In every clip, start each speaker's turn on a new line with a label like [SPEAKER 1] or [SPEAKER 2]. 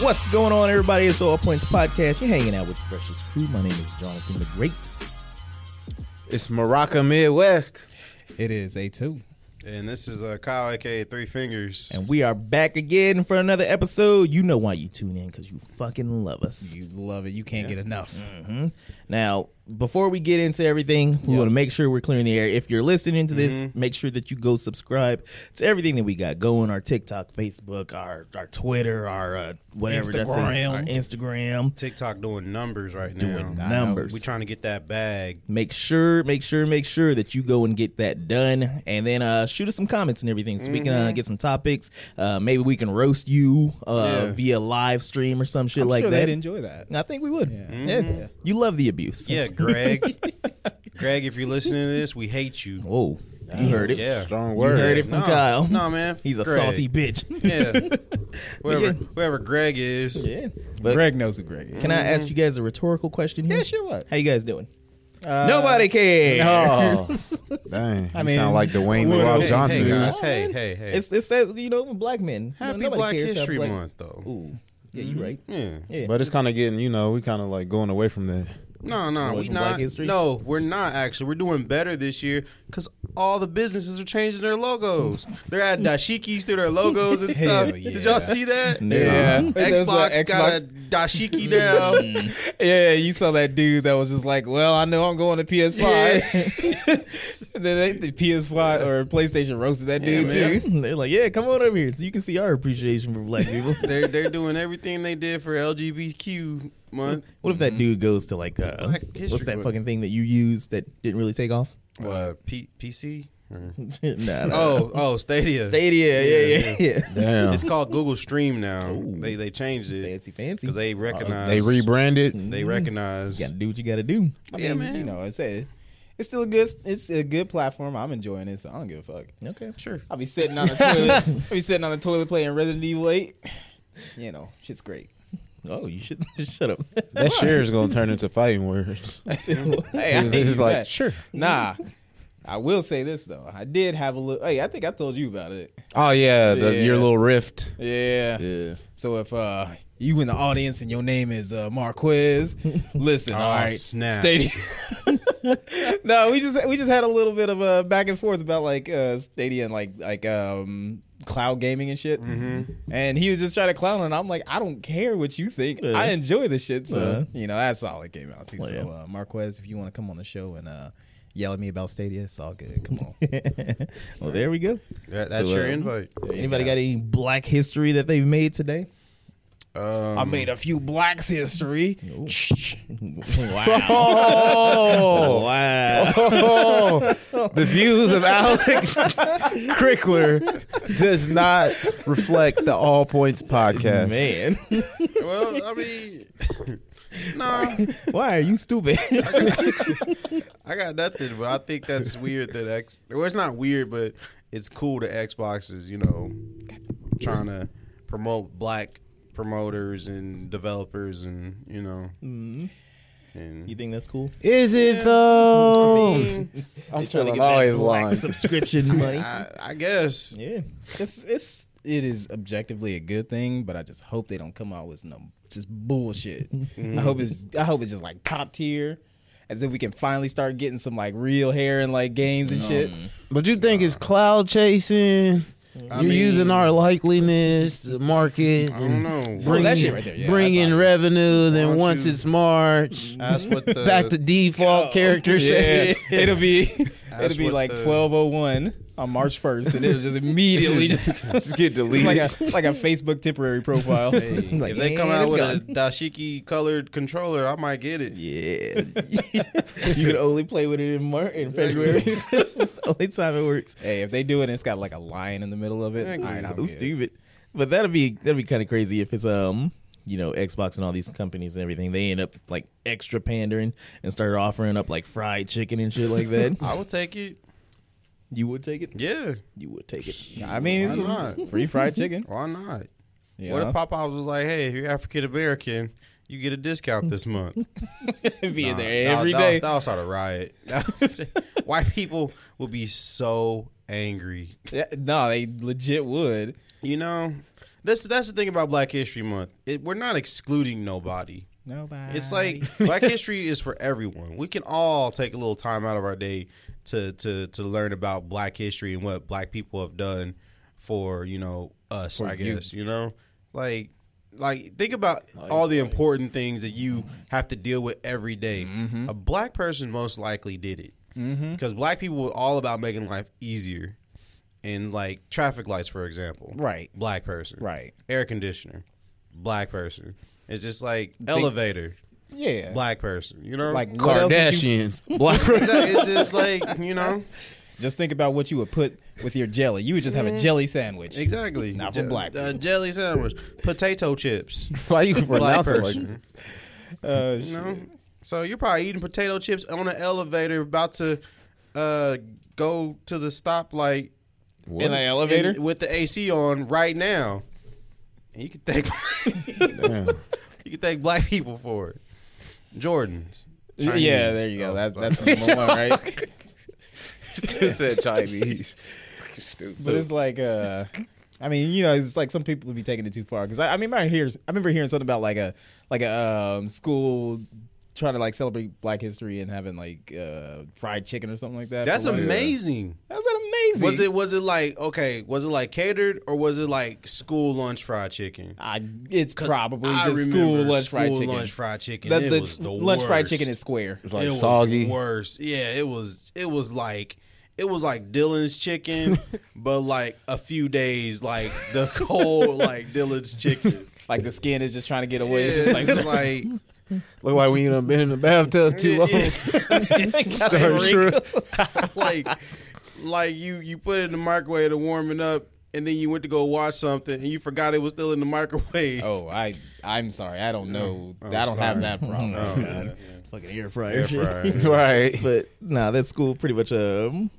[SPEAKER 1] What's going on, everybody? It's All Points Podcast. You're hanging out with the Precious Crew. My name is Jonathan the Great.
[SPEAKER 2] It's Morocco Midwest.
[SPEAKER 3] It is A2.
[SPEAKER 4] And this is uh, Kyle, aka Three Fingers.
[SPEAKER 1] And we are back again for another episode. You know why you tune in because you fucking love us. Hmm?
[SPEAKER 3] You love it. You can't get enough.
[SPEAKER 1] Now, before we get into everything, we want to make sure we're clearing the air. If you're listening to this, make sure that you go subscribe to everything that we got going our TikTok, Facebook, our, our Twitter, our uh, whatever that's in
[SPEAKER 3] Instagram.
[SPEAKER 1] our Instagram.
[SPEAKER 4] TikTok doing numbers right
[SPEAKER 1] Doing
[SPEAKER 4] now.
[SPEAKER 1] numbers.
[SPEAKER 4] We trying to get that bag.
[SPEAKER 1] make sure make sure make sure that you go and get that done and then uh shoot us some comments and everything so we can uh, get some topics uh maybe we can roast you uh
[SPEAKER 4] Yeah.
[SPEAKER 1] via live stream or some shit like
[SPEAKER 3] sure
[SPEAKER 1] that
[SPEAKER 3] they'd enjoy that.
[SPEAKER 1] i think we would yeah. you love the abuse
[SPEAKER 4] Yeah, Greg. Greg, if you're listening to this, we hate you.
[SPEAKER 1] whoa you heard it
[SPEAKER 4] Yeah.
[SPEAKER 2] Strong
[SPEAKER 1] you
[SPEAKER 2] word.
[SPEAKER 1] heard it from
[SPEAKER 4] No,
[SPEAKER 1] kyle
[SPEAKER 4] no, man.
[SPEAKER 1] he's a
[SPEAKER 4] Greg.
[SPEAKER 1] salty bitch
[SPEAKER 4] Yeah. whoever,
[SPEAKER 1] yeah.
[SPEAKER 4] whoever Greg is.
[SPEAKER 1] yeah but
[SPEAKER 3] Greg knows who Greg is.
[SPEAKER 1] can i ask you guys a rhetorical question here
[SPEAKER 3] Yeah, sure, what?
[SPEAKER 1] how you guys doing nobody cares
[SPEAKER 2] Oh, dang. I
[SPEAKER 3] mean,
[SPEAKER 2] mean, sound like Dwayne
[SPEAKER 3] what
[SPEAKER 2] The Rock
[SPEAKER 4] Hey,
[SPEAKER 3] else?
[SPEAKER 2] Johnson.
[SPEAKER 4] hey, guys.
[SPEAKER 1] Oh,
[SPEAKER 4] Hey,
[SPEAKER 1] man.
[SPEAKER 4] hey, hey.
[SPEAKER 1] it's, it's that you know black men You know,
[SPEAKER 4] Happy
[SPEAKER 1] nobody
[SPEAKER 4] Black
[SPEAKER 1] cares how
[SPEAKER 4] History
[SPEAKER 1] black-
[SPEAKER 4] Month, though.
[SPEAKER 1] Ooh, yeah you right
[SPEAKER 4] Yeah.
[SPEAKER 1] yeah
[SPEAKER 2] but it's kind of getting, you know, we kind of like going away from that.
[SPEAKER 4] No, no,
[SPEAKER 1] Away
[SPEAKER 4] we
[SPEAKER 1] from Black
[SPEAKER 4] not.
[SPEAKER 1] History?
[SPEAKER 4] No, we're not actually. We're doing better this year because all the businesses are changing their logos. They're adding dashikis to their logos and stuff.
[SPEAKER 3] Hell yeah.
[SPEAKER 4] Did y'all see that?
[SPEAKER 1] No.
[SPEAKER 3] Yeah. There's a
[SPEAKER 4] Xbox, got a dashiki now.
[SPEAKER 3] Yeah, you saw that dude that was just like, well, I know I'm going to PS5. then they, the PS5 or PlayStation roasted that dude,
[SPEAKER 4] man.
[SPEAKER 3] too.
[SPEAKER 1] They're like, yeah, come on over here so you can see our appreciation for black people.
[SPEAKER 4] they're they're doing everything they did for LGBTQ month.
[SPEAKER 1] what if
[SPEAKER 3] Mm-hmm.
[SPEAKER 1] that dude goes to like, uh,
[SPEAKER 4] Black History
[SPEAKER 1] what's that
[SPEAKER 4] Month.
[SPEAKER 1] fucking thing that you used that didn't really take off?
[SPEAKER 4] Uh, P- PC. Or-
[SPEAKER 1] nah, nah.
[SPEAKER 4] Oh, oh, Stadia.
[SPEAKER 1] Stadia, yeah, yeah,
[SPEAKER 4] Yeah,
[SPEAKER 1] yeah.
[SPEAKER 2] Damn.
[SPEAKER 4] It's called Google Stream now. They they changed it
[SPEAKER 1] Fancy, fancy.
[SPEAKER 4] because they recognize
[SPEAKER 2] they rebranded.
[SPEAKER 4] They
[SPEAKER 1] You
[SPEAKER 4] recognize.
[SPEAKER 1] gotta do what you gotta do.
[SPEAKER 3] I
[SPEAKER 4] Yeah,
[SPEAKER 3] mean,
[SPEAKER 4] man.
[SPEAKER 3] You know, it's a, it's still a good, it's a good platform. I'm enjoying it, so I don't give a fuck.
[SPEAKER 1] Okay, sure.
[SPEAKER 3] I'll be sitting on the toilet. I'll be sitting on the toilet playing Resident Evil 8. You know, shit's great.
[SPEAKER 1] Oh, you should shut up.
[SPEAKER 2] That share is going to turn into fighting words.
[SPEAKER 3] hey, I
[SPEAKER 2] It's,
[SPEAKER 3] hate
[SPEAKER 2] it's like,
[SPEAKER 3] that.
[SPEAKER 2] sure.
[SPEAKER 3] Nah. I will say this though. I did have a little hey, I think I told you about it.
[SPEAKER 2] Oh, yeah, the,
[SPEAKER 3] Yeah.
[SPEAKER 2] your little rift.
[SPEAKER 3] Yeah.
[SPEAKER 2] Yeah.
[SPEAKER 3] So if uh you in the audience and your name is uh Marquez, listen,
[SPEAKER 4] Oh,
[SPEAKER 3] all right.
[SPEAKER 4] snap.
[SPEAKER 3] Stadia. no, we just we just had a little bit of a back and forth about like uh Stadia and like like um cloud gaming and shit.
[SPEAKER 1] Mm-hmm.
[SPEAKER 3] And he was just trying to clown and I'm like, I don't care what you think.
[SPEAKER 1] Yeah.
[SPEAKER 3] I enjoy this shit. So,
[SPEAKER 1] Uh-huh.
[SPEAKER 3] you know, that's all it came out to.
[SPEAKER 1] Well,
[SPEAKER 3] so
[SPEAKER 1] yeah.
[SPEAKER 3] uh Marquez, if you want to come on the show and uh yell at me about Stadia, it's all good. Come on.
[SPEAKER 1] well, there we go.
[SPEAKER 4] That- that's
[SPEAKER 1] So,
[SPEAKER 4] your
[SPEAKER 1] uh,
[SPEAKER 4] invite.
[SPEAKER 1] Anybody got any black history that they've made today?
[SPEAKER 4] Um,
[SPEAKER 3] I made a few blacks history.
[SPEAKER 1] wow.
[SPEAKER 2] Oh,
[SPEAKER 1] wow.
[SPEAKER 2] the views of Alex Crickler does not reflect the All Points podcast.
[SPEAKER 1] Man,
[SPEAKER 4] well, I mean, no,
[SPEAKER 1] why are you stupid?
[SPEAKER 4] I got nothing. But I think that's weird that X. Well, it's not weird, but it's cool that Xbox is you know trying to promote black promoters and developers and you know.
[SPEAKER 1] you
[SPEAKER 4] And
[SPEAKER 1] think that's cool?
[SPEAKER 2] Is it though?
[SPEAKER 1] I'm
[SPEAKER 2] sure I'm always lying.
[SPEAKER 1] Subscription money.
[SPEAKER 4] I, I guess
[SPEAKER 1] Yeah.
[SPEAKER 3] It's it's it is objectively a good thing, but I just hope they don't come out with no just bullshit. I hope it's I hope it's just like top tier, as if we can finally start getting some like real hair and like games and shit.
[SPEAKER 2] But you think it's cloud chasing?
[SPEAKER 4] I
[SPEAKER 2] You're
[SPEAKER 4] mean-
[SPEAKER 2] using our likeliness to market.
[SPEAKER 4] I don't know.
[SPEAKER 2] Bring,
[SPEAKER 3] Oh, that shit right there, yeah,
[SPEAKER 2] bring
[SPEAKER 3] that's
[SPEAKER 2] in
[SPEAKER 3] all.
[SPEAKER 2] revenue. Then
[SPEAKER 4] don't
[SPEAKER 2] once
[SPEAKER 4] you-
[SPEAKER 2] it's March, uh,
[SPEAKER 4] That's what the
[SPEAKER 2] back to default character
[SPEAKER 3] mm, Yeah,
[SPEAKER 2] shit.
[SPEAKER 3] it'll be
[SPEAKER 4] That's
[SPEAKER 3] it'll be
[SPEAKER 4] what
[SPEAKER 3] like
[SPEAKER 4] the-
[SPEAKER 3] twelve oh one on March first, and it'll just immediately just,
[SPEAKER 2] Just get deleted.
[SPEAKER 3] like a like a Facebook temporary profile.
[SPEAKER 1] Like,
[SPEAKER 4] if they come
[SPEAKER 1] "And
[SPEAKER 4] out
[SPEAKER 1] it's
[SPEAKER 4] with
[SPEAKER 1] gone."
[SPEAKER 4] a dashiki colored controller, I might get it.
[SPEAKER 1] Yeah. you can only play with it in March in February. it's the only time it works.
[SPEAKER 3] Hey, if they do it, and it's got like a lion in the middle of it.
[SPEAKER 4] Yeah,
[SPEAKER 3] all right,
[SPEAKER 1] so
[SPEAKER 3] I'm good.
[SPEAKER 1] stupid. But that'd be that'd be kind of crazy if it's um you know Xbox and all these companies and everything they end up like extra pandering and start offering up like fried chicken and shit like that.
[SPEAKER 4] I would take it.
[SPEAKER 1] you would take it.
[SPEAKER 4] Yeah,
[SPEAKER 1] You would take it.
[SPEAKER 3] I mean,
[SPEAKER 4] why
[SPEAKER 3] it's
[SPEAKER 4] not?
[SPEAKER 3] free fried chicken.
[SPEAKER 4] Why not?
[SPEAKER 3] You
[SPEAKER 4] What
[SPEAKER 3] know?
[SPEAKER 4] if Popeyes was like, "Hey, if you're African American, you get a discount this month."
[SPEAKER 3] be in
[SPEAKER 4] Nah,
[SPEAKER 3] there
[SPEAKER 4] that'll- that'll-
[SPEAKER 3] every day.
[SPEAKER 4] That'll start a riot. White people will be so angry.
[SPEAKER 3] Yeah, no, they legit would.
[SPEAKER 4] You know, That's that's the thing about Black History Month. It, we're not excluding nobody.
[SPEAKER 3] Nobody.
[SPEAKER 4] It's like Black History is for everyone. We can all take a little time out of our day to to to learn about Black history and what Black people have done for you know us. I guess you know, like like think about all the important things that you have to deal with every day. A Black person most likely did it because Black people were all about making life easier. And like traffic lights, for example,
[SPEAKER 3] Right.
[SPEAKER 4] Black person,
[SPEAKER 3] Right.
[SPEAKER 4] Air conditioner, black person. It's just like elevator,
[SPEAKER 3] yeah.
[SPEAKER 4] black person. You know,
[SPEAKER 3] Like what else would you,
[SPEAKER 2] Kardashians, black.
[SPEAKER 4] It's like- it's just like you know
[SPEAKER 3] just think about what you would put with your jelly. You would just have a jelly sandwich.
[SPEAKER 4] exactly.
[SPEAKER 3] Not for
[SPEAKER 4] Je-
[SPEAKER 3] black
[SPEAKER 4] uh, jelly sandwich, potato chips,
[SPEAKER 2] Why you
[SPEAKER 4] black
[SPEAKER 2] pronounce it like
[SPEAKER 4] person.
[SPEAKER 3] Uh, sh-
[SPEAKER 4] you know, so you're probably eating potato chips on an elevator, about to uh, go to the stoplight
[SPEAKER 2] What?
[SPEAKER 3] In an elevator?
[SPEAKER 4] in- with the AC on right now. And you can thank you can thank black people for it. Jordans.
[SPEAKER 3] yeah, there you go. That's
[SPEAKER 4] Oh,
[SPEAKER 3] that's the number one, right?
[SPEAKER 2] Just said Chinese.
[SPEAKER 3] But it's like, uh, I mean, you know, it's like some people would be taking it too far because I, I remember I hear, I remember hearing something about like a like a um, school trying to like celebrate Black History and having like uh, fried chicken or something like that.
[SPEAKER 4] That's
[SPEAKER 3] for lunch.
[SPEAKER 4] amazing.
[SPEAKER 3] That's amazing.
[SPEAKER 4] Was it was it like okay? Was it like catered or was it like school lunch fried chicken?
[SPEAKER 3] I, it's
[SPEAKER 4] 'Cause
[SPEAKER 3] probably
[SPEAKER 4] I
[SPEAKER 3] just
[SPEAKER 4] remember
[SPEAKER 3] school lunch fried
[SPEAKER 4] school
[SPEAKER 3] chicken.
[SPEAKER 4] Lunch fried chicken.
[SPEAKER 3] That-
[SPEAKER 4] it
[SPEAKER 3] the
[SPEAKER 4] was the
[SPEAKER 3] lunch fried
[SPEAKER 4] worst.
[SPEAKER 3] chicken is square.
[SPEAKER 2] It's like
[SPEAKER 4] it
[SPEAKER 2] soggy.
[SPEAKER 4] Was worse. Yeah, it was. It was like it was like Dylan's chicken, but like a few days, like the cold, like Dylan's chicken.
[SPEAKER 3] Like the skin is just trying to get
[SPEAKER 4] Yeah,
[SPEAKER 3] away. It's just like,
[SPEAKER 4] it's like
[SPEAKER 2] Look like we done been in the bathtub too long.
[SPEAKER 4] yeah,
[SPEAKER 2] Start shrimp.
[SPEAKER 4] like like you you put it in the microwave to warm it up, and then you went to go watch something and you forgot it was still in the microwave.
[SPEAKER 3] oh, I, I'm sorry, I don't know.
[SPEAKER 4] Oh,
[SPEAKER 3] I don't have
[SPEAKER 4] sorry.
[SPEAKER 3] that problem.
[SPEAKER 4] Oh, yeah.
[SPEAKER 1] Fucking air fryer.
[SPEAKER 4] Air
[SPEAKER 1] shit.
[SPEAKER 4] fryer.
[SPEAKER 2] right.
[SPEAKER 1] but nah, that school pretty much um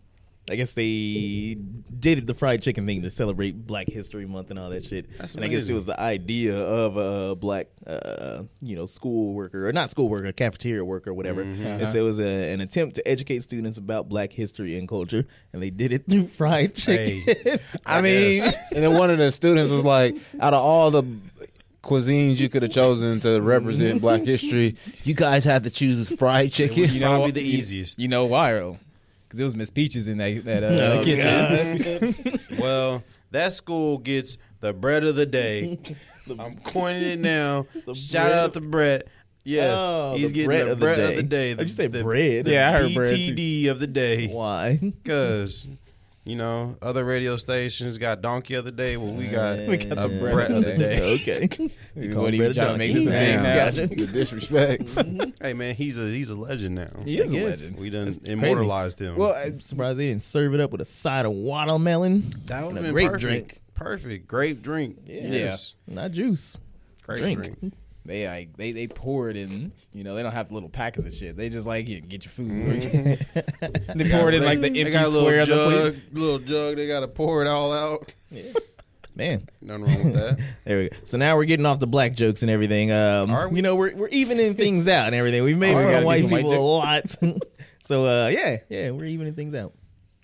[SPEAKER 1] I guess they did the fried chicken thing to celebrate Black History Month and all that shit.
[SPEAKER 4] That's
[SPEAKER 1] and I guess it
[SPEAKER 4] amazing.
[SPEAKER 1] was the idea of a black, uh, you know, school worker or not school worker, cafeteria worker, whatever.
[SPEAKER 4] Mm-hmm.
[SPEAKER 1] And
[SPEAKER 3] Uh-huh.
[SPEAKER 1] so it was a, an attempt to educate students about Black history and culture, and they did it through fried chicken.
[SPEAKER 4] Hey.
[SPEAKER 2] I, mean, and then one of the students was like, out of all the cuisines you could have chosen to represent Black history, you guys had to choose fried chicken.
[SPEAKER 4] you know- Probably the easiest.
[SPEAKER 3] You know why? Because it was Miss Peaches in that, that uh, kitchen.
[SPEAKER 4] Well, that school gets the bread of the day. I'm coining it now. Shout
[SPEAKER 1] bread
[SPEAKER 4] out to Brett. Yes,
[SPEAKER 1] Oh,
[SPEAKER 4] he's
[SPEAKER 1] the
[SPEAKER 4] getting
[SPEAKER 1] bread
[SPEAKER 4] the
[SPEAKER 1] of the
[SPEAKER 4] bread
[SPEAKER 1] day.
[SPEAKER 4] of the day.
[SPEAKER 1] Oh,
[SPEAKER 4] The,
[SPEAKER 1] you say
[SPEAKER 4] the-
[SPEAKER 1] bread?
[SPEAKER 4] the
[SPEAKER 3] Yeah, I heard bread, too.
[SPEAKER 4] BTD of the day.
[SPEAKER 1] Why?
[SPEAKER 4] Because you know other radio stations got donkey of the day. Well, we got,
[SPEAKER 1] We got
[SPEAKER 4] a
[SPEAKER 1] the
[SPEAKER 4] bread, of the day.
[SPEAKER 1] okay. You call it
[SPEAKER 3] What are you
[SPEAKER 1] bread a
[SPEAKER 3] trying to make
[SPEAKER 1] donkey?
[SPEAKER 3] this a thing now?
[SPEAKER 1] Gotcha.
[SPEAKER 2] the disrespect.
[SPEAKER 4] hey man, he's a he's a legend now.
[SPEAKER 3] He is a
[SPEAKER 1] Yes.
[SPEAKER 3] legend.
[SPEAKER 4] We done immortalized him.
[SPEAKER 1] Well, I'm surprised they didn't serve it up with a side of watermelon.
[SPEAKER 4] that would
[SPEAKER 1] and a
[SPEAKER 4] have been
[SPEAKER 1] grape
[SPEAKER 4] perfect.
[SPEAKER 1] drink.
[SPEAKER 4] Perfect grape drink.
[SPEAKER 1] Yeah.
[SPEAKER 4] Yes,
[SPEAKER 1] Not juice.
[SPEAKER 4] grape
[SPEAKER 1] Drink.
[SPEAKER 4] drink.
[SPEAKER 3] They like they they pour it in. You know they don't have little packets of shit. They just like here get your food. they pour it in like the
[SPEAKER 4] Mm-hmm. They
[SPEAKER 3] empty
[SPEAKER 4] got a
[SPEAKER 3] square
[SPEAKER 4] little
[SPEAKER 3] of the plate.
[SPEAKER 4] jug, little jug. They gotta pour it all out.
[SPEAKER 1] Man,
[SPEAKER 4] Nothing wrong with that.
[SPEAKER 1] There we go. So now we're getting off the black jokes and everything. Um,
[SPEAKER 4] Are we?
[SPEAKER 1] You know, we're, we're evening things out and everything. We've made
[SPEAKER 3] Oh, we
[SPEAKER 1] fun
[SPEAKER 3] gotta
[SPEAKER 1] of
[SPEAKER 3] do
[SPEAKER 1] white
[SPEAKER 3] some white
[SPEAKER 1] people a lot. so, uh, yeah, yeah, we're evening things out.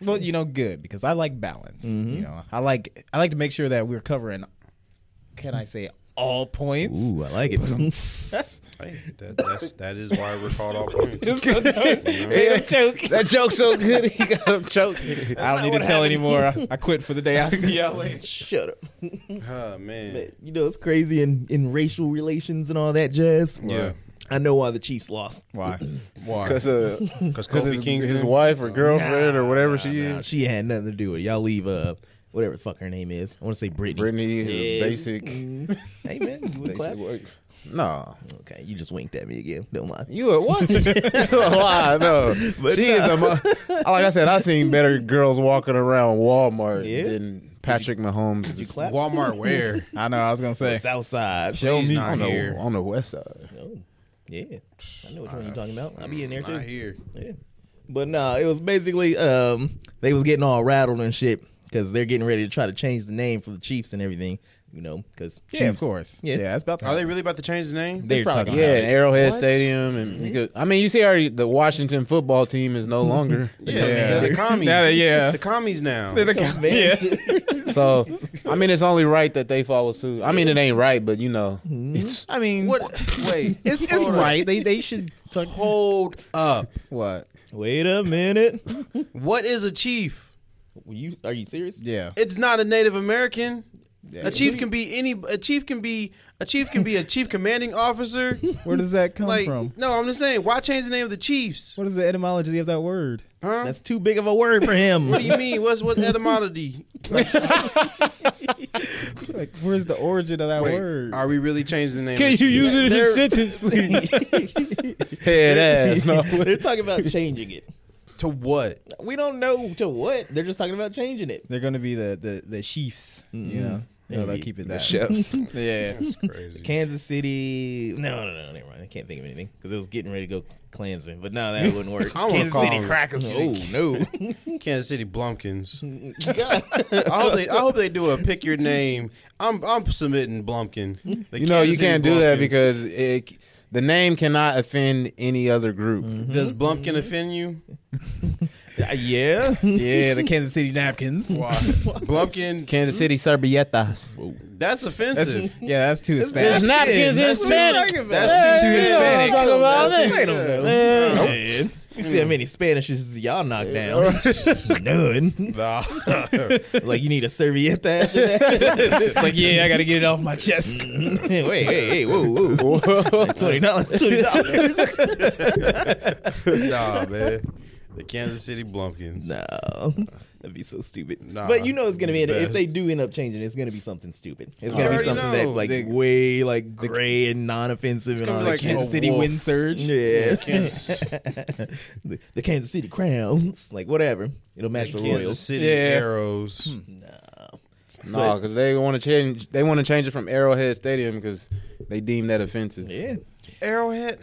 [SPEAKER 3] Well, you know, good because I like balance. You know, I like I like to make sure that we're covering. Can I say all points?
[SPEAKER 1] Ooh, I like it.
[SPEAKER 4] Hey, that, that's that is why we're called off. points.
[SPEAKER 2] that joke's so good, he got him choking.
[SPEAKER 3] I don't need to tell anymore. I, I quit for the day. I see y'all later.
[SPEAKER 1] Shut up.
[SPEAKER 4] Oh man,
[SPEAKER 1] But, you know, it's crazy in, in racial relations and all that jazz.
[SPEAKER 4] Yeah.
[SPEAKER 1] I know why the Chiefs lost.
[SPEAKER 3] Why?
[SPEAKER 4] why?
[SPEAKER 2] Because
[SPEAKER 4] Because
[SPEAKER 2] uh,
[SPEAKER 4] Kofi
[SPEAKER 2] his,
[SPEAKER 4] Kingston,
[SPEAKER 2] his wife or girlfriend or whatever she
[SPEAKER 1] Nah,
[SPEAKER 2] is,
[SPEAKER 1] she had nothing to do with it. Y'all leave uh, whatever the fuck her name is. I want to say Brittany.
[SPEAKER 2] Brittany, his
[SPEAKER 1] Yeah.
[SPEAKER 2] basic.
[SPEAKER 1] Hey, man. You would clap?
[SPEAKER 2] basic work. Nah,
[SPEAKER 1] Okay, you just winked at me again. Don't lie.
[SPEAKER 2] you a what? you a lie? No,
[SPEAKER 1] But
[SPEAKER 2] she is a. mo- Like I said, I seen better girls walking around Walmart
[SPEAKER 1] Yeah.
[SPEAKER 2] than Patrick Mahomes.
[SPEAKER 1] you clap?
[SPEAKER 4] Walmart where?
[SPEAKER 3] I know. I was gonna say.
[SPEAKER 1] South side.
[SPEAKER 3] Show
[SPEAKER 4] He's
[SPEAKER 3] me.
[SPEAKER 4] not
[SPEAKER 2] on the,
[SPEAKER 4] here.
[SPEAKER 2] on the west side.
[SPEAKER 1] Oh, yeah. I know which one you're talking about. I'll be in there
[SPEAKER 4] Not
[SPEAKER 1] too.
[SPEAKER 4] here.
[SPEAKER 1] Yeah. But no, it was basically um they was getting all rattled and shit because they're getting ready to try to change the name for the Chiefs and everything. you know, because
[SPEAKER 3] Yeah, of course.
[SPEAKER 1] Yeah.
[SPEAKER 3] Yeah, that's about
[SPEAKER 4] Are they really about to change the name?
[SPEAKER 1] They're
[SPEAKER 3] probably
[SPEAKER 1] talking
[SPEAKER 3] gonna
[SPEAKER 2] Yeah,
[SPEAKER 1] about
[SPEAKER 2] and Arrowhead
[SPEAKER 4] What?
[SPEAKER 2] Stadium, and because I mean, you see, already the Washington football team is no longer.
[SPEAKER 4] Yeah, they're the commies.
[SPEAKER 3] Now they- yeah.
[SPEAKER 4] the commies now.
[SPEAKER 3] yeah.
[SPEAKER 2] So, I mean, it's only right that they follow suit. I mean, it ain't right, but you know, it's
[SPEAKER 3] I mean,
[SPEAKER 4] What? Wait,
[SPEAKER 3] it's it's
[SPEAKER 4] hold up.
[SPEAKER 3] right. They they should. fuck-
[SPEAKER 4] Hold up.
[SPEAKER 3] What?
[SPEAKER 1] Wait a minute.
[SPEAKER 4] What is a chief?
[SPEAKER 1] Were you are you serious?
[SPEAKER 3] Yeah.
[SPEAKER 4] It's not a Native American. A chief can be any. A chief can be. A chief can be a chief commanding officer.
[SPEAKER 3] Where does that come
[SPEAKER 4] Like
[SPEAKER 3] from?
[SPEAKER 4] no, I'm just saying. Why change the name of the Chiefs?
[SPEAKER 3] What is the etymology of that word?
[SPEAKER 4] Huh?
[SPEAKER 1] That's too big of a word for him.
[SPEAKER 4] what do you mean? What's what's etymology?
[SPEAKER 3] Like, where's the origin of that word?
[SPEAKER 4] are we really changing the name?
[SPEAKER 2] Can
[SPEAKER 4] of the
[SPEAKER 2] you use
[SPEAKER 4] Chiefs?
[SPEAKER 2] it in your sentence, please? Head ass. No.
[SPEAKER 1] They're talking about changing it.
[SPEAKER 4] to what?
[SPEAKER 1] We don't know to what. They're just talking about changing it.
[SPEAKER 3] They're gonna be the the the chiefs. You know,
[SPEAKER 1] Yeah,
[SPEAKER 3] yeah, they'll
[SPEAKER 1] you-
[SPEAKER 3] keep it
[SPEAKER 2] The
[SPEAKER 3] that.
[SPEAKER 2] chef.
[SPEAKER 3] Yeah.
[SPEAKER 4] Crazy.
[SPEAKER 1] Kansas City. No, no, no, never mind. I can't think of anything because it was getting ready to go Klansman, but no, that wouldn't work.
[SPEAKER 4] I wanna
[SPEAKER 1] Kansas
[SPEAKER 4] call
[SPEAKER 1] City
[SPEAKER 4] them-
[SPEAKER 1] Crackers. Oh no!
[SPEAKER 4] Kansas City Blumpkins.
[SPEAKER 1] God.
[SPEAKER 4] I hope they I hope they do a pick your name. I'm I'm submitting Blumpkin. The
[SPEAKER 2] You know,
[SPEAKER 4] Kansas
[SPEAKER 2] you
[SPEAKER 4] City
[SPEAKER 2] can't do that
[SPEAKER 4] Blumpkins.
[SPEAKER 2] because it, the name cannot offend any other group.
[SPEAKER 3] Mm-hmm.
[SPEAKER 4] does Blumpkin offend you?
[SPEAKER 1] Uh, yeah.
[SPEAKER 3] Yeah, the Kansas City napkins.
[SPEAKER 4] Blumpkin,
[SPEAKER 2] Kansas City Servietas.
[SPEAKER 4] that's offensive.
[SPEAKER 3] Yeah, that's too
[SPEAKER 2] It's
[SPEAKER 3] Hispanic.
[SPEAKER 2] napkins in
[SPEAKER 1] That's what I'm
[SPEAKER 2] Spanish.
[SPEAKER 1] talking about.
[SPEAKER 4] That's too
[SPEAKER 2] Yeah,
[SPEAKER 4] Hispanic.
[SPEAKER 2] that's what
[SPEAKER 4] That's
[SPEAKER 2] I'm talking
[SPEAKER 4] too-
[SPEAKER 2] about.
[SPEAKER 4] I don't know.
[SPEAKER 2] Man.
[SPEAKER 1] Man, you see how many Spanishes y'all knocked down? None.
[SPEAKER 4] Nah.
[SPEAKER 1] Like you need a serviette after that.
[SPEAKER 3] Like, yeah, I gotta get it off my chest.
[SPEAKER 1] hey,
[SPEAKER 4] Mm-hmm.
[SPEAKER 1] wait, hey, hey, whoa, whoa, twenty dollars, twenty dollars.
[SPEAKER 4] nah, man. The Kansas City Blumpkins.
[SPEAKER 1] No, that'd be so stupid.
[SPEAKER 4] Nah,
[SPEAKER 1] but you know it's gonna be
[SPEAKER 4] the
[SPEAKER 1] if they
[SPEAKER 4] best.
[SPEAKER 1] do end up changing, it's gonna be something stupid. It's
[SPEAKER 4] You
[SPEAKER 1] gonna be
[SPEAKER 4] already
[SPEAKER 1] something
[SPEAKER 4] know.
[SPEAKER 1] that like
[SPEAKER 4] They-
[SPEAKER 1] way like gray and non-offensive and
[SPEAKER 4] gonna
[SPEAKER 1] all
[SPEAKER 4] be
[SPEAKER 1] that.
[SPEAKER 4] like
[SPEAKER 1] shit.
[SPEAKER 3] Kansas
[SPEAKER 4] a
[SPEAKER 3] City
[SPEAKER 4] wolf.
[SPEAKER 3] wind surge.
[SPEAKER 1] yeah,
[SPEAKER 4] Kansas,
[SPEAKER 1] the, the Kansas City Crowns, like whatever. It'll match the
[SPEAKER 4] Kansas
[SPEAKER 1] Royals.
[SPEAKER 4] City
[SPEAKER 3] Yeah.
[SPEAKER 4] Arrows.
[SPEAKER 2] No, because they want to change. They want to change it from Arrowhead Stadium because they deem that offensive.
[SPEAKER 1] Yeah.
[SPEAKER 4] Arrowhead?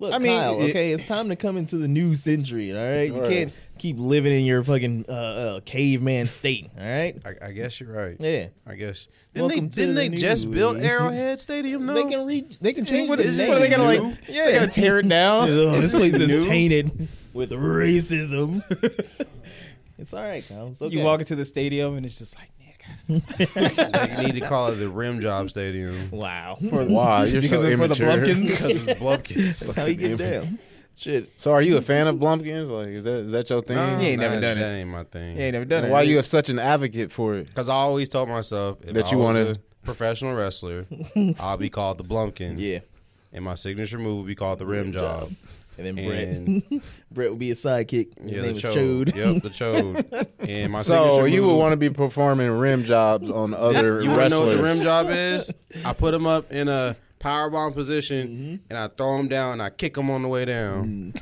[SPEAKER 1] Look,
[SPEAKER 3] I mean,
[SPEAKER 1] Kyle.
[SPEAKER 3] it-
[SPEAKER 1] okay, it's time to come into the new century. All right, you
[SPEAKER 2] Right.
[SPEAKER 1] can't keep living in your fucking uh, uh, caveman state. All right.
[SPEAKER 4] I, I guess you're right.
[SPEAKER 1] Yeah.
[SPEAKER 4] I guess. Didn't
[SPEAKER 1] Welcome to
[SPEAKER 4] they, didn't
[SPEAKER 1] the
[SPEAKER 4] they just
[SPEAKER 1] new-
[SPEAKER 4] build Arrowhead Stadium, though?
[SPEAKER 1] They can re- They can change
[SPEAKER 4] what
[SPEAKER 1] the
[SPEAKER 4] is it-
[SPEAKER 1] name.
[SPEAKER 4] what are they gonna, like,
[SPEAKER 1] Yeah.
[SPEAKER 3] They gotta tear it down.
[SPEAKER 1] Ugh, this place is
[SPEAKER 4] new?
[SPEAKER 1] tainted with racism. it's all right, Kyle. It's okay.
[SPEAKER 3] You walk into the stadium and it's just like, nigga.
[SPEAKER 4] you need to call it the Rim Job Stadium.
[SPEAKER 1] Wow.
[SPEAKER 2] Wow, you're
[SPEAKER 3] Because
[SPEAKER 2] so
[SPEAKER 3] they're for the
[SPEAKER 2] immature.
[SPEAKER 3] Blumpkins?
[SPEAKER 4] Because it's Blumpkins.
[SPEAKER 1] That's how you get down. Shit.
[SPEAKER 2] So, are you a fan of Blumpkins? Like, is that is that your thing?
[SPEAKER 4] Nah,
[SPEAKER 3] You ain't never
[SPEAKER 4] nah,
[SPEAKER 3] done it.
[SPEAKER 4] That ain't my thing.
[SPEAKER 3] You ain't never done it.
[SPEAKER 2] And why you have such an advocate for it?
[SPEAKER 4] Because I always told myself if
[SPEAKER 2] That
[SPEAKER 4] I
[SPEAKER 2] you
[SPEAKER 4] was
[SPEAKER 2] wanna-
[SPEAKER 4] a professional wrestler, I'll be called the Blumpkin.
[SPEAKER 1] Yeah.
[SPEAKER 4] And my signature move would be called the Rim Job.
[SPEAKER 1] And then Brett.
[SPEAKER 4] And
[SPEAKER 1] Brett would be his sidekick. His
[SPEAKER 4] yeah, the
[SPEAKER 1] name is
[SPEAKER 4] chode.
[SPEAKER 1] Chode.
[SPEAKER 4] Yep, the chode. And my
[SPEAKER 2] So
[SPEAKER 4] signature
[SPEAKER 2] you
[SPEAKER 4] move,
[SPEAKER 2] would want to be performing rim jobs on other
[SPEAKER 4] That's- you wanna
[SPEAKER 2] wrestlers.
[SPEAKER 4] know what the rim job is? I put him up in a power bomb position
[SPEAKER 3] Mm-hmm.
[SPEAKER 4] and I throw him down and I kick him on the way
[SPEAKER 3] Mm.
[SPEAKER 4] down.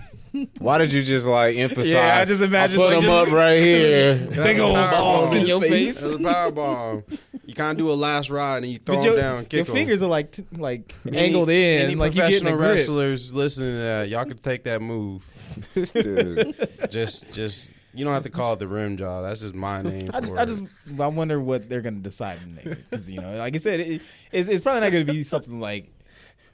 [SPEAKER 2] Why did you just like emphasize?
[SPEAKER 3] Yeah, I just imagine,
[SPEAKER 2] I put
[SPEAKER 3] like,
[SPEAKER 2] them
[SPEAKER 3] just-
[SPEAKER 2] up right here.
[SPEAKER 4] Big
[SPEAKER 3] old balls in your face.
[SPEAKER 4] That's a power bomb. You kind of do a last ride and you throw
[SPEAKER 3] But
[SPEAKER 4] him
[SPEAKER 3] your,
[SPEAKER 4] down, and
[SPEAKER 3] your
[SPEAKER 4] kick him.
[SPEAKER 3] fingers are like t- like
[SPEAKER 4] Any-
[SPEAKER 3] angled in,
[SPEAKER 4] Any
[SPEAKER 3] like you get in
[SPEAKER 4] professional
[SPEAKER 3] a grip.
[SPEAKER 4] wrestlers listening to that, y'all could take that move.
[SPEAKER 2] This dude.
[SPEAKER 4] Just, just you don't have to call it the rim job. That's just my name.
[SPEAKER 3] I,
[SPEAKER 4] for
[SPEAKER 3] I
[SPEAKER 4] it.
[SPEAKER 3] just I wonder what they're gonna decide in there because you know, like I said, it, it's, it's probably not gonna be something like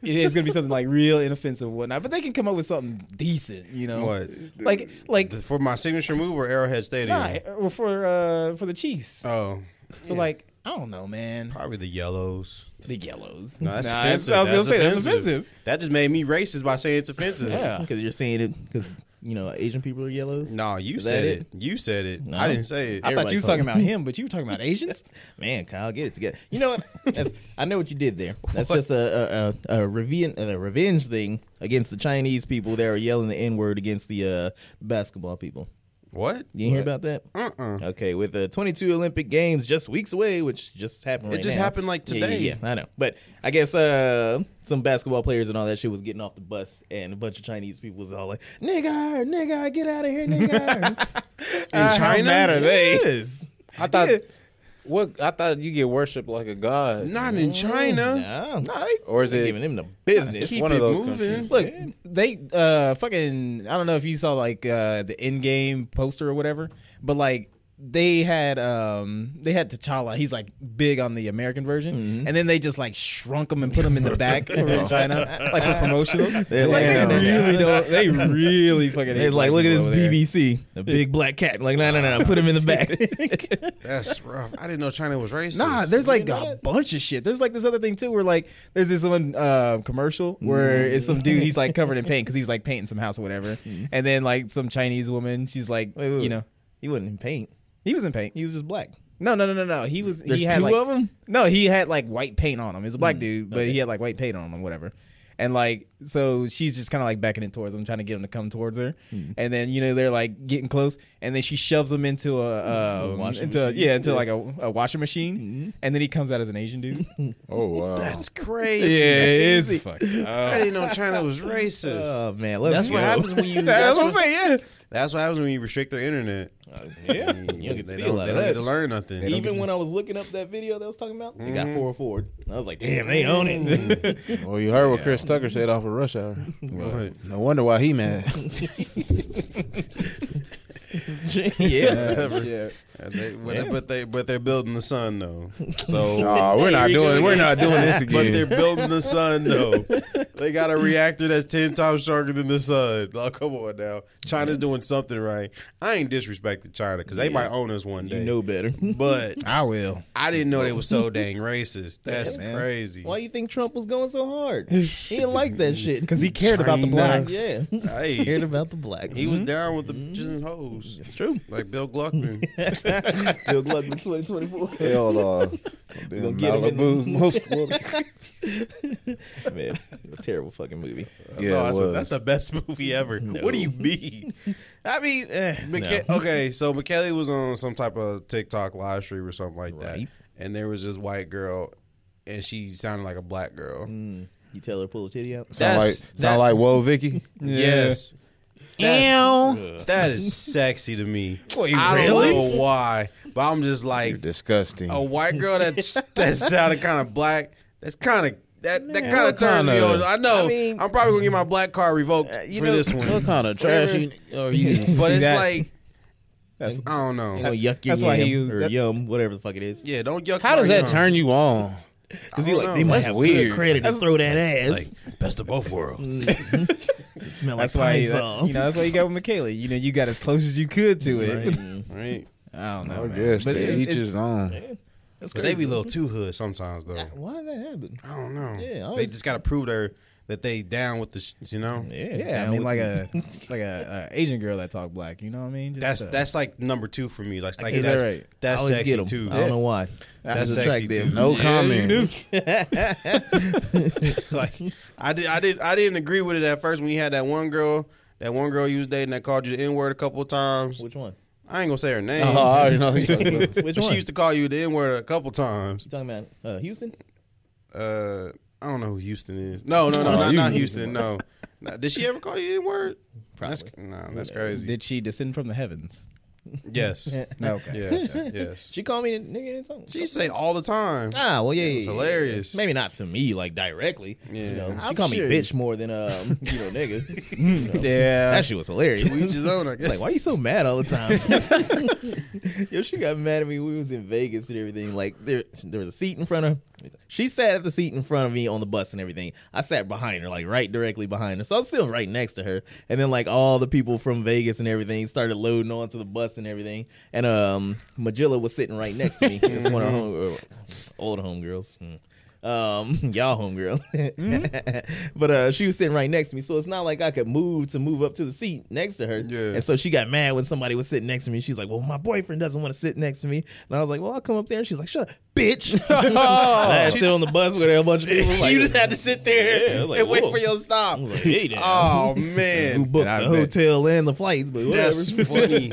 [SPEAKER 3] it's gonna be something like real inoffensive and whatnot. But they can come up with something decent, you know,
[SPEAKER 4] what
[SPEAKER 3] like like
[SPEAKER 4] for my signature move or Arrowhead Stadium?
[SPEAKER 3] nah, eh, or for uh for the Chiefs.
[SPEAKER 4] Oh,
[SPEAKER 3] so like I don't know, man,
[SPEAKER 4] probably the yellows.
[SPEAKER 3] the yellows.
[SPEAKER 4] No, that's
[SPEAKER 3] Nah,
[SPEAKER 4] offensive.
[SPEAKER 3] I was
[SPEAKER 4] That's
[SPEAKER 3] gonna say that's
[SPEAKER 4] offensive.
[SPEAKER 3] offensive.
[SPEAKER 4] That just made me racist by saying it's offensive.
[SPEAKER 3] Yeah.
[SPEAKER 1] Because you're saying it because, you know, Asian people are yellows.
[SPEAKER 4] No, you
[SPEAKER 1] Is
[SPEAKER 4] said
[SPEAKER 1] that
[SPEAKER 4] it? You said it.
[SPEAKER 1] No.
[SPEAKER 4] I didn't say it.
[SPEAKER 3] I thought
[SPEAKER 1] Everybody
[SPEAKER 3] you was
[SPEAKER 1] calls-
[SPEAKER 3] talking about him, but you were talking about Asians.
[SPEAKER 1] Man, Kyle, get it together. You know what? That's, I know what you did there. That's just a a, a, a, revenge, a revenge thing against the Chinese people that were yelling the N word against the uh, basketball people.
[SPEAKER 4] what?
[SPEAKER 1] You didn't hear about that?
[SPEAKER 4] Uh uh
[SPEAKER 1] Okay, with the 22 Olympic Games just weeks away, which just happened.
[SPEAKER 4] It
[SPEAKER 1] right
[SPEAKER 4] just
[SPEAKER 1] now.
[SPEAKER 4] happened, like,
[SPEAKER 1] Yeah, yeah,
[SPEAKER 4] today.
[SPEAKER 1] Yeah, I know, but I guess uh, some basketball players and all that shit was getting off the bus, and a bunch of Chinese people was all like, "Nigga, nigga, get out of here, nigga."
[SPEAKER 4] In China?
[SPEAKER 2] mad are they?
[SPEAKER 1] Yes.
[SPEAKER 2] I thought. What I thought you get worshipped like a god,
[SPEAKER 4] Not in China.
[SPEAKER 1] No, no, they-
[SPEAKER 2] or is
[SPEAKER 1] they
[SPEAKER 2] it
[SPEAKER 1] giving him the business?
[SPEAKER 4] Keep
[SPEAKER 2] one
[SPEAKER 4] it
[SPEAKER 2] of those
[SPEAKER 4] moving.
[SPEAKER 2] countries.
[SPEAKER 3] Look, they uh fucking I don't know if you saw like uh the end game poster or whatever, but like they had um they had T'Challa. He's like big on the American version,
[SPEAKER 1] Mm-hmm.
[SPEAKER 3] and then they just like shrunk him and put him in the back over in China, like for promotional. It's like, they
[SPEAKER 1] Damn.
[SPEAKER 3] really don't. They really fucking. hate
[SPEAKER 1] It's like, look
[SPEAKER 3] black
[SPEAKER 1] at
[SPEAKER 3] people
[SPEAKER 1] this
[SPEAKER 3] over there.
[SPEAKER 1] BBC, the big black cat. Like, no, no, no, put him in the back.
[SPEAKER 4] That's rough. I didn't know China was racist.
[SPEAKER 3] Nah, there's like a bunch of shit. There's like this other thing too, where like there's this one uh, commercial where
[SPEAKER 1] Mm-hmm.
[SPEAKER 3] it's some dude he's like covered in paint because he was like painting some house or whatever, and then like some Chinese woman, she's like,
[SPEAKER 1] Wait, wait, wait.
[SPEAKER 3] you know,
[SPEAKER 1] he wasn't in paint.
[SPEAKER 3] he was in paint.
[SPEAKER 1] He was just black.
[SPEAKER 3] No, no, no, no, no. He was.
[SPEAKER 1] There's
[SPEAKER 3] he had
[SPEAKER 1] two
[SPEAKER 3] like,
[SPEAKER 1] of 'em? Mm,
[SPEAKER 3] No, he had like white paint on him. He's a black dude, but
[SPEAKER 1] okay.
[SPEAKER 3] he had like white paint on him, whatever. And like, so she's just kind of like backing it towards him, trying to get him to come towards her.
[SPEAKER 1] Mm.
[SPEAKER 3] And then you know they're like getting close, and then she shoves him into a, um,
[SPEAKER 1] washing
[SPEAKER 3] into
[SPEAKER 1] machine. Mm-hmm.
[SPEAKER 3] yeah into like a, a washing machine, and then he comes out as an Asian dude.
[SPEAKER 2] Oh wow.
[SPEAKER 4] That's crazy.
[SPEAKER 3] Yeah, it is fucking.
[SPEAKER 4] I didn't know China was racist.
[SPEAKER 1] Oh man, let's
[SPEAKER 4] that's
[SPEAKER 1] go.
[SPEAKER 4] what happens when you.
[SPEAKER 3] That's
[SPEAKER 4] That's,
[SPEAKER 3] what I'm
[SPEAKER 4] what,
[SPEAKER 3] saying.
[SPEAKER 4] that's what happens when you restrict their internet.
[SPEAKER 1] Yeah,
[SPEAKER 4] Mm,
[SPEAKER 1] you can
[SPEAKER 4] they
[SPEAKER 1] see a
[SPEAKER 4] don't,
[SPEAKER 1] lot
[SPEAKER 4] they
[SPEAKER 1] of
[SPEAKER 4] don't get to
[SPEAKER 1] that.
[SPEAKER 4] learn nothing.
[SPEAKER 1] Even when I was looking up that video that I was talking about, they
[SPEAKER 3] Mm.
[SPEAKER 1] got four forward. I was like, damn, they own it.
[SPEAKER 2] Well, you heard what Chris Tucker said off of Rush Hour.
[SPEAKER 4] But
[SPEAKER 2] No wonder why he mad.
[SPEAKER 1] yeah.
[SPEAKER 4] whatever. Uh, they- but, but they but they're building the sun though. So
[SPEAKER 2] Nah, Oh, we're not doing. We're not doing this
[SPEAKER 4] but they're
[SPEAKER 2] again.
[SPEAKER 4] building the sun though. They got a reactor that's ten times stronger than the sun. Oh come on now, China's doing something right. I ain't disrespecting China because they might own us one day.
[SPEAKER 1] you know better.
[SPEAKER 3] Mm.
[SPEAKER 4] but
[SPEAKER 3] I will.
[SPEAKER 4] I didn't know they were so dang racist. That's crazy.
[SPEAKER 1] Why you think Trump was going so hard? He didn't like that shit
[SPEAKER 3] Because he cared about the
[SPEAKER 4] China.
[SPEAKER 3] blacks.
[SPEAKER 1] Yeah, cared
[SPEAKER 4] Hey,
[SPEAKER 1] about the blacks.
[SPEAKER 4] he was down with the
[SPEAKER 1] Mm-hmm.
[SPEAKER 4] bitches and hoes.
[SPEAKER 1] It's true.
[SPEAKER 4] Like Bill Gluckman.
[SPEAKER 1] Bill Gluckman, 2024.
[SPEAKER 2] Hell no.
[SPEAKER 1] gonna get him in the-
[SPEAKER 2] Malibu's most-
[SPEAKER 1] Man, a terrible fucking movie.
[SPEAKER 2] Yeah,
[SPEAKER 4] Oh, no,
[SPEAKER 2] it
[SPEAKER 4] that's,
[SPEAKER 2] was.
[SPEAKER 4] that's the best movie ever. What do you mean?
[SPEAKER 1] I mean, eh,
[SPEAKER 4] Mika- Okay, so McKelly was on some type of TikTok live stream or something like
[SPEAKER 1] Right.
[SPEAKER 4] that, and there was this white girl, and she sounded like a black girl.
[SPEAKER 1] you tell her to pull her titty out.
[SPEAKER 2] sound like
[SPEAKER 4] Mm. That's-
[SPEAKER 2] sound
[SPEAKER 4] that-
[SPEAKER 2] like Whoa Vicky.
[SPEAKER 4] yes. That's- That is sexy to me.
[SPEAKER 3] Wait,
[SPEAKER 4] I
[SPEAKER 3] really?
[SPEAKER 4] don't know why, but I'm just
[SPEAKER 2] You're
[SPEAKER 4] like
[SPEAKER 2] disgusting.
[SPEAKER 4] a white girl that that sounded kind of black. That's kind of that that kind of
[SPEAKER 2] what
[SPEAKER 4] turns me
[SPEAKER 2] kinda-
[SPEAKER 4] on. I know. I
[SPEAKER 1] I mean- uh,
[SPEAKER 4] am probably gonna get my black card revoked
[SPEAKER 1] you
[SPEAKER 4] for
[SPEAKER 1] know-
[SPEAKER 4] this one,
[SPEAKER 2] kind of
[SPEAKER 1] trash
[SPEAKER 2] are you?
[SPEAKER 4] but it's
[SPEAKER 3] that-
[SPEAKER 4] like
[SPEAKER 3] That's-
[SPEAKER 4] I don't know.
[SPEAKER 1] You know, yuck your
[SPEAKER 3] That's why he
[SPEAKER 1] yum,
[SPEAKER 3] used-
[SPEAKER 1] or
[SPEAKER 3] that-
[SPEAKER 1] yum, whatever the fuck it is.
[SPEAKER 4] yeah, don't yuck.
[SPEAKER 2] How does
[SPEAKER 4] my
[SPEAKER 2] that
[SPEAKER 4] yum.
[SPEAKER 2] turn you on?
[SPEAKER 1] Because he
[SPEAKER 4] I
[SPEAKER 1] like
[SPEAKER 4] don't know.
[SPEAKER 1] they might
[SPEAKER 2] That's
[SPEAKER 1] have
[SPEAKER 2] weird.
[SPEAKER 1] weird credit to throw that ass.
[SPEAKER 4] Like best of both worlds.
[SPEAKER 1] it smell like
[SPEAKER 3] That's why uh,
[SPEAKER 1] pine
[SPEAKER 3] you,
[SPEAKER 1] sol.
[SPEAKER 3] you know. That's why you got with Michaela. You know, you got as close as you could to it.
[SPEAKER 4] right.
[SPEAKER 3] I don't know.
[SPEAKER 2] I
[SPEAKER 3] man.
[SPEAKER 2] guess
[SPEAKER 3] But
[SPEAKER 2] to
[SPEAKER 3] it's-
[SPEAKER 2] each
[SPEAKER 3] it's-
[SPEAKER 2] his own.
[SPEAKER 1] That's
[SPEAKER 4] But
[SPEAKER 1] crazy.
[SPEAKER 4] they be a little too hood sometimes, though.
[SPEAKER 1] Why did that happen?
[SPEAKER 4] I don't know.
[SPEAKER 1] Yeah, I
[SPEAKER 4] they
[SPEAKER 1] always-
[SPEAKER 4] just gotta prove their that they down with the, sh- you know.
[SPEAKER 1] Yeah,
[SPEAKER 3] yeah, I mean, like a like a, a Asian girl that talk black. You know what I mean? Just,
[SPEAKER 4] That's
[SPEAKER 3] uh,
[SPEAKER 4] that's like number two for me. Like, like
[SPEAKER 3] Is that
[SPEAKER 4] that's
[SPEAKER 3] right?
[SPEAKER 1] I
[SPEAKER 4] that's
[SPEAKER 1] always
[SPEAKER 4] sexy
[SPEAKER 1] get 'em.
[SPEAKER 4] too.
[SPEAKER 1] I don't know why. Just
[SPEAKER 4] That's sexy
[SPEAKER 1] attractive.
[SPEAKER 4] too.
[SPEAKER 2] No comment.
[SPEAKER 4] like I did I did I didn't agree with it at first when you had that one girl that one girl you was dating that called you the N word a couple of times.
[SPEAKER 1] Which one?
[SPEAKER 4] I ain't gonna say her name.
[SPEAKER 2] Oh, I already know. who you're talking about.
[SPEAKER 1] Uh-huh. Which
[SPEAKER 4] but
[SPEAKER 1] one?
[SPEAKER 4] she used to call you the N word a couple times.
[SPEAKER 1] you talking about uh, Houston?
[SPEAKER 4] Uh, I don't know who Houston is. No, no, no,
[SPEAKER 2] Oh,
[SPEAKER 4] not,
[SPEAKER 2] you-
[SPEAKER 4] not Houston. No. Nah, did she ever call you the N word? That's,
[SPEAKER 1] Probably.
[SPEAKER 4] no, that's crazy.
[SPEAKER 3] Did she descend from the heavens?
[SPEAKER 4] yes.
[SPEAKER 3] No, okay.
[SPEAKER 4] Yes. yes.
[SPEAKER 1] She called me a nigga and something.
[SPEAKER 4] She used to say all the time.
[SPEAKER 1] Ah, well, yeah, yeah,
[SPEAKER 4] It's
[SPEAKER 1] yeah.
[SPEAKER 4] hilarious.
[SPEAKER 1] Maybe not to me, like directly.
[SPEAKER 4] Yeah.
[SPEAKER 1] You know, she
[SPEAKER 3] I'm
[SPEAKER 1] called
[SPEAKER 3] sure.
[SPEAKER 1] me bitch more than um, you know, nigga.
[SPEAKER 3] Yeah.
[SPEAKER 1] that shit was hilarious.
[SPEAKER 4] We just own, I guess.
[SPEAKER 1] like, why you so mad all the time? Yo, she got mad at me. when We was in Vegas and everything. Like there, there was a seat in front of. She sat at the seat in front of me on the bus and everything. I sat behind her, like right directly behind her. So I was still right next to her. And then like all the people from Vegas and everything started loading onto the bus and everything. And um, Magilla was sitting right next to me. it's one of her home, old homegirls. Hmm um y'all homegirl but uh she was sitting right next to me so it's not like i could move to move up to the seat next to her
[SPEAKER 4] Yeah.
[SPEAKER 1] and so she got mad when somebody was sitting next to me she's like well my boyfriend doesn't want to sit next to me and i was like well i'll come up there and she's like shut up bitch And i had to sit on the bus with her a bunch of people like,
[SPEAKER 4] you just had to sit there
[SPEAKER 1] Yeah, I was like,
[SPEAKER 4] and wait
[SPEAKER 1] whoa.
[SPEAKER 4] for your stop.
[SPEAKER 1] I was like, hey, damn.
[SPEAKER 4] Oh
[SPEAKER 1] who
[SPEAKER 4] man,
[SPEAKER 1] booked
[SPEAKER 2] I
[SPEAKER 1] the
[SPEAKER 2] bet.
[SPEAKER 1] hotel and the flights but whatever
[SPEAKER 4] that's funny.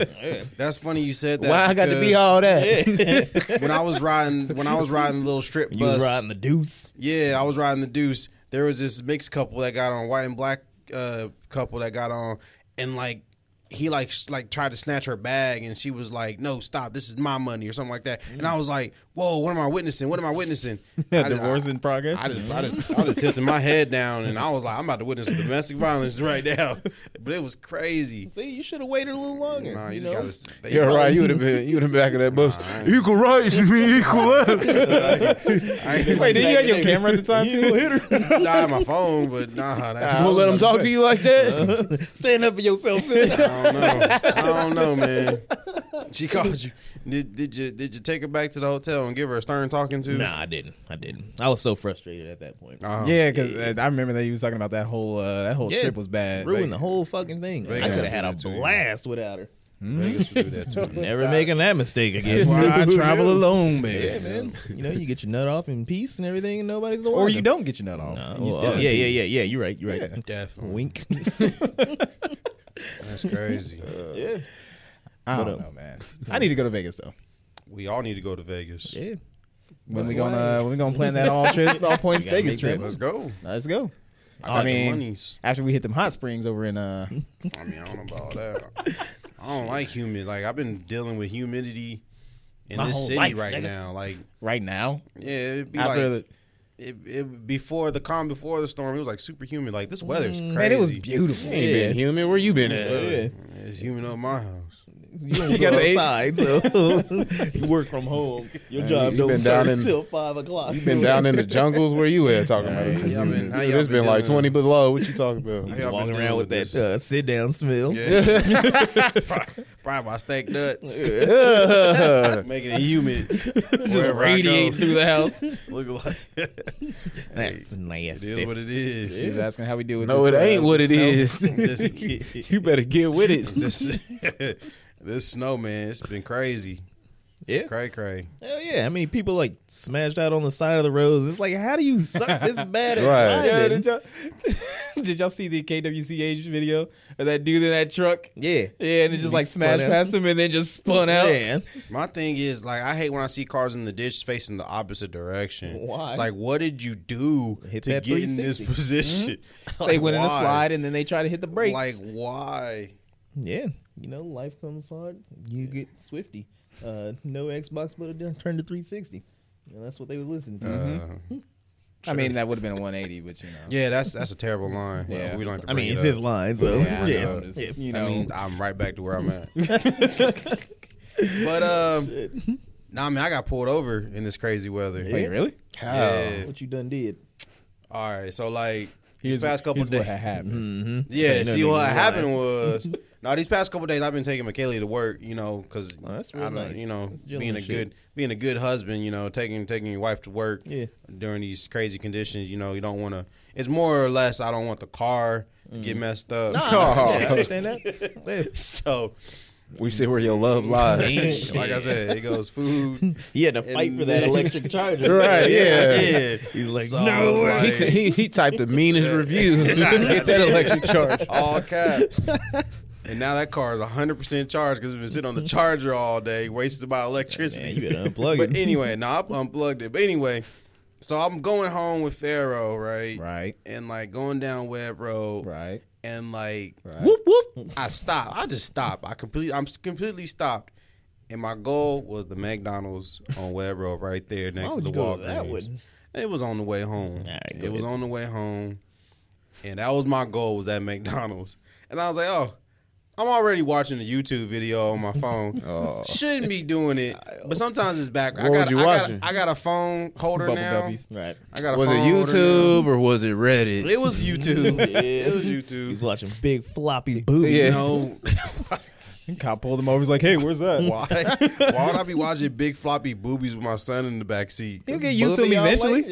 [SPEAKER 4] That's funny you said that.
[SPEAKER 2] Why I got to be
[SPEAKER 4] because
[SPEAKER 2] all that?
[SPEAKER 4] When I was riding, when I was riding the little strip
[SPEAKER 1] you
[SPEAKER 4] bus,
[SPEAKER 1] was riding the deuce
[SPEAKER 4] yeah, I was riding the Deuce. There was this mixed couple that got on, white and black uh, couple that got on, and like he like s- like tried to snatch her bag, and she was like, "No, stop! This is my money" or something like that. And I was like, whoa, what am I witnessing? What am I witnessing? I just-
[SPEAKER 3] Divorce
[SPEAKER 4] I-
[SPEAKER 3] in progress.
[SPEAKER 4] I just, I just, I just tilted my head down, and I was like, I'm about to witness domestic violence right now. But it was crazy.
[SPEAKER 1] See, you should have waited a little longer.
[SPEAKER 4] Nah, you,
[SPEAKER 1] you
[SPEAKER 4] just
[SPEAKER 1] know?
[SPEAKER 4] gotta. They
[SPEAKER 2] You're
[SPEAKER 4] probably-
[SPEAKER 2] right. You would have been. You would have been back in that bus.
[SPEAKER 4] Nah, I ain't-
[SPEAKER 2] Equal rights, you mean equal left.
[SPEAKER 4] I ain't
[SPEAKER 3] Wait,
[SPEAKER 4] gonna-
[SPEAKER 3] did you have your camera at the time too?
[SPEAKER 4] nah, I had my phone, but nah, that's,
[SPEAKER 2] You gonna let them talk to you like that?
[SPEAKER 1] Stand up for yourself, sis.
[SPEAKER 4] I don't know. I don't know, man. She called you. Did, did you did you take her back to the hotel and give her a stern talking to?
[SPEAKER 1] nah, I didn't. I didn't. I was so frustrated at that point.
[SPEAKER 4] Uh,
[SPEAKER 3] Yeah, because I remember that you was talking about that whole uh, that whole
[SPEAKER 1] Yeah.
[SPEAKER 3] trip was bad.
[SPEAKER 1] Ruined the whole fucking thing. I
[SPEAKER 4] Vegas
[SPEAKER 1] could
[SPEAKER 4] will
[SPEAKER 1] have had
[SPEAKER 4] do
[SPEAKER 1] a
[SPEAKER 4] that to you.
[SPEAKER 1] blast without her.
[SPEAKER 4] Vegas would do that to me.
[SPEAKER 1] Never making that mistake
[SPEAKER 3] That's
[SPEAKER 1] again.
[SPEAKER 3] why I travel alone, baby.
[SPEAKER 1] Yeah, man. You know, you get your nut off in peace and everything, and nobody's the
[SPEAKER 3] Or you don't get your nut off.
[SPEAKER 1] Nah,
[SPEAKER 3] You
[SPEAKER 1] well,
[SPEAKER 3] still
[SPEAKER 1] oh,
[SPEAKER 3] in
[SPEAKER 1] yeah, yeah,
[SPEAKER 3] peace.
[SPEAKER 1] yeah, yeah. You're right. You're right.
[SPEAKER 4] Definitely.
[SPEAKER 1] Wink.
[SPEAKER 4] That's crazy.
[SPEAKER 3] Uh,
[SPEAKER 1] yeah.
[SPEAKER 3] I
[SPEAKER 1] But,
[SPEAKER 3] don't
[SPEAKER 1] um,
[SPEAKER 3] know, man. I need to go to Vegas though.
[SPEAKER 4] We all need to go to Vegas.
[SPEAKER 1] Yeah.
[SPEAKER 3] When we gonna when we gonna plan that all trip all points
[SPEAKER 1] We gotta
[SPEAKER 3] Vegas
[SPEAKER 1] make that
[SPEAKER 3] trip?
[SPEAKER 4] Let's go.
[SPEAKER 3] Let's go.
[SPEAKER 4] I,
[SPEAKER 3] I
[SPEAKER 4] got
[SPEAKER 3] mean-
[SPEAKER 4] the monies.
[SPEAKER 3] After we hit them hot springs over in uh,
[SPEAKER 4] I mean, I don't know about that. I don't like humid. Like I've been dealing with humidity in
[SPEAKER 1] My
[SPEAKER 4] this
[SPEAKER 1] whole
[SPEAKER 4] city
[SPEAKER 1] life,
[SPEAKER 4] right
[SPEAKER 1] nigga.
[SPEAKER 4] now. Like,
[SPEAKER 3] right now
[SPEAKER 4] yeah, it'd be
[SPEAKER 3] after
[SPEAKER 4] like
[SPEAKER 3] the,
[SPEAKER 4] it, it, before the calm before the storm. It was like super humid. Like this weather's crazy.
[SPEAKER 3] Mm, man, it was beautiful.
[SPEAKER 2] You been human. Where you been at?
[SPEAKER 1] Yeah.
[SPEAKER 4] It's humid up my house.
[SPEAKER 1] You don't go
[SPEAKER 3] got the eight-
[SPEAKER 1] outside, so you work from home. Your job
[SPEAKER 2] you
[SPEAKER 1] don't
[SPEAKER 2] been
[SPEAKER 1] start
[SPEAKER 2] down in-
[SPEAKER 1] until five o'clock.
[SPEAKER 2] You been down in the jungles? Where you at? Talking about it.
[SPEAKER 4] y'all been- how y'all
[SPEAKER 2] It's
[SPEAKER 4] been
[SPEAKER 2] been like
[SPEAKER 4] doing?
[SPEAKER 2] twenty below. What you talking about?
[SPEAKER 4] How y'all been
[SPEAKER 1] walking
[SPEAKER 4] dealing
[SPEAKER 1] around with that uh, sit down smell.
[SPEAKER 4] this? Yeah. Probably my steak nuts. Making it humid. Uh, Just
[SPEAKER 1] Radiate through the house.
[SPEAKER 4] Look like
[SPEAKER 1] That's
[SPEAKER 4] it is
[SPEAKER 1] nasty.
[SPEAKER 4] what it is.
[SPEAKER 3] She's asking how we deal with
[SPEAKER 2] No,
[SPEAKER 3] this,
[SPEAKER 2] it ain't
[SPEAKER 3] uh,
[SPEAKER 2] what it
[SPEAKER 3] snow.
[SPEAKER 2] is.
[SPEAKER 4] This,
[SPEAKER 2] You better get with it.
[SPEAKER 4] this, this snow, man, it's been crazy.
[SPEAKER 1] Yeah.
[SPEAKER 4] Cray cray.
[SPEAKER 1] Hell yeah. I mean, people like smashed out on the side of the roads. It's like, how do you suck this bad at
[SPEAKER 2] Right.
[SPEAKER 3] Yeah,
[SPEAKER 1] driving?
[SPEAKER 3] did y'all, did y'all see the KWCH video of that dude in that truck?
[SPEAKER 1] Yeah.
[SPEAKER 3] Yeah, and it
[SPEAKER 1] He
[SPEAKER 3] just like smashed
[SPEAKER 1] spun out.
[SPEAKER 3] past him and then just spun out.
[SPEAKER 1] Yeah.
[SPEAKER 4] My thing is like I hate when I see cars in the ditch facing the opposite direction.
[SPEAKER 1] Why?
[SPEAKER 4] It's like what did you do
[SPEAKER 1] Hit
[SPEAKER 4] to
[SPEAKER 1] that
[SPEAKER 4] get in this
[SPEAKER 1] 360.
[SPEAKER 4] position?
[SPEAKER 3] Mm-hmm. They
[SPEAKER 4] Like,
[SPEAKER 3] went in a
[SPEAKER 4] why?
[SPEAKER 3] slide and then they tried to hit the brakes.
[SPEAKER 4] Like why?
[SPEAKER 1] Yeah, you know, life comes hard. You get swifty. Uh, no Xbox, but it done turned to 360. And that's what they was listening to.
[SPEAKER 4] Uh,
[SPEAKER 3] I mean, that would have been a 180, but you know.
[SPEAKER 4] yeah, that's that's a terrible line.
[SPEAKER 3] Yeah.
[SPEAKER 4] we learned. To
[SPEAKER 1] I
[SPEAKER 4] bring
[SPEAKER 1] mean,
[SPEAKER 4] it
[SPEAKER 1] it's
[SPEAKER 4] up.
[SPEAKER 1] his line, so
[SPEAKER 3] Yeah,
[SPEAKER 1] yeah.
[SPEAKER 3] I know. It's- you know.
[SPEAKER 4] I mean, I'm right back to where I'm at. but um, nah, I mean, I got pulled over in this crazy weather.
[SPEAKER 1] Wait,
[SPEAKER 3] really?
[SPEAKER 4] How?
[SPEAKER 1] Yeah. What Uh-huh. you done did?
[SPEAKER 4] All right, so like
[SPEAKER 3] Here's,
[SPEAKER 4] these past couple
[SPEAKER 3] here's
[SPEAKER 4] days,
[SPEAKER 3] what had happened.
[SPEAKER 4] yeah.
[SPEAKER 1] you know
[SPEAKER 4] see
[SPEAKER 1] niggas
[SPEAKER 4] what
[SPEAKER 1] lying.
[SPEAKER 4] happened was, no, these past couple days I've been taking Michaela to work, you know, because
[SPEAKER 1] Oh, that's real
[SPEAKER 4] I don't,
[SPEAKER 1] nice.
[SPEAKER 4] you know,
[SPEAKER 1] That's
[SPEAKER 4] being a
[SPEAKER 1] gentleman
[SPEAKER 4] good being a good husband, you know, taking taking your wife to work
[SPEAKER 1] Yeah.
[SPEAKER 4] during these crazy conditions, you know, you don't want to. It's more or less I don't want the car to get
[SPEAKER 1] Mm.
[SPEAKER 4] messed up.
[SPEAKER 2] Oh.
[SPEAKER 1] Yeah, I understand that. Yeah.
[SPEAKER 4] so
[SPEAKER 2] We see where your love lies.
[SPEAKER 4] like I said, it goes food.
[SPEAKER 1] He had to fight for that
[SPEAKER 4] then-
[SPEAKER 1] electric charger.
[SPEAKER 2] Right, yeah.
[SPEAKER 1] He's like,
[SPEAKER 4] So I
[SPEAKER 1] no
[SPEAKER 4] was
[SPEAKER 1] way.
[SPEAKER 4] like-
[SPEAKER 2] He, said- he, he typed the meanest review to get that electric charge.
[SPEAKER 4] all caps. and now that car is 100% charged because it's been sitting on the charger all day, wasted by
[SPEAKER 1] Man,
[SPEAKER 4] electricity.
[SPEAKER 1] you better unplug
[SPEAKER 4] but
[SPEAKER 1] it.
[SPEAKER 4] anyway, no, I unplugged it. But anyway, so I'm going home with Pharaoh, right?
[SPEAKER 3] Right,
[SPEAKER 4] And like going down Webb Road,
[SPEAKER 3] right.
[SPEAKER 4] and like
[SPEAKER 3] Right.
[SPEAKER 4] whoop whoop, I stop. I just stop. I complete. I'm s- completely stopped. And my goal was the McDonald's on Webb Road, right there next
[SPEAKER 1] would
[SPEAKER 4] to the
[SPEAKER 1] you go to that
[SPEAKER 4] Walgreens.
[SPEAKER 1] one?
[SPEAKER 4] It was on the way home.
[SPEAKER 1] right,
[SPEAKER 4] it
[SPEAKER 1] go
[SPEAKER 4] was
[SPEAKER 1] ahead.
[SPEAKER 4] on the way home, and that was my goal was at McDonald's. And I was like, oh. I'm already watching a YouTube video on my phone. Shouldn't be doing it, but sometimes it's back. I
[SPEAKER 2] What
[SPEAKER 4] got,
[SPEAKER 2] was you
[SPEAKER 4] I got-
[SPEAKER 2] watching?
[SPEAKER 4] I got a phone holder
[SPEAKER 3] Bubble
[SPEAKER 4] now.
[SPEAKER 3] guppies.
[SPEAKER 1] Right.
[SPEAKER 4] I got a
[SPEAKER 2] Was it
[SPEAKER 4] phone holder now.
[SPEAKER 2] YouTube or was it Reddit?
[SPEAKER 4] It was YouTube.
[SPEAKER 1] Yeah.
[SPEAKER 4] It was YouTube.
[SPEAKER 1] He's watching big floppy booty.
[SPEAKER 2] Yeah.
[SPEAKER 4] No.
[SPEAKER 3] And cop pulled him over. He's like, "Hey, where's that?"
[SPEAKER 4] Why? Why would I be watching big floppy boobies with my son in the back seat?
[SPEAKER 3] He'll get used to him
[SPEAKER 1] Booty all
[SPEAKER 3] eventually.
[SPEAKER 1] like-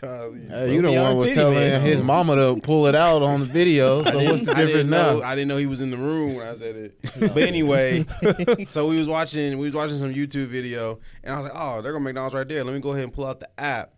[SPEAKER 1] yeah.
[SPEAKER 2] Hey, you the
[SPEAKER 3] Both
[SPEAKER 2] one
[SPEAKER 3] y'all
[SPEAKER 2] was
[SPEAKER 3] titty
[SPEAKER 2] telling
[SPEAKER 3] man.
[SPEAKER 2] his mama to pull it out on the video. So what's the
[SPEAKER 4] I
[SPEAKER 2] difference
[SPEAKER 4] didn't know.
[SPEAKER 2] now?
[SPEAKER 4] I didn't know he was in the room when I said it. But anyway, so we was watching. We was watching some YouTube video, and I was like, "Oh, they're gonna McDonald's right there. Let me go ahead and pull out the app."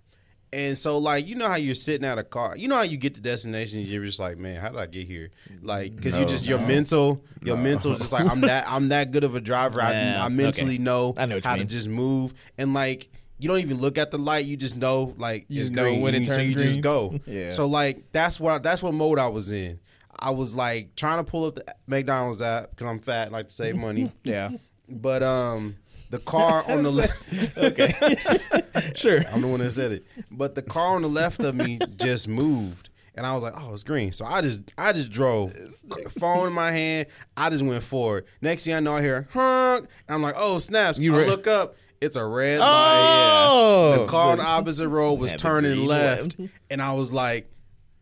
[SPEAKER 4] And so, like, you know how you're sitting at a car. You know how you get to destination. You're just like, "Man, how did I get here?" Like, because you just your mental, your mental is just like, "I'm that. I'm that good of a driver.
[SPEAKER 1] Yeah,
[SPEAKER 4] I, I mentally
[SPEAKER 1] okay.
[SPEAKER 4] know,
[SPEAKER 1] I know what you
[SPEAKER 4] how to
[SPEAKER 1] mean.
[SPEAKER 4] just move and like." You don't even look at the light. You just know, like, you
[SPEAKER 3] just know when it
[SPEAKER 4] So
[SPEAKER 3] turns
[SPEAKER 4] you
[SPEAKER 3] green.
[SPEAKER 4] just go.
[SPEAKER 3] Yeah.
[SPEAKER 4] So like that's what that's what mode I was in. I was like trying to pull up the McDonald's app because I'm fat, like to save money.
[SPEAKER 3] Yeah.
[SPEAKER 4] but um, the car on the left.
[SPEAKER 1] Sure.
[SPEAKER 4] I'm the one that said it. But the car on the left of me just moved. And I was like, oh, it's green. So I just I just drove. Phone in my hand. I just went forward. Next thing I know, I hear honk. And I'm like, oh, snaps. You
[SPEAKER 2] re-
[SPEAKER 4] I look up. It's a red
[SPEAKER 1] Oh!
[SPEAKER 4] light. The car on the opposite road was
[SPEAKER 1] Had the
[SPEAKER 4] turning
[SPEAKER 1] green
[SPEAKER 4] left.
[SPEAKER 1] light.
[SPEAKER 4] And I was like,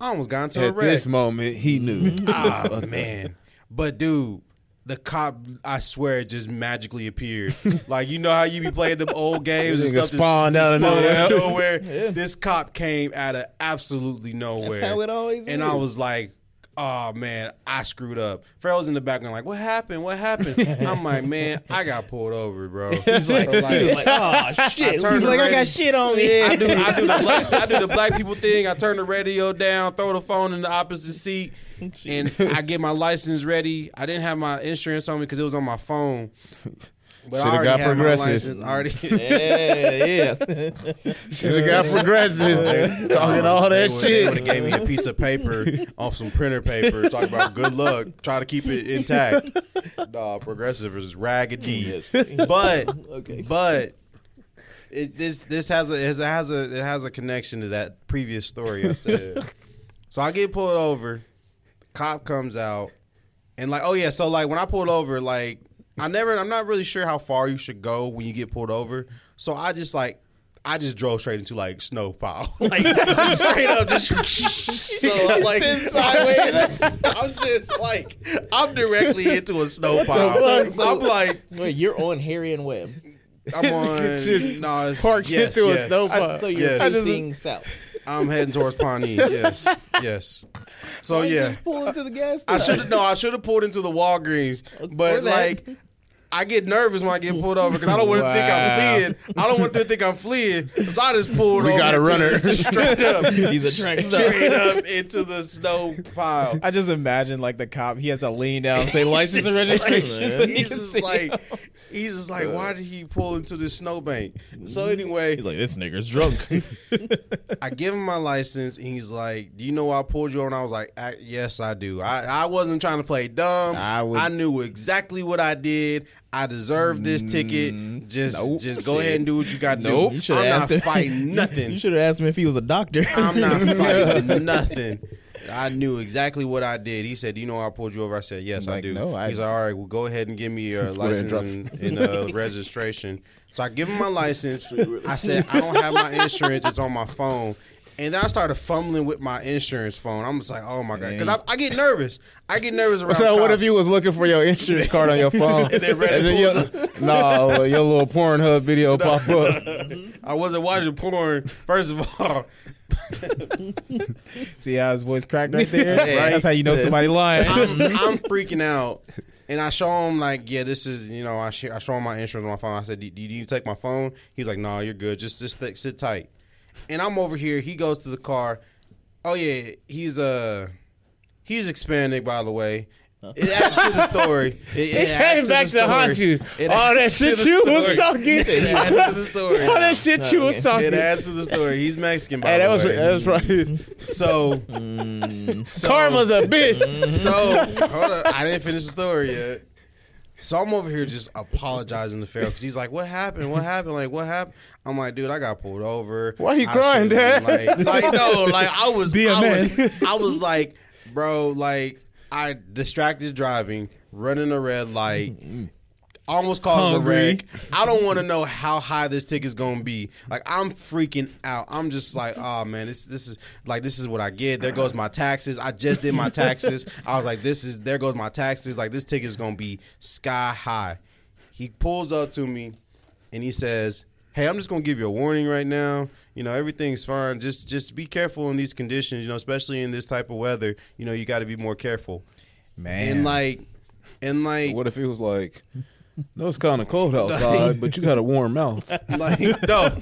[SPEAKER 4] I almost got into a
[SPEAKER 2] At
[SPEAKER 4] wreck.
[SPEAKER 2] this moment, he knew.
[SPEAKER 4] Ah man, but dude, the cop, I swear, just magically appeared. like you know how you be playing them old games and
[SPEAKER 2] Nigga
[SPEAKER 4] stuff. just-
[SPEAKER 2] spawned out of
[SPEAKER 4] spawned out
[SPEAKER 2] nowhere.
[SPEAKER 4] nowhere. This cop came out of absolutely nowhere.
[SPEAKER 3] how it always
[SPEAKER 4] And I was like. Oh man, I screwed up. Farrell's in the background, like, what happened? What happened? I'm like, man, I got pulled over, bro. He's like,
[SPEAKER 1] He was like, oh shit.
[SPEAKER 4] turned
[SPEAKER 1] He's like, I
[SPEAKER 4] around.
[SPEAKER 1] got shit on me.
[SPEAKER 4] I do, I do the black, I do the black people thing. I turn the radio down, throw the phone in the opposite seat, and I get my license ready. I didn't have my insurance on me because it was on my phone. But I
[SPEAKER 2] Shoulda
[SPEAKER 4] already
[SPEAKER 2] got
[SPEAKER 4] had my
[SPEAKER 2] progressive.
[SPEAKER 4] license. I already
[SPEAKER 1] Yeah, yeah.
[SPEAKER 2] the guy progressive, talking all that
[SPEAKER 4] They would- They would
[SPEAKER 2] shit.
[SPEAKER 4] have gave me a piece of paper off some printer paper, talking about good luck, try to keep it intact. Nah, progressive is raggedy. But but it, this this has a it has a it has a connection to that previous story I said. so I get pulled over, cop comes out, and like oh yeah, so like when I pulled over, like I never I'm not really sure how far you should go when you get pulled over. So I just like I just drove straight into like snow pile, like just straight up. Just so I'm like, I'm just, I'm just like, I'm directly into a snow pile.
[SPEAKER 1] fuck?
[SPEAKER 4] So I'm like,
[SPEAKER 1] Wait, you're on Harry and Webb.
[SPEAKER 4] I'm on. No, it's,
[SPEAKER 2] Parked
[SPEAKER 4] yes,
[SPEAKER 2] into a
[SPEAKER 4] yes.
[SPEAKER 2] snow
[SPEAKER 1] I, so you're
[SPEAKER 4] Yes. I just-
[SPEAKER 1] facing south.
[SPEAKER 4] I'm heading towards Pawnee. Yes, yes. So yeah,
[SPEAKER 1] Pull into the gas
[SPEAKER 4] I
[SPEAKER 1] station.
[SPEAKER 4] should have no. I should have pulled into the Walgreens,
[SPEAKER 1] Or that.
[SPEAKER 4] but like. I get nervous when I get pulled over because I don't want to think
[SPEAKER 2] Wow.
[SPEAKER 4] I'm fleeing. I don't want them to think I'm fleeing. So I just pulled
[SPEAKER 2] We
[SPEAKER 4] over.
[SPEAKER 2] got a
[SPEAKER 4] to-
[SPEAKER 2] runner.
[SPEAKER 4] straight up.
[SPEAKER 1] He's a track star.
[SPEAKER 4] Straight up into the snow pile.
[SPEAKER 3] I just imagine like the cop. He has to lean down, and say license and registration.
[SPEAKER 4] Like,
[SPEAKER 3] so he
[SPEAKER 4] he's
[SPEAKER 3] can
[SPEAKER 4] just
[SPEAKER 3] see.
[SPEAKER 4] like, he's just like, why did he pull into this snowbank? So anyway,
[SPEAKER 1] He's like, this nigga's drunk.
[SPEAKER 4] I give him my license, and he's like, "Do you know why I pulled you on?" I was like, I, "Yes, I do. I, I wasn't trying to play dumb.
[SPEAKER 2] I
[SPEAKER 4] I,
[SPEAKER 2] would-
[SPEAKER 4] knew exactly what I did. I deserve this ticket. Just, just go ahead and do what you got to
[SPEAKER 1] Nope. You
[SPEAKER 4] do.
[SPEAKER 1] should've
[SPEAKER 4] I'm
[SPEAKER 1] asked
[SPEAKER 4] not
[SPEAKER 1] him.
[SPEAKER 4] fighting
[SPEAKER 1] you
[SPEAKER 4] nothing.
[SPEAKER 1] should have asked him if he was a doctor.
[SPEAKER 4] I'm not fighting nothing." I knew exactly what I did. He said, "Do you know why I pulled you over?" I said, "Yes, I
[SPEAKER 2] Like,
[SPEAKER 4] do."
[SPEAKER 2] no, I-
[SPEAKER 4] He's like, "All right, well, go ahead and give me your license
[SPEAKER 2] drop-
[SPEAKER 4] and, and uh, registration." So I give him my license. I said, "I don't have my insurance; it's on my phone." And then I started fumbling with my insurance phone. I'm just like, "Oh my god," because I, I get nervous. I get nervous around.
[SPEAKER 2] So what if
[SPEAKER 4] cops.
[SPEAKER 2] you was looking for your insurance card on your phone? and
[SPEAKER 4] then Reddit
[SPEAKER 2] your, nah, well, your little Pornhub video pop up.
[SPEAKER 4] I wasn't watching porn. First of all,
[SPEAKER 3] See how his voice cracked right there.
[SPEAKER 1] Right.
[SPEAKER 3] That's how you know somebody lying.
[SPEAKER 4] I'm, I'm freaking out. And I show him like, yeah, this is you know, I, sh- I show him my insurance on my phone. I said, do, do you need to take my phone? He's like, no, you're good. Just just th- sit tight. And I'm over here. He goes to the car. Oh yeah, he's uh he's Hispanic by the way. It adds to the story. It, it adds the
[SPEAKER 2] came back to haunt
[SPEAKER 4] story.
[SPEAKER 2] you.
[SPEAKER 4] It
[SPEAKER 2] All
[SPEAKER 4] adds
[SPEAKER 2] that
[SPEAKER 4] to
[SPEAKER 2] shit
[SPEAKER 4] the
[SPEAKER 2] you
[SPEAKER 4] story.
[SPEAKER 2] was talking.
[SPEAKER 4] It adds to the story.
[SPEAKER 2] All that shit you was talking.
[SPEAKER 4] It adds to the story. He's Mexican by
[SPEAKER 2] Hey, that
[SPEAKER 4] the
[SPEAKER 2] was
[SPEAKER 4] way.
[SPEAKER 2] that was right.
[SPEAKER 4] so, so Mm.
[SPEAKER 2] Karma's a bitch.
[SPEAKER 4] so hold up, I didn't finish the story yet. So I'm over here just apologizing to Pharaoh because he's like, "What happened? What happened? Like, what happened?" I'm like, "Dude, I got pulled over.
[SPEAKER 2] Why you
[SPEAKER 4] I
[SPEAKER 2] crying,
[SPEAKER 4] should've been,
[SPEAKER 2] Dad?
[SPEAKER 4] Like, like, no, like I was,
[SPEAKER 2] Be a
[SPEAKER 4] I
[SPEAKER 2] man.
[SPEAKER 4] was, I was like, bro, like I distracted driving, running a red light, almost caused
[SPEAKER 2] Hungry.
[SPEAKER 4] a wreck. I don't want to know how high this ticket's gonna be. Like I'm freaking out. I'm just like, oh man, this this is like this is what I get. There goes my taxes. I just did my taxes. I was like, this is there goes my taxes. Like this ticket's gonna be sky high. He pulls up to me and he says, Hey, I'm just gonna give you a warning right now. You know, everything's fine. Just just be careful in these conditions, you know, especially in this type of weather. You know, you gotta be more careful.
[SPEAKER 3] Man,
[SPEAKER 4] And like and like
[SPEAKER 2] What if it was like, no, it's kind of cold outside, but you got a warm mouth.
[SPEAKER 4] Like, no.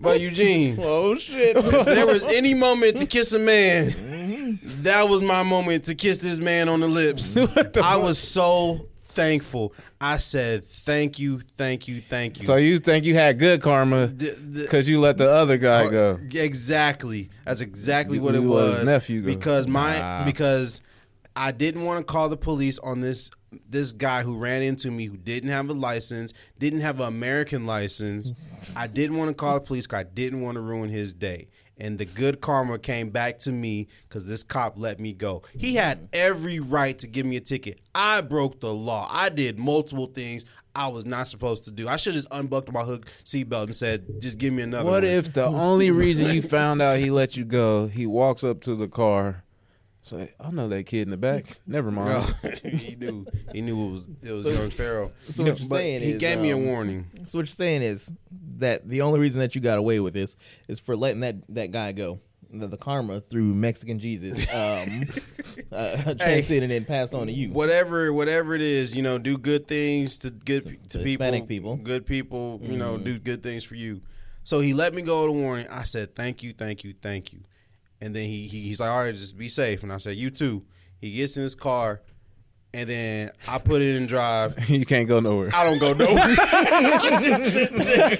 [SPEAKER 4] But Eugene,
[SPEAKER 1] oh shit.
[SPEAKER 4] if there was any moment to kiss a man, that was my moment to kiss this man on the lips. I was so thankful. I said, thank you, thank you, thank you.
[SPEAKER 2] So you think you had good karma
[SPEAKER 4] The- the-
[SPEAKER 2] because you let the other guy go?
[SPEAKER 4] Exactly. That's exactly what it
[SPEAKER 2] You let his
[SPEAKER 4] was.
[SPEAKER 2] nephew go.
[SPEAKER 4] Because my because I didn't want to call the police on this this guy who ran into me who didn't have a license, didn't have an American license. I didn't want to call the police because I didn't want to ruin his day. And the good karma came back to me because this cop let me go. He had every right to give me a ticket. I broke the law. I did multiple things I was not supposed to do. I should have just unbuckled my hook seatbelt and said, just give me another
[SPEAKER 2] What
[SPEAKER 4] one.
[SPEAKER 2] if the only reason you found out he let you go, he walks up to the car, it's like, I know that kid in the back. Never
[SPEAKER 4] Bro,
[SPEAKER 2] mind.
[SPEAKER 4] he knew. He knew it was it was young Pharaoh.
[SPEAKER 1] So what you're
[SPEAKER 4] But
[SPEAKER 1] saying
[SPEAKER 4] he
[SPEAKER 1] is,
[SPEAKER 4] gave me a
[SPEAKER 1] um,
[SPEAKER 4] warning.
[SPEAKER 1] So what you're saying is that the only reason that you got away with this is for letting that that guy go. The, the karma through Mexican Jesus um, uh, transcended and passed on to you.
[SPEAKER 4] whatever whatever it is, you know, do good things to good
[SPEAKER 1] to
[SPEAKER 4] to, people, Mm-hmm.
[SPEAKER 1] Hispanic people.
[SPEAKER 4] good people, you know, do good things for you. So he let me go to warning. I said, "Thank you, thank you, thank you." And then he, he he's like, "All right, just be safe." And I said, "You too." He gets in his car, and then I put it in drive.
[SPEAKER 2] you can't go nowhere.
[SPEAKER 4] I don't go nowhere. I'm just sitting there.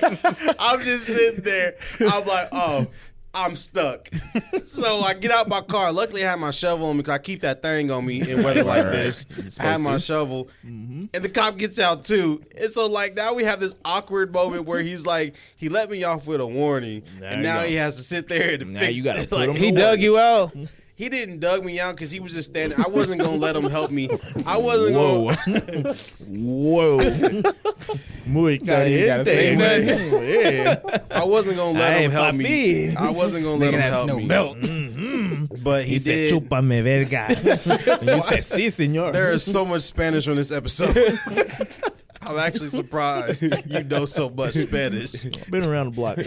[SPEAKER 4] I'm just sitting there. I'm like, oh, I'm stuck. So I get out my car. Luckily, I had my shovel on me because I keep that thing on me in weather like this. I had my shovel,
[SPEAKER 1] Mm-hmm.
[SPEAKER 4] and the cop gets out too. And so, like, now we have this awkward moment where he's like, he let me off with a warning, and
[SPEAKER 1] you
[SPEAKER 4] now
[SPEAKER 1] go.
[SPEAKER 4] he has to sit there and
[SPEAKER 1] Now
[SPEAKER 4] fix
[SPEAKER 1] you gotta
[SPEAKER 4] it.
[SPEAKER 1] put
[SPEAKER 4] Like,
[SPEAKER 1] him
[SPEAKER 4] he
[SPEAKER 2] He dug you out.
[SPEAKER 4] he didn't dug me out because he was just standing. I wasn't gonna let him help me. I wasn't gonna.
[SPEAKER 1] Whoa, muy
[SPEAKER 3] say
[SPEAKER 1] caliente. Yeah.
[SPEAKER 4] I wasn't gonna let
[SPEAKER 1] Ay,
[SPEAKER 4] him help me.
[SPEAKER 1] papi.
[SPEAKER 4] I wasn't gonna let him help me. Mm-hmm. But he,
[SPEAKER 1] He said,
[SPEAKER 4] did.
[SPEAKER 1] "Chúpame, verga." And you said, "Sí, señor."
[SPEAKER 4] There is so much Spanish on this episode. I'm actually surprised you know so much Spanish.
[SPEAKER 1] Been around the block.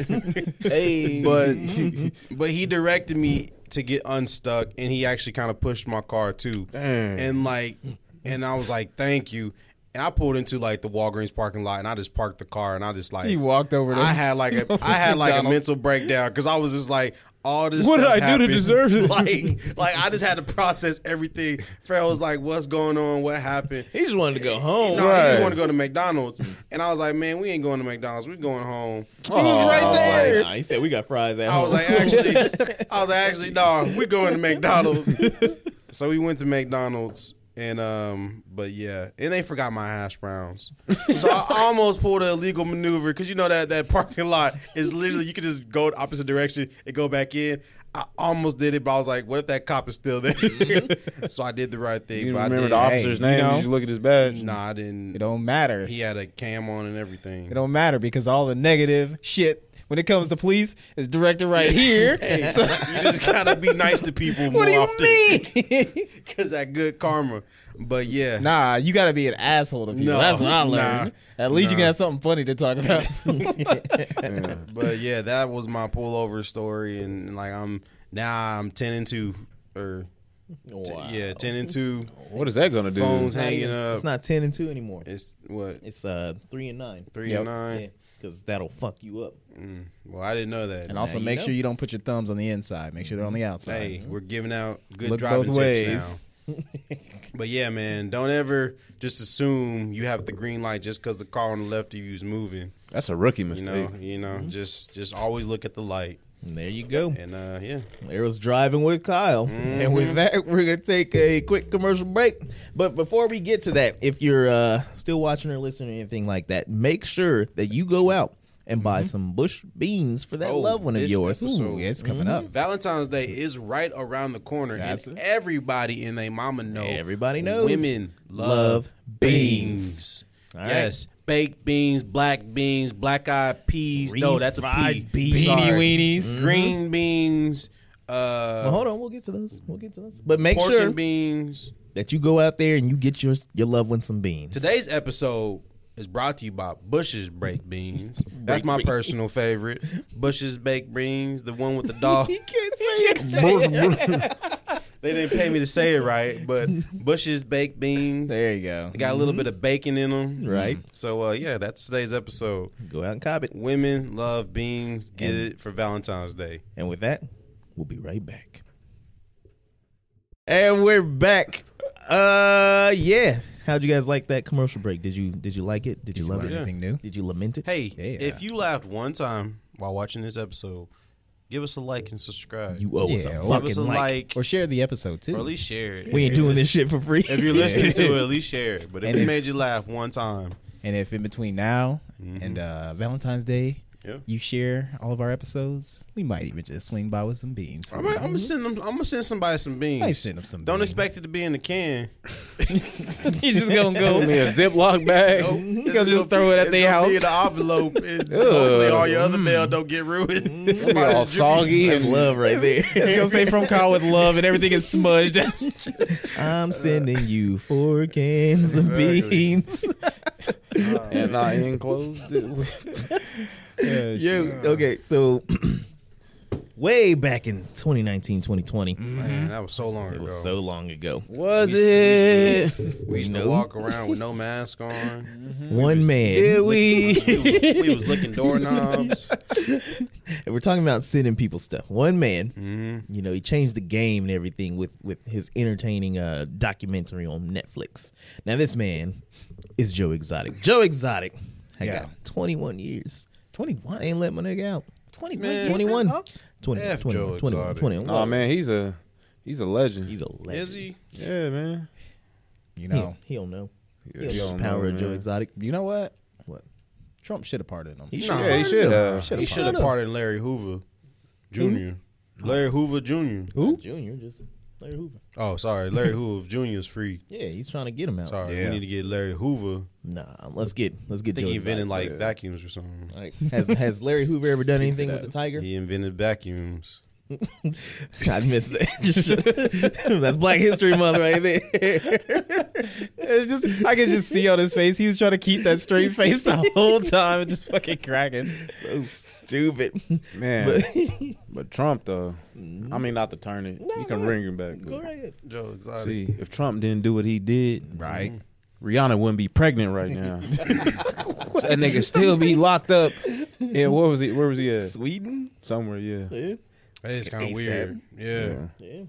[SPEAKER 2] hey.
[SPEAKER 4] But but he directed me to get unstuck, and he actually kind of pushed my car too.
[SPEAKER 2] Dang.
[SPEAKER 4] And like, and I was like, "Thank you." And I pulled into like the Walgreens parking lot, and I just parked the car, and I just like
[SPEAKER 3] He walked over to
[SPEAKER 4] I had like a I had like a
[SPEAKER 3] McDonald's.
[SPEAKER 4] mental breakdown because I was just like all this.
[SPEAKER 2] What did
[SPEAKER 4] stuff
[SPEAKER 2] I do to
[SPEAKER 4] happened.
[SPEAKER 2] deserve this?
[SPEAKER 4] Like like I just had to process everything. Farrell was like, "What's going on? What happened?"
[SPEAKER 1] he just wanted to go home.
[SPEAKER 4] No, I just
[SPEAKER 2] Oh, Right.
[SPEAKER 4] want to go to McDonald's, and I was like, "Man, we ain't going to McDonald's. We're going home."
[SPEAKER 2] Aw.
[SPEAKER 1] I was like,
[SPEAKER 4] there.
[SPEAKER 1] nah, he said, "We got fries at
[SPEAKER 4] I
[SPEAKER 1] home."
[SPEAKER 4] was
[SPEAKER 3] Oh.
[SPEAKER 4] like, "Actually, I was like, actually, no, we're going to McDonald's." so we went to McDonald's, and um, but yeah, and they forgot my hash browns, so I almost pulled an illegal maneuver because you know that that parking lot is literally you could just go the opposite direction and go back in. I almost did it, but I was like, "What if that cop is still there?" so I did the right thing.
[SPEAKER 2] You
[SPEAKER 4] but
[SPEAKER 2] remember
[SPEAKER 4] I did.
[SPEAKER 2] the officer's
[SPEAKER 3] Mm-hmm. you
[SPEAKER 2] name?
[SPEAKER 3] know?
[SPEAKER 2] Did you look at his badge?
[SPEAKER 4] Nah, I didn't.
[SPEAKER 3] It don't matter.
[SPEAKER 4] He had a cam on and everything.
[SPEAKER 3] It don't matter because all the negative shit when it comes to police is directed right here. So-
[SPEAKER 4] you just gotta be nice to people more
[SPEAKER 3] what do you
[SPEAKER 4] often.
[SPEAKER 3] mean?
[SPEAKER 4] Cause that good karma. But yeah,
[SPEAKER 3] nah, you got to be an asshole to people.
[SPEAKER 4] No,
[SPEAKER 3] That's what I learned. At least you
[SPEAKER 4] nah.
[SPEAKER 3] can have something funny to talk about.
[SPEAKER 4] but yeah, that was my pullover story, and like I'm now I'm ten and two, or t-
[SPEAKER 1] Wow.
[SPEAKER 4] yeah, ten and two.
[SPEAKER 2] What is that going to do?
[SPEAKER 4] Phones
[SPEAKER 1] Not
[SPEAKER 4] hanging
[SPEAKER 1] even-
[SPEAKER 4] up.
[SPEAKER 1] It's not ten and two anymore.
[SPEAKER 4] It's what
[SPEAKER 1] It's uh three and nine.
[SPEAKER 4] three and nine.
[SPEAKER 1] because that'll fuck you up.
[SPEAKER 4] Well, I didn't know Mm-hmm. that.
[SPEAKER 3] and also
[SPEAKER 1] Now you
[SPEAKER 3] make
[SPEAKER 1] know.
[SPEAKER 3] sure you don't put your thumbs on the inside. Make sure they're on the outside.
[SPEAKER 4] Hey, we're giving out good
[SPEAKER 3] Look
[SPEAKER 4] driving tips
[SPEAKER 3] both ways.
[SPEAKER 4] now. but yeah, man, don't ever just assume you have the green light just because the car on the left of you is moving.
[SPEAKER 2] That's a rookie
[SPEAKER 4] You
[SPEAKER 2] mistake.
[SPEAKER 4] know, you know, just just always look at the light.
[SPEAKER 1] And there you go.
[SPEAKER 4] And uh, yeah,
[SPEAKER 1] There was driving with Kyle. And
[SPEAKER 4] Mm-hmm.
[SPEAKER 1] with that, we're gonna take a quick commercial break. But before we get to that, if you're uh, still watching or listening or anything like that, make sure that you go out and buy some bush beans for that
[SPEAKER 4] Mm-hmm. Oh,
[SPEAKER 1] loved one of
[SPEAKER 4] this
[SPEAKER 1] yours.
[SPEAKER 4] episode. Mm-hmm.
[SPEAKER 3] Ooh, it's coming up.
[SPEAKER 4] Valentine's Day is right around the corner,
[SPEAKER 3] That's
[SPEAKER 4] and
[SPEAKER 3] it.
[SPEAKER 4] everybody and they mama know.
[SPEAKER 1] Everybody knows.
[SPEAKER 4] women love,
[SPEAKER 1] Love
[SPEAKER 4] beans.
[SPEAKER 1] beans. All right.
[SPEAKER 4] Yes, baked beans, black beans, black eyed peas. no, that's a pea.
[SPEAKER 1] Refried beans. Mm-hmm.
[SPEAKER 4] Sorry.
[SPEAKER 3] Beanie weenies.
[SPEAKER 4] green beans. Uh,
[SPEAKER 1] Well, hold on, we'll get to those. We'll get to those. But make
[SPEAKER 4] pork
[SPEAKER 1] sure
[SPEAKER 4] and beans.
[SPEAKER 1] that you go out there and you get your your loved one some beans.
[SPEAKER 4] Today's episode is brought to you by Bush's Baked Beans. That's my personal favorite. Bush's Baked Beans, the one with the dog.
[SPEAKER 3] can't say it.
[SPEAKER 4] they didn't pay me to say it right, but Bush's Baked Beans.
[SPEAKER 3] There you go.
[SPEAKER 4] They got a little bit of bacon in them.
[SPEAKER 1] Right.
[SPEAKER 4] So, uh, yeah, that's today's episode.
[SPEAKER 1] Go out and cop it.
[SPEAKER 4] Women love beans. Get it for Valentine's Day.
[SPEAKER 1] And with that, we'll be right back. And we're back. Uh yeah. How'd you guys like that commercial break? Did you did you like it? Did you, love
[SPEAKER 3] Learn
[SPEAKER 1] it?
[SPEAKER 3] anything new?
[SPEAKER 1] Did you lament it?
[SPEAKER 4] Hey,
[SPEAKER 3] Yeah.
[SPEAKER 4] if you laughed one time while watching this episode, give us a like and subscribe.
[SPEAKER 1] You owe us a
[SPEAKER 3] Yeah, or-
[SPEAKER 4] give
[SPEAKER 1] fucking
[SPEAKER 4] us a
[SPEAKER 1] like.
[SPEAKER 4] like,
[SPEAKER 3] or share the episode too.
[SPEAKER 4] or at least share it.
[SPEAKER 1] We ain't doing this
[SPEAKER 4] If
[SPEAKER 1] shit for free.
[SPEAKER 4] you're listening to it, at least share it. But if
[SPEAKER 3] And
[SPEAKER 4] it
[SPEAKER 3] if-
[SPEAKER 4] made you laugh one time,
[SPEAKER 3] And if in between now and uh, Valentine's Day,
[SPEAKER 4] Mm-hmm. Yeah.
[SPEAKER 3] you share all of our episodes, we might even just swing by with some beans. for
[SPEAKER 4] I'm,
[SPEAKER 3] you.
[SPEAKER 4] I'm gonna send them. I'm gonna send somebody some beans.
[SPEAKER 3] I might send them some.
[SPEAKER 4] Don't
[SPEAKER 3] beans.
[SPEAKER 4] expect it to be in the can.
[SPEAKER 3] you just gonna go.
[SPEAKER 2] Give me a Ziploc bag.
[SPEAKER 4] You
[SPEAKER 3] gonna just throw it at their
[SPEAKER 4] Be in
[SPEAKER 3] house.
[SPEAKER 4] the envelope. And hopefully, all your other mail don't get ruined.
[SPEAKER 2] It'll be all soggy
[SPEAKER 1] That's
[SPEAKER 2] and
[SPEAKER 1] love right there.
[SPEAKER 3] It's gonna say from Kyle with love, and everything is smudged.
[SPEAKER 1] I'm sending you four cans of
[SPEAKER 4] Exactly.
[SPEAKER 1] beans.
[SPEAKER 2] and I enclosed it. with-
[SPEAKER 1] Yo, okay, so way back in 2019, 2020,
[SPEAKER 4] Man, that was so long ago.
[SPEAKER 1] it was so long ago.
[SPEAKER 2] Was
[SPEAKER 4] We used to-
[SPEAKER 2] it?
[SPEAKER 4] we used
[SPEAKER 1] No.
[SPEAKER 4] to walk around with no mask on.
[SPEAKER 1] One man.
[SPEAKER 2] Did we?
[SPEAKER 4] we, was, we was licking doorknobs.
[SPEAKER 1] We're talking about sending people stuff. One man,
[SPEAKER 4] Mm-hmm.
[SPEAKER 1] you know, he changed the game and everything with with his entertaining uh documentary on Netflix. Now this man is Joe Exotic. Joe Exotic, I
[SPEAKER 3] Yeah.
[SPEAKER 1] got 21 years. 21. Ain't let my nigga out. 21.
[SPEAKER 4] Man.
[SPEAKER 1] 21. 20,
[SPEAKER 4] F
[SPEAKER 1] 21,
[SPEAKER 4] Joe
[SPEAKER 1] 21,
[SPEAKER 4] Exotic.
[SPEAKER 1] 21.
[SPEAKER 2] Oh man, he's a he's a legend.
[SPEAKER 1] He's a legend.
[SPEAKER 4] Is he?
[SPEAKER 2] Yeah, man.
[SPEAKER 3] You
[SPEAKER 1] He,
[SPEAKER 3] know.
[SPEAKER 1] he don't know. He
[SPEAKER 2] You
[SPEAKER 1] don't know
[SPEAKER 2] don't
[SPEAKER 1] the power
[SPEAKER 2] know,
[SPEAKER 1] of Joe
[SPEAKER 2] man.
[SPEAKER 1] Exotic.
[SPEAKER 3] You know what?
[SPEAKER 1] What?
[SPEAKER 3] Trump should have pardoned him.
[SPEAKER 1] He
[SPEAKER 4] Nah.
[SPEAKER 1] should
[SPEAKER 4] Yeah, he
[SPEAKER 2] should have.
[SPEAKER 4] He should have parted Larry Hoover Jr. Larry Hoover Jr.
[SPEAKER 1] Who? Junior, just Larry Hoover.
[SPEAKER 4] Oh, sorry. Larry Hoover Jr. is free.
[SPEAKER 1] Yeah, he's trying to get him out.
[SPEAKER 4] Sorry.
[SPEAKER 3] Yeah.
[SPEAKER 4] We need to get Larry Hoover.
[SPEAKER 1] Nah, let's get let's
[SPEAKER 4] Oh, I
[SPEAKER 1] get
[SPEAKER 4] think
[SPEAKER 1] Joe
[SPEAKER 4] he
[SPEAKER 1] Exotic.
[SPEAKER 4] invented like vacuums or something.
[SPEAKER 1] All right. Has has Larry Hoover ever done anything with the
[SPEAKER 3] ass.
[SPEAKER 1] tiger?
[SPEAKER 4] He invented vacuums.
[SPEAKER 1] I missed that. That's Black History Month right there.
[SPEAKER 3] It's just I could just see on his face. He was trying to keep that straight face the whole time and just fucking cracking.
[SPEAKER 1] so stupid.
[SPEAKER 2] Man, Mm-hmm.
[SPEAKER 1] But
[SPEAKER 2] but, Trump though, I mean not to turn it. you can ring him back.
[SPEAKER 1] go right ahead.
[SPEAKER 4] Joe Exotic.
[SPEAKER 2] See, if Trump didn't do what he did,
[SPEAKER 3] Right.
[SPEAKER 2] Rihanna wouldn't be pregnant right now. that nigga still be locked up. Yeah, where was he? Where was he at?
[SPEAKER 1] Sweden.
[SPEAKER 2] Somewhere, yeah.
[SPEAKER 1] Yeah.
[SPEAKER 4] That is kind of
[SPEAKER 1] ASAP.
[SPEAKER 4] weird. Yeah.
[SPEAKER 2] Yeah.
[SPEAKER 1] yeah.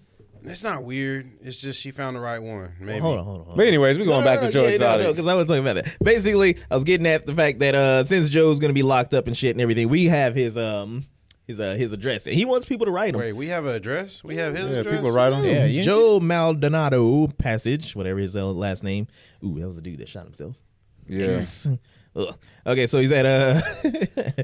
[SPEAKER 4] It's not weird. It's just she found the right one. Maybe.
[SPEAKER 1] Hold on, hold on. Hold
[SPEAKER 2] But
[SPEAKER 1] on.
[SPEAKER 2] anyways, we going back to Joe Exotic.
[SPEAKER 1] because I want to talk about that. Basically, I was getting at the fact that uh, since Joe's gonna be locked up and shit and everything, we have his um his uh his address and he wants people to write him.
[SPEAKER 4] Wait, we have an address? We have his
[SPEAKER 2] yeah,
[SPEAKER 4] address?
[SPEAKER 2] people write on him.
[SPEAKER 3] Yeah, you-
[SPEAKER 1] Joe Maldonado Passage, whatever his uh, last name. Ooh, that was a dude that shot himself.
[SPEAKER 2] yeah.
[SPEAKER 1] Ugh. Okay, so he's at uh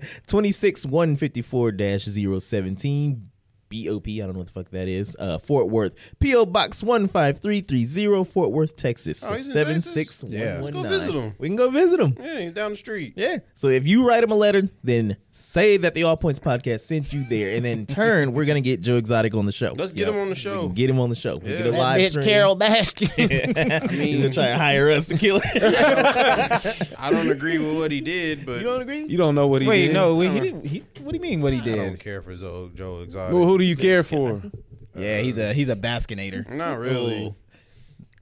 [SPEAKER 1] twenty six one fifty four 017 BOP. I don't know what the fuck that is. Uh, Fort Worth, PO Box one five three three zero, Fort Worth, Texas.
[SPEAKER 4] Oh, he's in
[SPEAKER 1] seven
[SPEAKER 4] Texas?
[SPEAKER 1] six one
[SPEAKER 3] Yeah.
[SPEAKER 1] one
[SPEAKER 4] Let's go
[SPEAKER 1] nine.
[SPEAKER 4] visit him.
[SPEAKER 1] We can go visit him.
[SPEAKER 4] Yeah, he's down the street.
[SPEAKER 1] Yeah. So if you write him a letter, then say that the All Points podcast sent you there, and then in turn we're gonna get Joe Exotic on the show.
[SPEAKER 4] Let's get him on the show.
[SPEAKER 1] Get him on the show. We
[SPEAKER 4] Yeah.
[SPEAKER 1] get a
[SPEAKER 4] That
[SPEAKER 1] live stream.
[SPEAKER 3] Baskin.
[SPEAKER 1] I mean, he's gonna try to hire us to kill him.
[SPEAKER 4] I don't agree with what he did, but
[SPEAKER 1] you don't agree?
[SPEAKER 2] You don't know what he
[SPEAKER 3] Wait,
[SPEAKER 2] did.
[SPEAKER 3] no, wait, he didn't. He, what do you mean? What he
[SPEAKER 4] I don't
[SPEAKER 3] did?
[SPEAKER 4] care for Zo- Joe Exotic.
[SPEAKER 2] Well, who do you care for?
[SPEAKER 3] Yeah, he's a he's a Baskinator.
[SPEAKER 4] not
[SPEAKER 1] Oh.
[SPEAKER 4] really.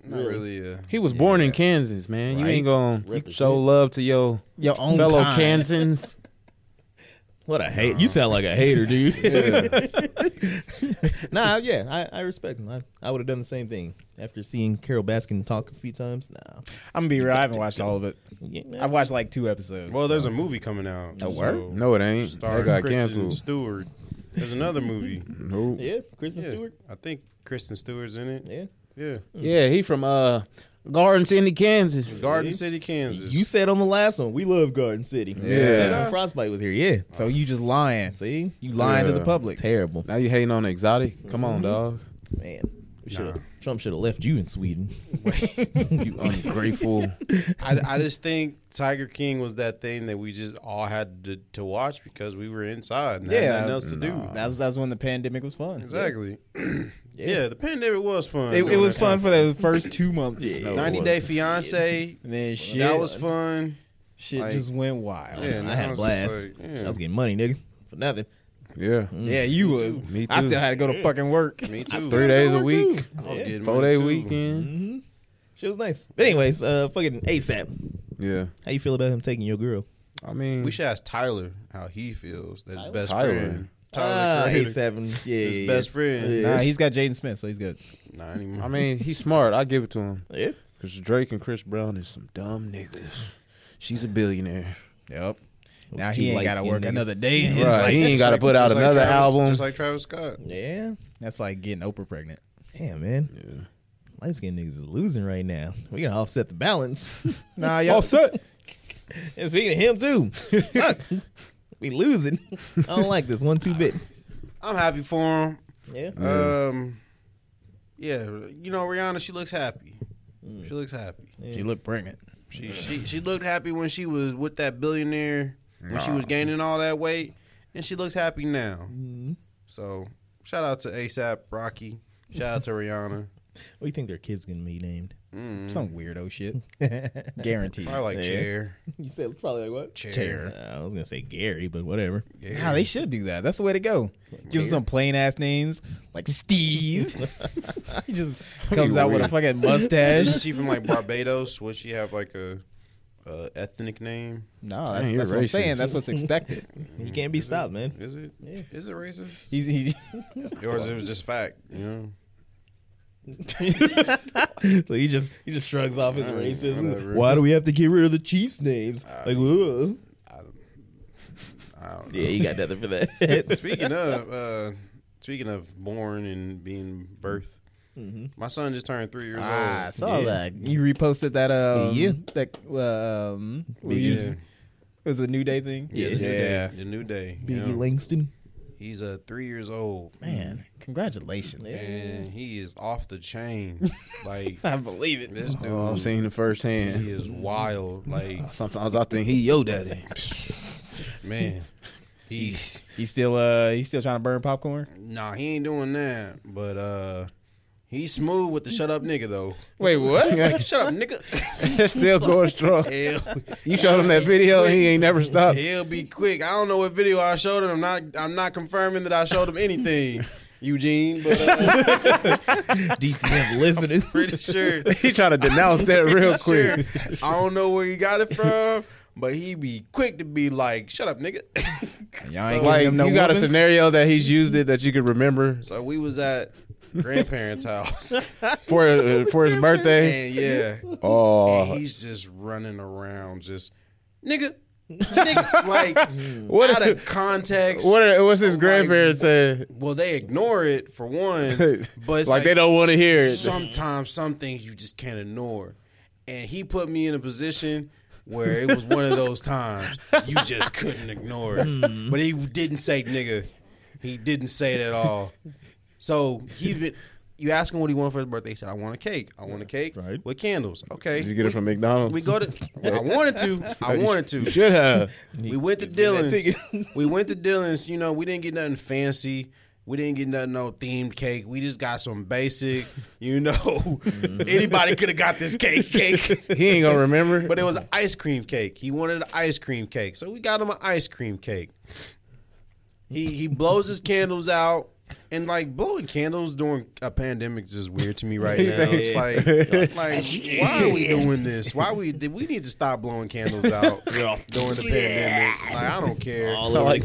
[SPEAKER 4] Not really. Uh,
[SPEAKER 2] He was born in Kansas, man. You
[SPEAKER 3] Right.
[SPEAKER 2] ain't gonna
[SPEAKER 1] Represent.
[SPEAKER 2] show love to your
[SPEAKER 3] Your own
[SPEAKER 2] fellow
[SPEAKER 3] kind.
[SPEAKER 2] Kansans.
[SPEAKER 1] What a hate! You sound like a hater, dude. nah, yeah, I, I respect him. I, I would have done the same thing after seeing Carol Baskin talk a few times. Nah,
[SPEAKER 3] I'm gonna be real. I haven't watched all of it.
[SPEAKER 1] yeah,
[SPEAKER 3] I watched like two episodes.
[SPEAKER 4] well, there's a movie coming out.
[SPEAKER 3] Oh, word?
[SPEAKER 4] so-
[SPEAKER 2] No, it ain't.
[SPEAKER 4] Starring
[SPEAKER 2] That got
[SPEAKER 4] Kristen
[SPEAKER 2] canceled.
[SPEAKER 4] Stewart. There's another movie.
[SPEAKER 2] Nope.
[SPEAKER 1] yeah, Kristen
[SPEAKER 4] Yeah,
[SPEAKER 1] Stewart.
[SPEAKER 4] I think Kristen Stewart's in it.
[SPEAKER 1] Yeah, Oh, Mm.
[SPEAKER 4] Yeah.
[SPEAKER 2] Yeah, he from uh Garden City, Kansas.
[SPEAKER 4] Garden City, Kansas.
[SPEAKER 1] you said on the last one we love Garden City. that's when Frostbite was here. Yeah,
[SPEAKER 3] so you just lying.
[SPEAKER 1] see,
[SPEAKER 3] You lying to the
[SPEAKER 2] Yeah.
[SPEAKER 3] public.
[SPEAKER 1] terrible
[SPEAKER 2] Now you hating on exotic? Come on, dog.
[SPEAKER 1] man. We shoulda- Trump should have left you in Sweden.
[SPEAKER 2] You ungrateful.
[SPEAKER 4] I, I just think Tiger King was that thing that we just all had to, to watch because we were inside and
[SPEAKER 3] Yeah.
[SPEAKER 4] had nothing else to do.
[SPEAKER 3] That's that's when the pandemic was fun.
[SPEAKER 4] Exactly. yeah. the pandemic was fun.
[SPEAKER 3] It, it
[SPEAKER 4] during
[SPEAKER 3] was
[SPEAKER 4] that
[SPEAKER 3] fun
[SPEAKER 4] time.
[SPEAKER 3] for the first two months.
[SPEAKER 1] Yeah.
[SPEAKER 4] Ninety Day Fiance.
[SPEAKER 3] And then shit,
[SPEAKER 4] That was fun.
[SPEAKER 3] Shit
[SPEAKER 4] Like-
[SPEAKER 3] just went wild.
[SPEAKER 4] Yeah,
[SPEAKER 3] Yeah,
[SPEAKER 4] and
[SPEAKER 1] I
[SPEAKER 4] was
[SPEAKER 1] had a
[SPEAKER 4] just
[SPEAKER 1] blast.
[SPEAKER 4] like, yeah.
[SPEAKER 1] I was getting money, nigga, for nothing.
[SPEAKER 2] Yeah.
[SPEAKER 1] Mm.
[SPEAKER 3] you would.
[SPEAKER 2] Me
[SPEAKER 3] I
[SPEAKER 2] too.
[SPEAKER 3] still had to go to fucking work.
[SPEAKER 4] Me too.
[SPEAKER 2] Three days a
[SPEAKER 1] Work
[SPEAKER 2] week.
[SPEAKER 1] too.
[SPEAKER 4] I was getting
[SPEAKER 2] Four
[SPEAKER 4] money
[SPEAKER 2] day
[SPEAKER 4] too.
[SPEAKER 2] weekend.
[SPEAKER 1] She was nice. But anyways, uh, fucking ASAP.
[SPEAKER 2] Yeah.
[SPEAKER 1] How you feel about him taking your girl?
[SPEAKER 2] I mean
[SPEAKER 4] We should ask Tyler how he feels. That's his best
[SPEAKER 2] Tyler?
[SPEAKER 4] friend.
[SPEAKER 1] Ah,
[SPEAKER 4] Tyler, the creator.
[SPEAKER 1] A7. Yeah,
[SPEAKER 4] his
[SPEAKER 1] yeah,
[SPEAKER 4] best
[SPEAKER 1] yeah.
[SPEAKER 4] friend.
[SPEAKER 3] Nah, he's got Jaden Smith, so he's good.
[SPEAKER 4] Nah, anymore.
[SPEAKER 2] I mean, he's smart. I give it to him.
[SPEAKER 1] Yeah.
[SPEAKER 2] Cause Drake and Chris Brown is some dumb niggas. She's a billionaire.
[SPEAKER 3] Yep.
[SPEAKER 1] It was
[SPEAKER 3] Now
[SPEAKER 1] two
[SPEAKER 3] he ain't got to
[SPEAKER 1] light-skinned
[SPEAKER 3] work
[SPEAKER 1] niggas.
[SPEAKER 3] another day. in his
[SPEAKER 2] Right,
[SPEAKER 3] life.
[SPEAKER 2] he
[SPEAKER 4] Just
[SPEAKER 2] ain't gotta
[SPEAKER 4] like-
[SPEAKER 2] put out
[SPEAKER 4] just like
[SPEAKER 2] another
[SPEAKER 4] Travis-
[SPEAKER 2] album.
[SPEAKER 4] just like Travis Scott.
[SPEAKER 1] Yeah.
[SPEAKER 3] That's like getting Oprah pregnant.
[SPEAKER 1] Damn, man. Light skinned niggas is losing right now. We gotta offset the balance.
[SPEAKER 3] Nah, y'all
[SPEAKER 2] Offset.
[SPEAKER 1] and speaking of him too, fuck, we losing. I don't like this one too bit. Uh,
[SPEAKER 4] I'm happy for him.
[SPEAKER 1] Yeah.
[SPEAKER 4] Um, yeah, you know Rihanna, she looks happy.
[SPEAKER 2] Mm.
[SPEAKER 4] She looks happy.
[SPEAKER 3] She looked pregnant.
[SPEAKER 4] She she she looked happy when she was with that billionaire when she was gaining all that weight, and she looks happy now.
[SPEAKER 1] Mm-hmm.
[SPEAKER 4] So shout out to ASAP Rocky. Shout out to Rihanna.
[SPEAKER 1] What do you think their kid's gonna be named? Mm.
[SPEAKER 3] Some weirdo shit. Guaranteed.
[SPEAKER 4] Probably like chair,
[SPEAKER 1] You said probably like what?
[SPEAKER 4] chair.
[SPEAKER 3] Chair.
[SPEAKER 1] Uh, I was gonna say Gary, but whatever.
[SPEAKER 4] Yeah.
[SPEAKER 3] Nah, they should do that. That's the way to go. Give us some plain ass names like Steve. he just comes out with a fucking
[SPEAKER 4] Isn't
[SPEAKER 3] mustache.
[SPEAKER 4] she from like Barbados? Would she have like a, a ethnic name?
[SPEAKER 3] no, that's,
[SPEAKER 2] Dang,
[SPEAKER 3] that's
[SPEAKER 2] you're
[SPEAKER 3] what I'm
[SPEAKER 2] racist.
[SPEAKER 3] saying. That's what's expected.
[SPEAKER 1] You can't be stopped, man.
[SPEAKER 4] Is it? Is it racist?
[SPEAKER 3] He's, he,
[SPEAKER 4] Or is it just fact? You know.
[SPEAKER 1] So he just he just shrugs off his racism.
[SPEAKER 4] whatever.
[SPEAKER 1] Why do we have to get rid of the Chiefs' names? like, whoa.
[SPEAKER 4] I don't know.
[SPEAKER 1] yeah, you got nothing for that.
[SPEAKER 4] Speaking of, uh, speaking of born and being birth, my son just turned three years
[SPEAKER 3] ah, I
[SPEAKER 4] old.
[SPEAKER 3] saw that. You reposted that. Um,
[SPEAKER 1] Yeah.
[SPEAKER 3] That um, we used-
[SPEAKER 4] Yeah.
[SPEAKER 3] it was the New Day thing.
[SPEAKER 4] Yeah, the new
[SPEAKER 3] yeah.
[SPEAKER 4] day. The new day. you
[SPEAKER 1] Biggie
[SPEAKER 4] know.
[SPEAKER 1] Langston.
[SPEAKER 4] He's uh, three years old,
[SPEAKER 3] Man, congratulations.
[SPEAKER 4] and he is off the chain. like
[SPEAKER 3] I believe it.
[SPEAKER 4] this dude,
[SPEAKER 2] Oh, I'm seeing it
[SPEAKER 4] he
[SPEAKER 2] firsthand.
[SPEAKER 4] is wild. Like
[SPEAKER 2] Sometimes I think he yo daddy.
[SPEAKER 4] man, he's
[SPEAKER 3] He's still uh, he's still trying to burn popcorn.
[SPEAKER 4] nah, he ain't doing that. But uh, he's smooth with the shut up nigga though.
[SPEAKER 3] Wait, what?
[SPEAKER 4] shut up, nigga.
[SPEAKER 2] Still going strong.
[SPEAKER 4] Hell,
[SPEAKER 2] You showed him that video. He ain't never stopped.
[SPEAKER 4] He'll be quick. I don't know what video I showed him. I'm not. I'm not confirming that I showed him anything, Eugene. But uh,
[SPEAKER 1] DCM listening.
[SPEAKER 4] pretty sure.
[SPEAKER 2] He trying to denounce that real quick.
[SPEAKER 4] Sure. I don't know where he got it from, but he be quick to be like, "Shut up, nigga."
[SPEAKER 3] Y'all ain't
[SPEAKER 4] So,
[SPEAKER 3] giving
[SPEAKER 2] Like
[SPEAKER 3] him no
[SPEAKER 2] you got a
[SPEAKER 3] warnings?
[SPEAKER 2] scenario that he's used it that you could remember
[SPEAKER 4] so we was at grandparents' house,
[SPEAKER 2] for uh, for his birthday.
[SPEAKER 4] and yeah, and
[SPEAKER 2] Oh,
[SPEAKER 4] he's just running around, just nigga, nigga, like
[SPEAKER 2] what
[SPEAKER 4] out
[SPEAKER 2] is
[SPEAKER 4] of context.
[SPEAKER 2] what? Are, what's his
[SPEAKER 4] Like-
[SPEAKER 2] grandparents saying?
[SPEAKER 4] well, they ignore it for one, but
[SPEAKER 2] Like,
[SPEAKER 4] it's
[SPEAKER 2] they don't want to hear it.
[SPEAKER 4] sometimes some things you just can't ignore. And he put me in a position where it was one of those times you just couldn't ignore
[SPEAKER 2] Mm-hmm.
[SPEAKER 4] it. But he didn't say nigga. He didn't say it at all. So he been, you ask him what he wanted for his birthday. He said, I want a cake. I want a cake
[SPEAKER 1] Right.
[SPEAKER 4] with candles. Okay.
[SPEAKER 2] Did you get it from McDonald's?
[SPEAKER 4] we go to I wanted to. I wanted to.
[SPEAKER 2] You should have.
[SPEAKER 4] We went to Dylan's. we went to Dylan's. You know, we didn't get nothing fancy. We didn't get nothing no themed cake. We just got some basic. You know,
[SPEAKER 2] Mm-hmm.
[SPEAKER 4] anybody could have got this cake, cake,
[SPEAKER 2] He ain't gonna remember.
[SPEAKER 4] but it was an ice cream cake. He wanted an ice cream cake, so we got him an ice cream cake. He he blows his candles out. And like blowing candles during a pandemic is just weird to me right now. It's like, like why are we doing this? Why we we need to stop blowing candles out during the pandemic? Like I don't care.
[SPEAKER 2] Sound like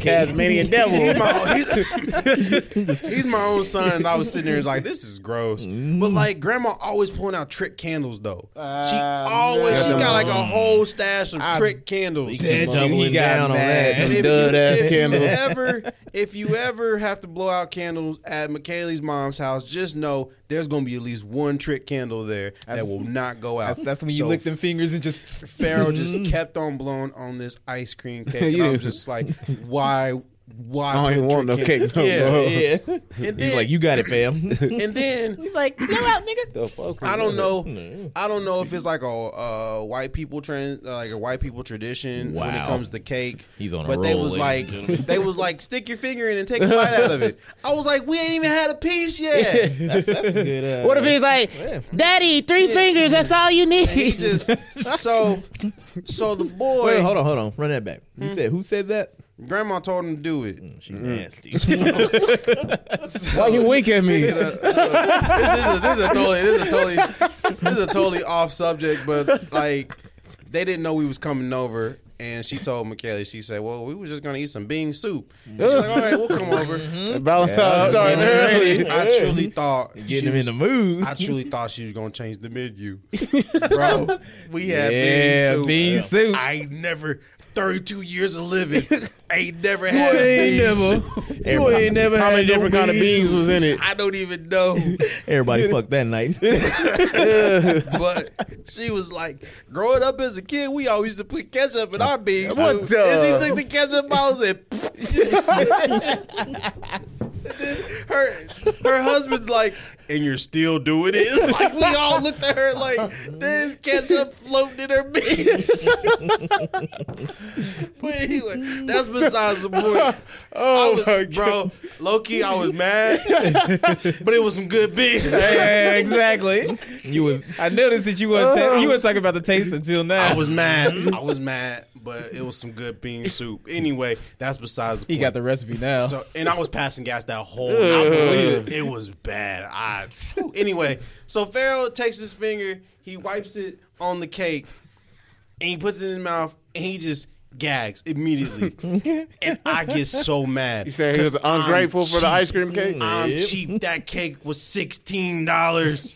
[SPEAKER 2] Tasmanian devil.
[SPEAKER 4] He's my, own, he's, he's my own son, and I was sitting there like, this is gross. But like, grandma always pulling out trick candles though. she
[SPEAKER 3] Ah,
[SPEAKER 4] always she got like a whole stash of trick candles.
[SPEAKER 1] Bitch,
[SPEAKER 3] you,
[SPEAKER 1] doubling
[SPEAKER 3] he got
[SPEAKER 1] down on that.
[SPEAKER 3] mad.
[SPEAKER 4] if, you,
[SPEAKER 2] dud ass
[SPEAKER 4] if you
[SPEAKER 2] candles.
[SPEAKER 4] ever if you ever have to blow out candles at McKaylee's mom's house, just know there's gonna be at least one trick candle there that
[SPEAKER 3] That's-
[SPEAKER 4] will not go out.
[SPEAKER 3] That's, that's when you
[SPEAKER 4] So
[SPEAKER 3] lick them fingers and just
[SPEAKER 4] Pharaoh just kept on blowing on this ice cream cake. And
[SPEAKER 2] You
[SPEAKER 4] I'm
[SPEAKER 2] did.
[SPEAKER 4] just like, why? Why?
[SPEAKER 2] I don't even
[SPEAKER 4] put
[SPEAKER 2] want no
[SPEAKER 4] trick
[SPEAKER 2] cake no
[SPEAKER 4] yeah.
[SPEAKER 2] more.
[SPEAKER 1] yeah.
[SPEAKER 4] And
[SPEAKER 1] He's
[SPEAKER 4] then-
[SPEAKER 1] like, you got it, fam.
[SPEAKER 4] and then
[SPEAKER 3] he's like, "Go out, nigga."
[SPEAKER 4] I don't know. I don't know if it's like a uh, white people trend, uh, like a white people tradition when it
[SPEAKER 1] Wow.
[SPEAKER 4] comes to cake.
[SPEAKER 1] He's on a
[SPEAKER 4] But they
[SPEAKER 1] roll,
[SPEAKER 4] was like,
[SPEAKER 1] ladies and
[SPEAKER 4] they was like, stick your finger in and take a bite out of it. I was like, we ain't even had a piece yet.
[SPEAKER 1] That's, that's a good. Uh,
[SPEAKER 2] What if he's like, Daddy, three fingers? That's all you
[SPEAKER 4] He
[SPEAKER 2] need.
[SPEAKER 4] just so so the boy.
[SPEAKER 1] Wait, hold on, hold on. Run that back. You
[SPEAKER 4] Mm.
[SPEAKER 1] said who said that?
[SPEAKER 4] Grandma told him to do it.
[SPEAKER 1] Mm, She nasty. That's
[SPEAKER 2] Why you wink at me?
[SPEAKER 4] this, is a, this is a totally this is a totally this is a totally off subject, but like they didn't know we was coming over. And she told McKelly, she said, "Well, we was just gonna eat some bean soup." And She's like, "All right, we'll come over."
[SPEAKER 3] Mm-hmm.
[SPEAKER 2] Valentine's starting early.
[SPEAKER 4] I truly thought she
[SPEAKER 1] getting him
[SPEAKER 4] was-
[SPEAKER 1] in the mood.
[SPEAKER 4] I truly thought she was gonna change the menu, bro. We had
[SPEAKER 2] Yeah,
[SPEAKER 4] bean soup.
[SPEAKER 2] bean soup.
[SPEAKER 4] I never. 32 years of living. ain't never had
[SPEAKER 1] Boy, ain't
[SPEAKER 4] beans.
[SPEAKER 1] never. You ain't never
[SPEAKER 2] How
[SPEAKER 1] had
[SPEAKER 2] many
[SPEAKER 1] no
[SPEAKER 2] different kind of beans was in it?
[SPEAKER 4] I don't even know.
[SPEAKER 1] Everybody fucked that night.
[SPEAKER 4] But she was like, growing up as a kid, we always used to put ketchup in our beans.
[SPEAKER 2] What
[SPEAKER 4] too. And
[SPEAKER 2] the-
[SPEAKER 4] she took the ketchup out and then her her husband's like, and you're still doing it. Like we all looked at her like, there's ketchup floating in her beans. but anyway, that's besides the point.
[SPEAKER 2] Oh,
[SPEAKER 4] I was,
[SPEAKER 2] my
[SPEAKER 4] bro, low key, I was mad, but it was some good beans.
[SPEAKER 3] Yeah, exactly.
[SPEAKER 1] you was
[SPEAKER 3] I noticed that you weren't ta- you weren't talking about the taste until now.
[SPEAKER 4] I was mad. I was mad, but it was some good bean soup. Anyway, that's besides the
[SPEAKER 3] he
[SPEAKER 4] point.
[SPEAKER 3] got the recipe now.
[SPEAKER 4] so, and I was passing gas that whole. night. It. it was bad. I phew. anyway. So Pharaoh takes his finger, he wipes it on the cake, and he puts it in his mouth, and he just gags immediately. and I get so mad.
[SPEAKER 2] You said he was
[SPEAKER 4] 'cause I'm
[SPEAKER 2] ungrateful for the
[SPEAKER 4] cheap.
[SPEAKER 2] ice cream cake?
[SPEAKER 4] I'm cheap. That cake was sixteen dollars.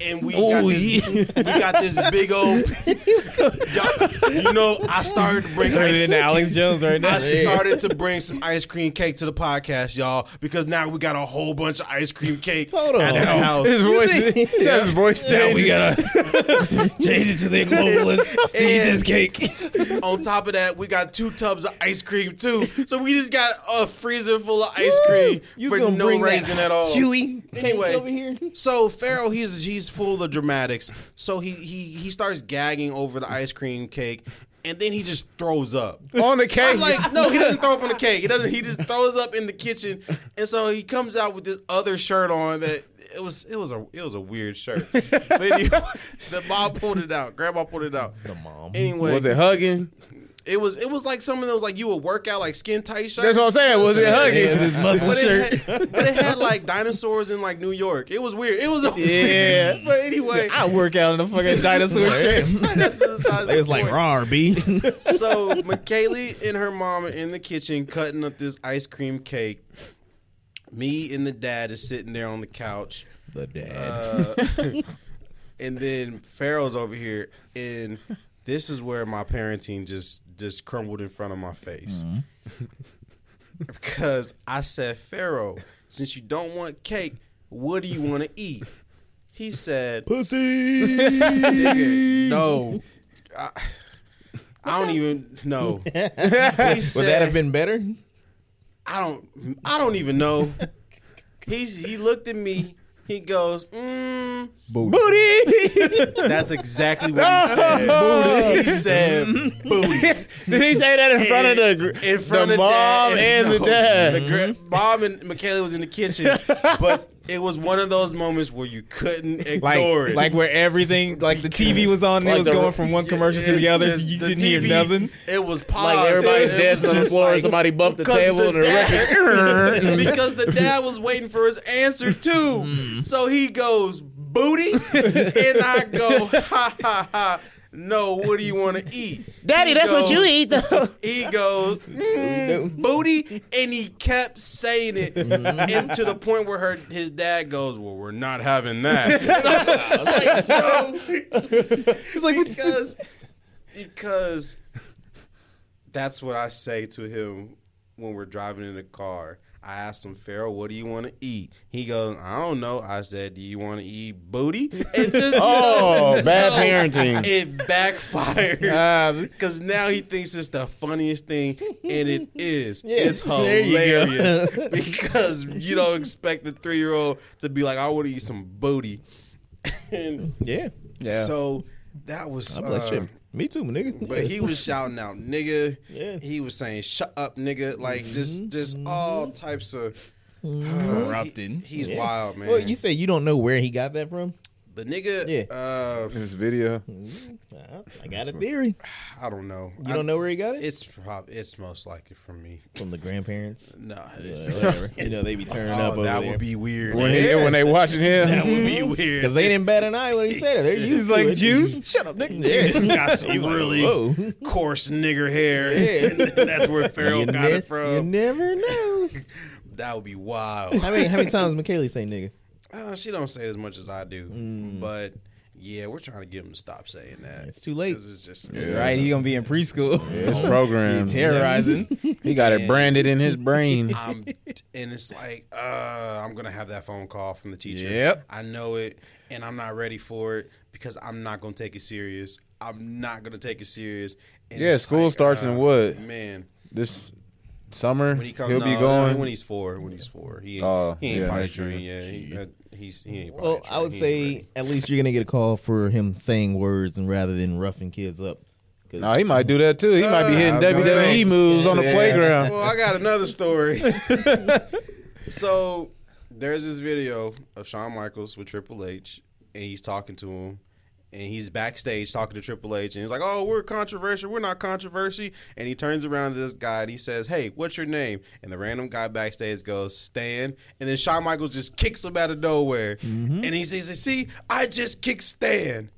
[SPEAKER 4] And we got,
[SPEAKER 1] Ooh,
[SPEAKER 4] this, we got this big old. Y'all- you know, I started to bring
[SPEAKER 3] Turn it
[SPEAKER 4] ice,
[SPEAKER 3] into Alex Jones right now.
[SPEAKER 4] I started to bring some ice cream cake to the podcast, y'all, because now we got a whole bunch of ice cream cake
[SPEAKER 1] Hold on.
[SPEAKER 4] at the house.
[SPEAKER 2] His voice, his voice
[SPEAKER 3] Now we
[SPEAKER 2] changed.
[SPEAKER 3] gotta change it to the globalist. to eat this cake.
[SPEAKER 4] On top of that, we got two tubs of ice cream too. So we just got a freezer full of ice cream
[SPEAKER 1] you
[SPEAKER 4] for
[SPEAKER 1] gonna
[SPEAKER 4] no
[SPEAKER 1] bring that
[SPEAKER 4] reason at all.
[SPEAKER 1] chewy
[SPEAKER 4] Anyway,
[SPEAKER 1] over here.
[SPEAKER 4] So Pharaoh, he's he's full of dramatics. So he he he starts gagging over the ice cream cake, and then he just throws up.
[SPEAKER 2] On the cake.
[SPEAKER 4] I'm like, no, he doesn't throw up on the cake. He doesn't. He just throws up in the kitchen, and so he comes out with this other shirt on that it was it was a it was a weird shirt. But anyway, the mom pulled it out. Grandma pulled it out. The
[SPEAKER 1] mom.
[SPEAKER 4] Anyway,
[SPEAKER 2] was it hugging?
[SPEAKER 4] it was it was like something that was like you would work out like skin tight shirt.
[SPEAKER 2] That's what I'm saying. Was it
[SPEAKER 1] yeah,
[SPEAKER 2] hugging?
[SPEAKER 1] this muscle
[SPEAKER 4] But
[SPEAKER 1] shirt.
[SPEAKER 4] it, had, but it had like dinosaurs in like New York. It was weird. It was a
[SPEAKER 3] Yeah.
[SPEAKER 4] but anyway,
[SPEAKER 3] I work out in a fucking dinosaur shit.
[SPEAKER 4] that's besides
[SPEAKER 1] It was
[SPEAKER 4] the
[SPEAKER 1] like
[SPEAKER 4] point.
[SPEAKER 1] rar b.
[SPEAKER 4] So McKaylee and her mom are in the kitchen cutting up this ice cream cake. Me and the dad is sitting there on the couch.
[SPEAKER 1] the dad.
[SPEAKER 4] Uh, and then Pharaoh's over here, and this is where my parenting just just crumbled in front of my face
[SPEAKER 1] Mm-hmm.
[SPEAKER 4] because I said, Pharaoh, since you don't want cake, what do you want to eat? He said,
[SPEAKER 1] Pussy.
[SPEAKER 4] Nigga, no. I, I don't even know. He
[SPEAKER 1] Would
[SPEAKER 4] said-
[SPEAKER 1] that have been better?
[SPEAKER 4] I don't. I don't even know. He's, he looked at me. He goes, mm,
[SPEAKER 2] Booty.
[SPEAKER 4] "That's exactly what he said." He said, "Booty."
[SPEAKER 2] Did he say that in front of the
[SPEAKER 4] in front
[SPEAKER 2] the
[SPEAKER 4] of
[SPEAKER 2] mom
[SPEAKER 4] dad,
[SPEAKER 2] and the
[SPEAKER 4] no,
[SPEAKER 2] dad?
[SPEAKER 4] The gra- mom and Michaela was in the kitchen, but it was one of those moments where you couldn't
[SPEAKER 3] Like,
[SPEAKER 4] ignore it.
[SPEAKER 3] like where everything, like the TV was on,
[SPEAKER 2] Like
[SPEAKER 3] it was
[SPEAKER 2] the-
[SPEAKER 3] going from one commercial to
[SPEAKER 4] It's
[SPEAKER 3] the other.
[SPEAKER 4] just
[SPEAKER 3] So you
[SPEAKER 4] the
[SPEAKER 3] didn't hear
[SPEAKER 4] TV,
[SPEAKER 3] nothing.
[SPEAKER 4] It was paused.
[SPEAKER 2] Like everybody's
[SPEAKER 4] It was
[SPEAKER 2] dancing on the
[SPEAKER 4] just
[SPEAKER 2] floor,
[SPEAKER 4] like-
[SPEAKER 2] somebody bumped the
[SPEAKER 4] because
[SPEAKER 2] table, and the
[SPEAKER 4] dad-
[SPEAKER 2] record.
[SPEAKER 4] because the dad was waiting for his answer too.
[SPEAKER 2] Mm.
[SPEAKER 4] So he goes booty, and I go ha ha ha. No, what do you want to eat, Daddy? that's what you eat. Though. He goes "Mm, booty, and he kept saying it, and to the point where her his dad goes, "Well, we're not having that." And I was like, "No."
[SPEAKER 3] It's like, what-
[SPEAKER 4] because because that's what I say to him when we're driving in the car. I asked him, Pharaoh, what do you want to eat? He goes, I don't know. I said, Do you want to eat booty? And just
[SPEAKER 2] Oh, bad
[SPEAKER 4] So,
[SPEAKER 2] parenting. Oh,
[SPEAKER 4] It backfired
[SPEAKER 3] uh,
[SPEAKER 4] because now he thinks it's the funniest thing, and it is. It's
[SPEAKER 1] there you go.
[SPEAKER 4] hilarious because you don't expect the three year old to be like, I want to eat some booty. And
[SPEAKER 1] Yeah.
[SPEAKER 3] yeah.
[SPEAKER 4] so that was.
[SPEAKER 1] I'm like,
[SPEAKER 4] uh,
[SPEAKER 1] shit. Me too, my nigga.
[SPEAKER 4] but he was shouting out nigga.
[SPEAKER 1] Yeah. Mm-hmm.
[SPEAKER 4] He was saying shut up nigga. Like just just all types of
[SPEAKER 3] Corrupting.
[SPEAKER 4] He- he's
[SPEAKER 1] Yeah.
[SPEAKER 4] wild, man.
[SPEAKER 1] Well, you say you don't know where he got that from?
[SPEAKER 4] the nigga
[SPEAKER 1] Yeah.
[SPEAKER 4] uh
[SPEAKER 2] This video.
[SPEAKER 1] Uh, I got a theory.
[SPEAKER 4] I don't know.
[SPEAKER 1] You don't know where he got it?
[SPEAKER 4] It's prob it's most likely from me.
[SPEAKER 1] From the grandparents.
[SPEAKER 4] No,
[SPEAKER 1] Uh,
[SPEAKER 4] it's
[SPEAKER 1] whatever. you know, they be turning
[SPEAKER 4] Oh,
[SPEAKER 1] up over
[SPEAKER 4] that
[SPEAKER 1] there.
[SPEAKER 4] would be weird.
[SPEAKER 2] When, he, when they watching him.
[SPEAKER 4] that would be weird.
[SPEAKER 1] Because they didn't bat an eye when he said it. They're used
[SPEAKER 3] he's
[SPEAKER 1] to
[SPEAKER 3] like,
[SPEAKER 1] it.
[SPEAKER 3] Juice? Shut up, nigga.
[SPEAKER 1] Yeah.
[SPEAKER 4] He's got some
[SPEAKER 1] He's like,
[SPEAKER 4] really
[SPEAKER 1] whoa.
[SPEAKER 4] coarse nigger hair.
[SPEAKER 1] Yeah.
[SPEAKER 4] That's where Pharaoh
[SPEAKER 1] You
[SPEAKER 4] got
[SPEAKER 1] ne-
[SPEAKER 4] it
[SPEAKER 1] You
[SPEAKER 4] from.
[SPEAKER 1] never know.
[SPEAKER 4] That would be wild.
[SPEAKER 1] I mean, how many times Michaeli say nigga?
[SPEAKER 4] Uh, she don't say as much as I do, but Yeah, we're trying to get him to stop saying that.
[SPEAKER 1] Mm. It's too late.
[SPEAKER 4] 'Cause It's just
[SPEAKER 3] Right? He gonna be in preschool.
[SPEAKER 2] It's programmed.
[SPEAKER 3] Terrorizing.
[SPEAKER 2] He got it branded in his brain.
[SPEAKER 4] I'm, and it's like, uh, I'm gonna have that phone call from the teacher.
[SPEAKER 3] Yep.
[SPEAKER 4] I know it, and I'm not ready for it because I'm not gonna take it serious. I'm not gonna take it serious. And
[SPEAKER 2] Yeah,
[SPEAKER 4] it's uh,
[SPEAKER 2] school starts in what?
[SPEAKER 4] Man,
[SPEAKER 2] This summer,
[SPEAKER 4] when he
[SPEAKER 2] he
[SPEAKER 4] comes,
[SPEAKER 2] will
[SPEAKER 4] no,
[SPEAKER 2] be
[SPEAKER 4] no,
[SPEAKER 2] going.
[SPEAKER 4] when he's four. When he's four, he ain't,
[SPEAKER 2] Oh,
[SPEAKER 4] he ain't
[SPEAKER 2] yeah,
[SPEAKER 4] potty
[SPEAKER 2] that's true.
[SPEAKER 4] trained. Yeah, he, uh, he's he ain't.
[SPEAKER 1] Well,
[SPEAKER 4] potty
[SPEAKER 1] I would
[SPEAKER 4] trained. He ain't
[SPEAKER 1] say at least you're gonna get a call for him saying words and rather than roughing kids up. 'Cause-
[SPEAKER 2] no, he might do that too. He might be
[SPEAKER 4] Uh,
[SPEAKER 2] hitting
[SPEAKER 4] I was
[SPEAKER 2] WWE
[SPEAKER 4] gonna say.
[SPEAKER 2] moves on the
[SPEAKER 4] Yeah.
[SPEAKER 2] playground.
[SPEAKER 4] Well, I got another story. so there's this video of Shawn Michaels with Triple H, and he's talking to him, and he's backstage talking to Triple H, and he's like, "Oh, we're controversial. We're not controversy." And he turns around to this guy and he says, "Hey, what's your name?" And the random guy backstage goes, "Stan." And then Shawn Michaels just kicks him out of nowhere, and he says, "See, I just kicked Stan."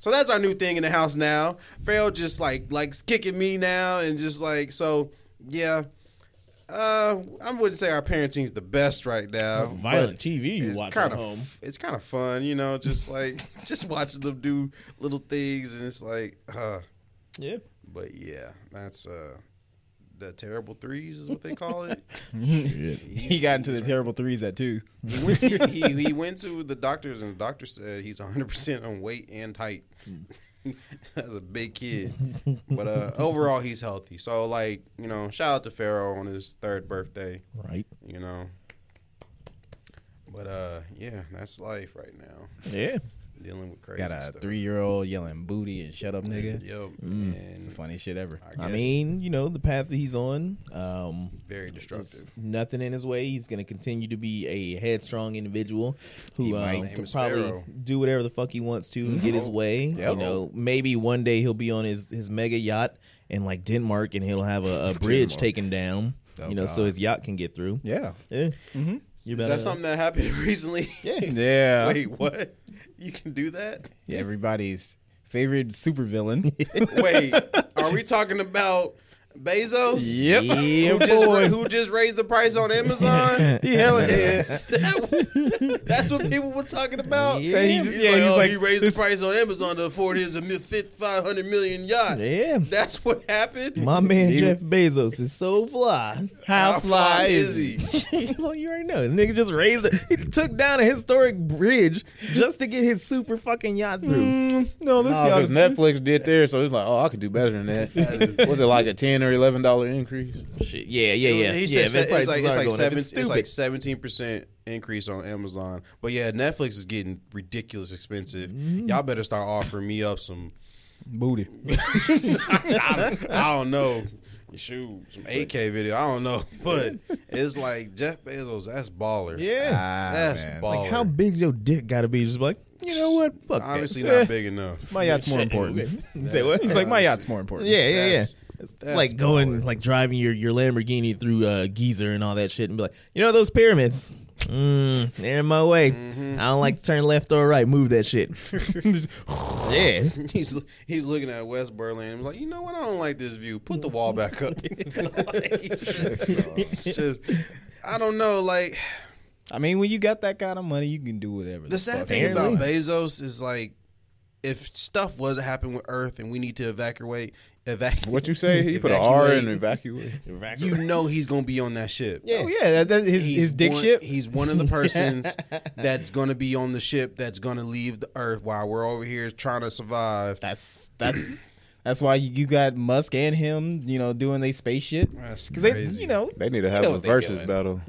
[SPEAKER 4] So that's our new thing in the house now. Pharrell just like likes kicking me now and just like so yeah. Uh, I wouldn't say our parenting's the best right now.
[SPEAKER 1] Oh, Violent
[SPEAKER 4] but
[SPEAKER 1] TV you
[SPEAKER 4] it's
[SPEAKER 1] watch
[SPEAKER 4] kind
[SPEAKER 1] at
[SPEAKER 4] of
[SPEAKER 1] home.
[SPEAKER 4] it's kind of fun, you know, just like just watching them do little things and it's like, uh,
[SPEAKER 1] Yeah.
[SPEAKER 4] but yeah, that's uh, the terrible threes is what they call it.
[SPEAKER 3] he got into the terrible threes at two.
[SPEAKER 4] he, went to, he, he went to the doctors and the doctor said he's 100% on weight and height that's a big kid but uh, overall he's healthy so like you know shout out to pharaoh on his third birthday
[SPEAKER 1] Right.
[SPEAKER 4] you know but uh yeah that's life right now
[SPEAKER 1] Yeah.
[SPEAKER 4] dealing with crazy
[SPEAKER 3] Got a
[SPEAKER 4] stuff
[SPEAKER 3] three year old yelling booty and shut up, nigga.
[SPEAKER 4] yep
[SPEAKER 3] It's the
[SPEAKER 4] and
[SPEAKER 3] funniest shit ever.
[SPEAKER 4] I,
[SPEAKER 1] Mm. I
[SPEAKER 4] guess
[SPEAKER 1] mean, you know, the path that he's on, um,
[SPEAKER 4] very
[SPEAKER 1] there's
[SPEAKER 4] destructive
[SPEAKER 1] nothing in his way. He's going to continue to be a headstrong individual who
[SPEAKER 4] might.
[SPEAKER 1] um,
[SPEAKER 4] His name Mm-hmm.
[SPEAKER 1] can
[SPEAKER 4] is
[SPEAKER 1] probably
[SPEAKER 4] Pharaoh.
[SPEAKER 1] do whatever the fuck he wants to and get his way. You know, maybe one day he'll be on his, his mega yacht in like Denmark and he'll have a, a bridge taken down,
[SPEAKER 4] Oh,
[SPEAKER 1] you know, so his yacht can get through.
[SPEAKER 3] Yeah.
[SPEAKER 1] Yeah. You
[SPEAKER 4] Mm-hmm. is
[SPEAKER 1] better-
[SPEAKER 4] that something that happened recently
[SPEAKER 3] Yeah.
[SPEAKER 4] wait what you can do that
[SPEAKER 3] Everybody's favorite supervillain.
[SPEAKER 4] Wait, are we talking about Bezos?
[SPEAKER 3] yep.
[SPEAKER 1] Yeah,
[SPEAKER 4] Who just,
[SPEAKER 1] boy.
[SPEAKER 4] ra- who just raised the price on Amazon?
[SPEAKER 3] Hell yeah.
[SPEAKER 4] Is that- that's what people were talking about.
[SPEAKER 1] Yeah.
[SPEAKER 3] He
[SPEAKER 4] He's
[SPEAKER 3] just,
[SPEAKER 4] like,
[SPEAKER 3] yeah, he's
[SPEAKER 4] oh,
[SPEAKER 3] like,
[SPEAKER 4] he raised
[SPEAKER 3] this-
[SPEAKER 4] the price on Amazon to afford his a mi- fif- 500 million yacht.
[SPEAKER 1] Yeah.
[SPEAKER 4] That's what happened.
[SPEAKER 1] My man Jeff Bezos is so fly.
[SPEAKER 4] How fly is he?
[SPEAKER 1] well, you already know. The nigga just raised it. He took down a historic bridge just to get his super fucking yacht through.
[SPEAKER 3] Mm, No, this
[SPEAKER 2] No,
[SPEAKER 3] y'all
[SPEAKER 2] because Netflix did there, so it's like, oh, I could do better than that. was it like a ten or eleven dollar increase?
[SPEAKER 1] Shit. Yeah, yeah, yeah.
[SPEAKER 4] He
[SPEAKER 1] yeah,
[SPEAKER 4] said
[SPEAKER 1] man,
[SPEAKER 4] se- it's
[SPEAKER 1] prices
[SPEAKER 4] like
[SPEAKER 1] are
[SPEAKER 4] it's like,
[SPEAKER 1] going up.
[SPEAKER 4] seven,
[SPEAKER 1] It's
[SPEAKER 4] it's, like
[SPEAKER 1] stupid.
[SPEAKER 4] 17% increase on Amazon. But yeah, Netflix is getting ridiculous expensive.
[SPEAKER 3] Mm-hmm.
[SPEAKER 4] Y'all better start offering me up some
[SPEAKER 3] booty.
[SPEAKER 4] I, I don't know. Shoot, some AK video. I don't know, but it's like Jeff Bezos. That's baller.
[SPEAKER 1] yeah.
[SPEAKER 3] Ah,
[SPEAKER 4] that's baller.
[SPEAKER 1] Ah, Like, how big's your dick got to be? Just like, you know what? Fuck
[SPEAKER 4] Obviously
[SPEAKER 1] that.
[SPEAKER 4] not big enough.
[SPEAKER 3] My yacht's more important.
[SPEAKER 1] You say what?
[SPEAKER 3] He's like, my yacht's more important.
[SPEAKER 1] Yeah, yeah, yeah.
[SPEAKER 4] That's-
[SPEAKER 1] It's
[SPEAKER 4] that's
[SPEAKER 1] like going,
[SPEAKER 4] baller.
[SPEAKER 1] like driving your, your Lamborghini through uh, Geezer and all that shit, and be like, you know those pyramids? Mm, they're in my way.
[SPEAKER 4] Mm-hmm.
[SPEAKER 1] I don't like to turn left or right. Move that shit. yeah,
[SPEAKER 4] He's he's looking at West Berlin. and like, you know what? I don't like this view. Put the wall back up. Like, it's just- it's just- I don't know. Like
[SPEAKER 3] I mean, when you got that kind of money, you can do whatever.
[SPEAKER 4] the sad
[SPEAKER 3] fuck
[SPEAKER 4] thing
[SPEAKER 3] you
[SPEAKER 4] about
[SPEAKER 3] want.
[SPEAKER 4] Bezos is like, if stuff was to happen with Earth and we need to evacuate, evacuate.
[SPEAKER 2] What you say? He put an R in
[SPEAKER 4] Evacuate.
[SPEAKER 2] evacuate.
[SPEAKER 4] You know he's gonna be on that ship.
[SPEAKER 3] Oh, yeah, that, that, his, his dick
[SPEAKER 4] one,
[SPEAKER 3] ship.
[SPEAKER 4] He's one of the persons that's going to be on the ship that's going to leave the Earth while we're over here trying to survive.
[SPEAKER 3] That's that's that's why you, you got Musk and him, you know, doing they space shit.
[SPEAKER 4] That's
[SPEAKER 3] Because they,
[SPEAKER 4] crazy.
[SPEAKER 3] you know,
[SPEAKER 2] They need to have
[SPEAKER 3] know
[SPEAKER 2] a
[SPEAKER 3] what they
[SPEAKER 2] versus
[SPEAKER 3] doing.
[SPEAKER 2] battle.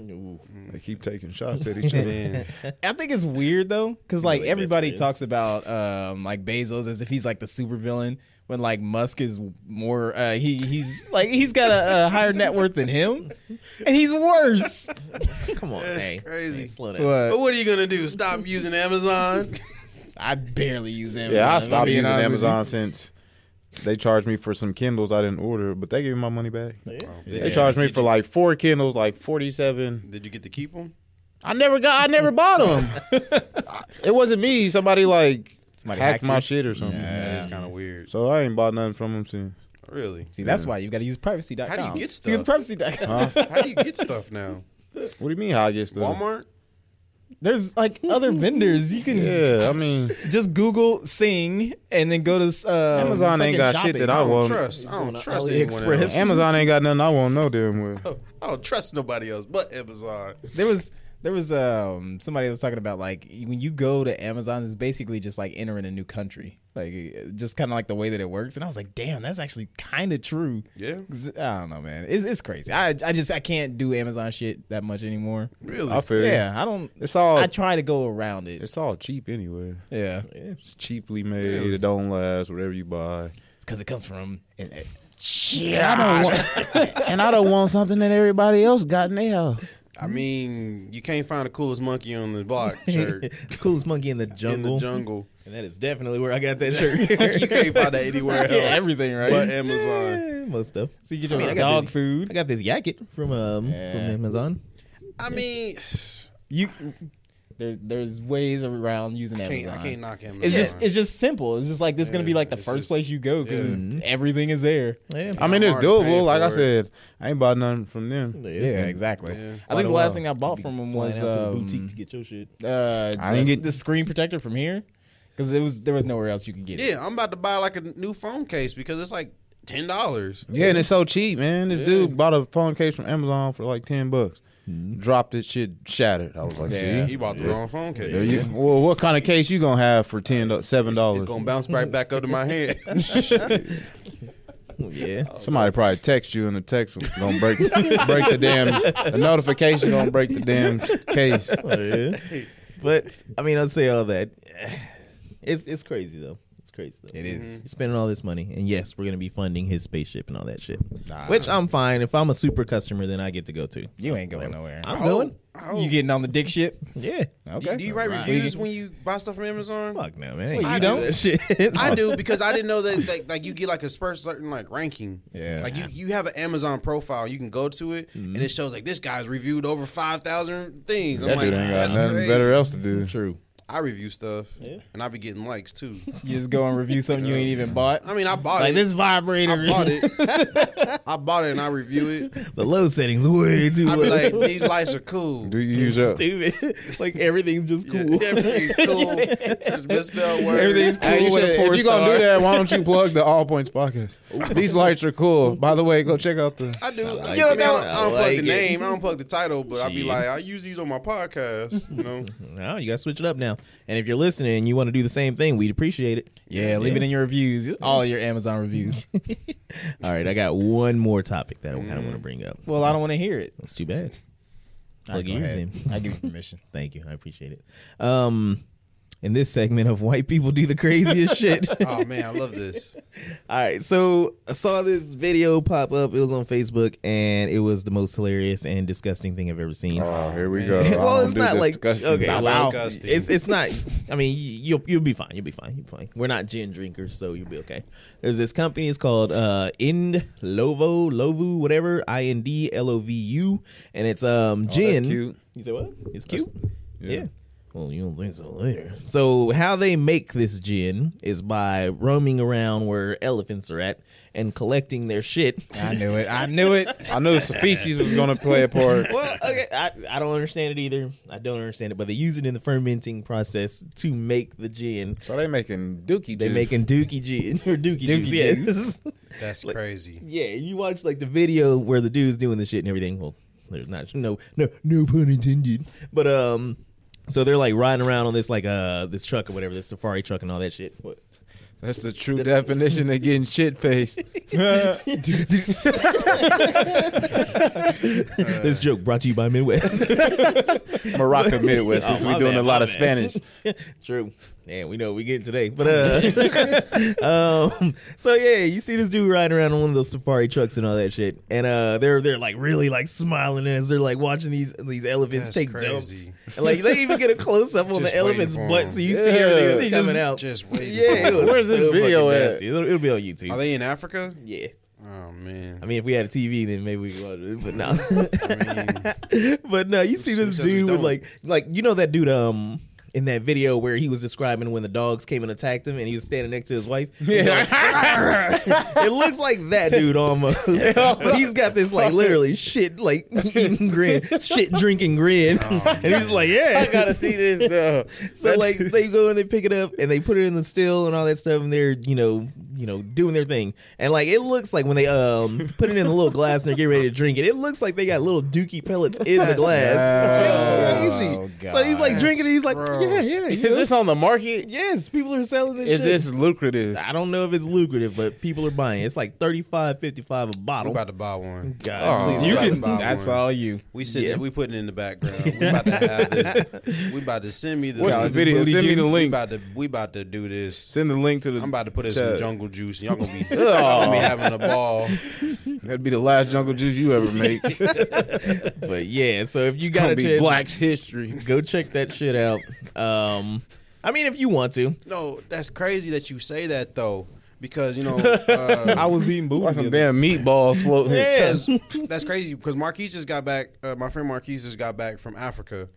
[SPEAKER 2] They keep taking shots at each other.
[SPEAKER 4] Man,
[SPEAKER 3] I think it's weird though, because like
[SPEAKER 1] they best
[SPEAKER 3] everybody
[SPEAKER 1] friends.
[SPEAKER 3] talks about um like Bezos as if he's like the supervillain, when like Musk is more uh, he he's like he's got a, a higher net worth than him, and he's worse.
[SPEAKER 1] Come on,
[SPEAKER 4] That's
[SPEAKER 1] hey.
[SPEAKER 4] crazy.
[SPEAKER 1] Hey, slow down.
[SPEAKER 4] but
[SPEAKER 3] But
[SPEAKER 4] what are you going to do? Stop using Amazon?
[SPEAKER 3] I barely use Amazon.
[SPEAKER 2] Yeah, I
[SPEAKER 3] I'm
[SPEAKER 2] stopped
[SPEAKER 3] being
[SPEAKER 2] using
[SPEAKER 3] honest with you.
[SPEAKER 2] Amazon since they charged me for some Kindles I didn't order, but they gave me my money back. They
[SPEAKER 4] Yeah.
[SPEAKER 2] charged me
[SPEAKER 4] Did
[SPEAKER 2] for
[SPEAKER 4] you-
[SPEAKER 2] like four Kindles, like forty-seven.
[SPEAKER 4] Did you get to keep them?
[SPEAKER 2] I never got. I never bought them. it wasn't me. Somebody like hacked
[SPEAKER 3] hacked
[SPEAKER 2] my
[SPEAKER 3] you?
[SPEAKER 2] shit or something.
[SPEAKER 4] That is kind of weird.
[SPEAKER 2] So I ain't bought nothing from them since.
[SPEAKER 4] Really?
[SPEAKER 3] See, that's why you got to use privacy.com.
[SPEAKER 4] How do you get
[SPEAKER 3] See, it's privacy.com.
[SPEAKER 4] How do you get stuff now?
[SPEAKER 2] What do you mean? How I get stuff?
[SPEAKER 4] Walmart?
[SPEAKER 3] There's like other vendors you can
[SPEAKER 2] Yeah, I mean,
[SPEAKER 3] just Google thing and then go to uh,
[SPEAKER 2] Amazon
[SPEAKER 3] fucking
[SPEAKER 2] ain't got
[SPEAKER 3] shopping.
[SPEAKER 2] shit that
[SPEAKER 4] I
[SPEAKER 2] I
[SPEAKER 4] don't
[SPEAKER 2] want.
[SPEAKER 4] trust. I don't trust anyone
[SPEAKER 1] AliExpress.
[SPEAKER 4] else.
[SPEAKER 2] Amazon ain't got nothing I won't know damn well.
[SPEAKER 4] I don't trust nobody else but Amazon.
[SPEAKER 3] There was there was um somebody was talking about like when you go to Amazon, it's basically just like entering a new country, like uh, just kind of like the way that it works. And I was like, damn, that's actually kind of true.
[SPEAKER 4] Yeah.
[SPEAKER 3] 'Cause, I don't know, man. It's, it's crazy. I I just I can't do Amazon shit that much anymore.
[SPEAKER 4] Really?
[SPEAKER 2] I feel yeah.
[SPEAKER 3] Yeah, I don't.
[SPEAKER 2] It's all
[SPEAKER 3] I try to go around it.
[SPEAKER 2] it's all cheap anyway.
[SPEAKER 3] Yeah,
[SPEAKER 2] It's cheaply made. It don't last. Whatever you buy.
[SPEAKER 3] because it comes from. And, and-
[SPEAKER 2] and I don't want something that everybody else got in their house.
[SPEAKER 4] I mean, you can't find the coolest monkey on the block shirt
[SPEAKER 1] Coolest monkey in the
[SPEAKER 4] in
[SPEAKER 1] jungle.
[SPEAKER 4] the jungle.
[SPEAKER 1] And that is definitely where I got that shirt.
[SPEAKER 4] you can't find that anywhere else.
[SPEAKER 3] yeah, everything right.
[SPEAKER 4] But Amazon.
[SPEAKER 1] Eh, Most stuff.
[SPEAKER 3] so you get your
[SPEAKER 1] I mean, I got
[SPEAKER 3] dog
[SPEAKER 1] this- I
[SPEAKER 3] food.
[SPEAKER 1] got this jacket from um from
[SPEAKER 3] Yeah.
[SPEAKER 1] Amazon.
[SPEAKER 4] I mean,
[SPEAKER 3] You there's there's ways around using
[SPEAKER 4] I can't,
[SPEAKER 3] Amazon.
[SPEAKER 4] I can't knock Amazon.
[SPEAKER 3] It's just it's just simple. It's just like this is gonna be
[SPEAKER 4] Yeah,
[SPEAKER 3] like the
[SPEAKER 4] it's
[SPEAKER 3] first
[SPEAKER 4] just-
[SPEAKER 3] place you go because
[SPEAKER 1] yeah.
[SPEAKER 3] everything is there.
[SPEAKER 1] Yeah.
[SPEAKER 2] I mean, it's
[SPEAKER 4] I'm already paying
[SPEAKER 2] doable. Like I
[SPEAKER 4] for it.
[SPEAKER 2] said, I ain't bought nothing from them.
[SPEAKER 3] exactly.
[SPEAKER 4] Yeah.
[SPEAKER 3] I
[SPEAKER 2] Quite
[SPEAKER 3] think
[SPEAKER 2] a
[SPEAKER 3] the last
[SPEAKER 2] while.
[SPEAKER 3] thing I bought from him was
[SPEAKER 1] Flying out to the
[SPEAKER 3] um,
[SPEAKER 1] boutique to get your shit.
[SPEAKER 3] uh,
[SPEAKER 2] I didn't
[SPEAKER 3] the-
[SPEAKER 2] get-
[SPEAKER 3] the screen protector from here because it was there was nowhere else you could get it.
[SPEAKER 4] yeah, I'm about to buy like a new phone case because it's like ten dollars.
[SPEAKER 2] Yeah, and it's so cheap, man. This dude bought a phone case from Amazon for like ten bucks. Dropped it, shit shattered. I was like,
[SPEAKER 3] Yeah.
[SPEAKER 2] see.
[SPEAKER 4] He bought the wrong phone case.
[SPEAKER 2] There you- well, what kind of case you gonna have for ten do- seven
[SPEAKER 4] It's
[SPEAKER 2] dollars?
[SPEAKER 4] gonna bounce right back up to my head.
[SPEAKER 3] Oh,
[SPEAKER 1] Yeah.
[SPEAKER 2] Somebody probably text you and the text is gonna break break the damn the notification gonna break the damn case.
[SPEAKER 1] But I mean, I'll say all that. It's it's crazy though. It's crazy though.
[SPEAKER 3] It is.
[SPEAKER 1] He's spending all this money, and yes, we're gonna be funding his spaceship and all that shit. Which I'm fine. If I'm a super customer, then I get to go too.
[SPEAKER 3] You ain't going nowhere.
[SPEAKER 1] I'm going.
[SPEAKER 4] Oh,
[SPEAKER 3] You getting on the dick ship?
[SPEAKER 1] Yeah.
[SPEAKER 3] Okay.
[SPEAKER 4] Do you write
[SPEAKER 3] Alright.
[SPEAKER 4] reviews when you buy stuff from Amazon?
[SPEAKER 1] Fuck no, man.
[SPEAKER 3] Wait,
[SPEAKER 1] I
[SPEAKER 3] you
[SPEAKER 1] do
[SPEAKER 3] don't?
[SPEAKER 1] that shit.
[SPEAKER 4] I do because I didn't know that like, like you get like a spur certain like ranking.
[SPEAKER 3] Yeah.
[SPEAKER 4] Like you, you have an Amazon profile, you can go to it and it shows like this guy's reviewed over five thousand things. I'm
[SPEAKER 2] That
[SPEAKER 4] like,
[SPEAKER 2] dude ain't got
[SPEAKER 4] that's
[SPEAKER 2] nothing
[SPEAKER 4] crazy.
[SPEAKER 2] better else to do.
[SPEAKER 3] True.
[SPEAKER 4] I review stuff and I be getting likes too.
[SPEAKER 3] You just go and review something you ain't even bought.
[SPEAKER 4] I mean I bought
[SPEAKER 3] Like
[SPEAKER 4] it.
[SPEAKER 3] this vibrator.
[SPEAKER 4] I bought it. I bought it and I review it.
[SPEAKER 1] The low settings way too
[SPEAKER 4] I be
[SPEAKER 1] low.
[SPEAKER 4] like, these lights are cool.
[SPEAKER 2] Do you use up?
[SPEAKER 1] Stupid. like everything's just
[SPEAKER 4] Yeah,
[SPEAKER 1] cool.
[SPEAKER 4] everything's cool. Just misspelled words.
[SPEAKER 3] Everything's cool.
[SPEAKER 2] Hey, you
[SPEAKER 3] with
[SPEAKER 2] should-
[SPEAKER 3] a four
[SPEAKER 2] if you're gonna
[SPEAKER 3] star.
[SPEAKER 2] do that, why don't you plug the All Points podcast? These lights are cool. By the way, go check out the.
[SPEAKER 4] I do. I,
[SPEAKER 1] like
[SPEAKER 4] you know,
[SPEAKER 1] it.
[SPEAKER 4] I don't,
[SPEAKER 1] I
[SPEAKER 4] I don't
[SPEAKER 1] like
[SPEAKER 4] plug the
[SPEAKER 1] it.
[SPEAKER 4] name. I don't plug the title, but I be
[SPEAKER 1] Shit.
[SPEAKER 4] like, I use these on my podcast. You know,
[SPEAKER 1] No, you gotta switch it up now. And if you're listening and you want to do the same thing, we'd appreciate it.
[SPEAKER 3] Yeah, leave it in your reviews. All your Amazon reviews.
[SPEAKER 1] All right, I got one more topic that I kind of want to bring up.
[SPEAKER 3] Mm. well, I don't want to hear it.
[SPEAKER 1] That's too bad.
[SPEAKER 3] Alright,
[SPEAKER 1] Plug
[SPEAKER 3] go
[SPEAKER 1] yours
[SPEAKER 3] ahead.
[SPEAKER 1] in.
[SPEAKER 3] I give you permission.
[SPEAKER 1] Thank you. I appreciate it. Um, in this segment of white people do the craziest shit. All
[SPEAKER 4] oh man, I love this.
[SPEAKER 1] right, so I saw this video pop up. It was on Facebook, and it was the most hilarious and disgusting thing I've ever seen.
[SPEAKER 2] Oh, here we go. I
[SPEAKER 1] well,
[SPEAKER 2] don't
[SPEAKER 1] it's
[SPEAKER 2] do
[SPEAKER 1] not
[SPEAKER 2] this
[SPEAKER 1] like
[SPEAKER 2] disgusting
[SPEAKER 1] okay,
[SPEAKER 2] stuff.
[SPEAKER 1] well,
[SPEAKER 4] Disgusting.
[SPEAKER 1] it's it's not. I mean, y- you'll you'll be fine. You'll be fine. You'll be fine. We're not gin drinkers, so you'll be okay. There's this company. It's called uh, Ind Lovo Lovu whatever I N D L O V U, and it's um gin.
[SPEAKER 2] Oh, cute.
[SPEAKER 1] You say what? It's cute.
[SPEAKER 2] yeah.
[SPEAKER 1] yeah. Well, you don't think so later. So, how they make this gin is by roaming around where elephants are at and collecting their shit.
[SPEAKER 3] I knew it. I knew it.
[SPEAKER 2] I knew the feces was gonna play a part.
[SPEAKER 1] well, okay, I, I don't understand it either. I don't understand it, but they use it in the fermenting process to make the gin.
[SPEAKER 2] So they making dookie.
[SPEAKER 1] They
[SPEAKER 2] juice.
[SPEAKER 1] making dookie gin or dookie, juice. Yes.
[SPEAKER 4] That's crazy.
[SPEAKER 1] yeah, you watch like the video where the dude's doing the shit and everything. Well, there's not no no no pun intended, but um, so they're like riding around on this like uh this truck or whatever, this safari truck and all that shit. What?
[SPEAKER 2] That's the true definition of getting shit faced. That's
[SPEAKER 1] this joke brought to you by Midwest.
[SPEAKER 2] Moroccan Midwest.
[SPEAKER 1] Oh,
[SPEAKER 2] Since
[SPEAKER 1] my
[SPEAKER 2] we're doing
[SPEAKER 1] bad,
[SPEAKER 2] a lot
[SPEAKER 1] my
[SPEAKER 2] of
[SPEAKER 1] bad.
[SPEAKER 2] Spanish.
[SPEAKER 1] True. Yeah, we know what we get today. But uh um so yeah, you see this dude riding around on one of those safari trucks and all that shit. And uh they're they're like really like smiling as they're like watching these these elephants
[SPEAKER 4] That's
[SPEAKER 1] take
[SPEAKER 4] crazy.
[SPEAKER 1] dumps. And like they even get a close up on
[SPEAKER 4] Just
[SPEAKER 1] the elephant's
[SPEAKER 4] waiting for
[SPEAKER 1] butt
[SPEAKER 4] him.
[SPEAKER 1] so you
[SPEAKER 2] Yeah.
[SPEAKER 1] see everything that's
[SPEAKER 2] He just-
[SPEAKER 1] coming out.
[SPEAKER 4] Just waiting.
[SPEAKER 1] yeah, it
[SPEAKER 4] for
[SPEAKER 1] was
[SPEAKER 4] it.
[SPEAKER 2] Where's this
[SPEAKER 1] so
[SPEAKER 2] video
[SPEAKER 1] fucking
[SPEAKER 2] at?
[SPEAKER 1] nasty. It'll, it'll be on YouTube.
[SPEAKER 4] Are they in Africa?
[SPEAKER 1] yeah.
[SPEAKER 4] Oh man.
[SPEAKER 1] I mean, if we had a TV, then maybe we could watch it, but no.
[SPEAKER 4] I mean,
[SPEAKER 1] but no, you see
[SPEAKER 4] Who
[SPEAKER 1] this
[SPEAKER 4] says we
[SPEAKER 1] dude with
[SPEAKER 4] don't?
[SPEAKER 1] like, like you know that dude, um, in that video where he was describing when the dogs came and attacked him, and he was standing next to his wife. it looks like that dude almost, but he's got this like literally shit like eating grin, shit drinking grin,
[SPEAKER 4] Oh,
[SPEAKER 1] and he's like, yeah,
[SPEAKER 5] I gotta see this though.
[SPEAKER 1] so like they go and they pick it up and they put it in the still and all that stuff and they're you know you know doing their thing and like it looks like when they um put it in the little glass and they're getting ready to drink it it looks like they got little dookie pellets in the glass It's
[SPEAKER 2] Uh,
[SPEAKER 1] crazy.
[SPEAKER 3] Oh, God.
[SPEAKER 1] so he's like drinking it he's like
[SPEAKER 4] That's
[SPEAKER 1] yeah
[SPEAKER 4] gross.
[SPEAKER 1] yeah
[SPEAKER 5] Is
[SPEAKER 1] yeah."
[SPEAKER 5] this on the market?
[SPEAKER 1] yes people are selling this
[SPEAKER 5] Is
[SPEAKER 1] shit.
[SPEAKER 5] this lucrative?
[SPEAKER 1] I don't know if it's lucrative but people are buying it. it's like 35 55 a
[SPEAKER 4] I'm
[SPEAKER 1] bottle
[SPEAKER 4] about to buy one.
[SPEAKER 1] God,
[SPEAKER 5] Oh.
[SPEAKER 1] please.
[SPEAKER 4] You
[SPEAKER 3] You
[SPEAKER 4] about to
[SPEAKER 3] can.
[SPEAKER 4] buy
[SPEAKER 3] That's
[SPEAKER 4] one.
[SPEAKER 3] all you.
[SPEAKER 4] We sit
[SPEAKER 1] Yeah.
[SPEAKER 4] there, we putting it in the background. We about to have this. We about to send me this.
[SPEAKER 5] What's the video?
[SPEAKER 4] Booty
[SPEAKER 5] Send me the
[SPEAKER 4] juice. We
[SPEAKER 5] link.
[SPEAKER 4] about to we about to do this.
[SPEAKER 2] Send the link to the.
[SPEAKER 4] I'm about to put in some
[SPEAKER 2] Chad.
[SPEAKER 4] jungle juice. Y'all gonna be, y'all
[SPEAKER 5] Oh.
[SPEAKER 4] gonna be having a ball.
[SPEAKER 2] That'd be the last jungle juice you ever make. you
[SPEAKER 1] but yeah so if you got
[SPEAKER 2] gotta
[SPEAKER 1] a
[SPEAKER 2] be
[SPEAKER 1] chance
[SPEAKER 2] Black's history.
[SPEAKER 1] go check that shit out um I mean if you want to
[SPEAKER 4] No, that's crazy that you say that though, because you know uh,
[SPEAKER 3] was eating
[SPEAKER 2] Why some
[SPEAKER 3] booty.
[SPEAKER 2] damn meatballs floating?
[SPEAKER 1] yeah
[SPEAKER 4] that's crazy because Marquise just got back. Uh, my friend Marquise just got back from Africa,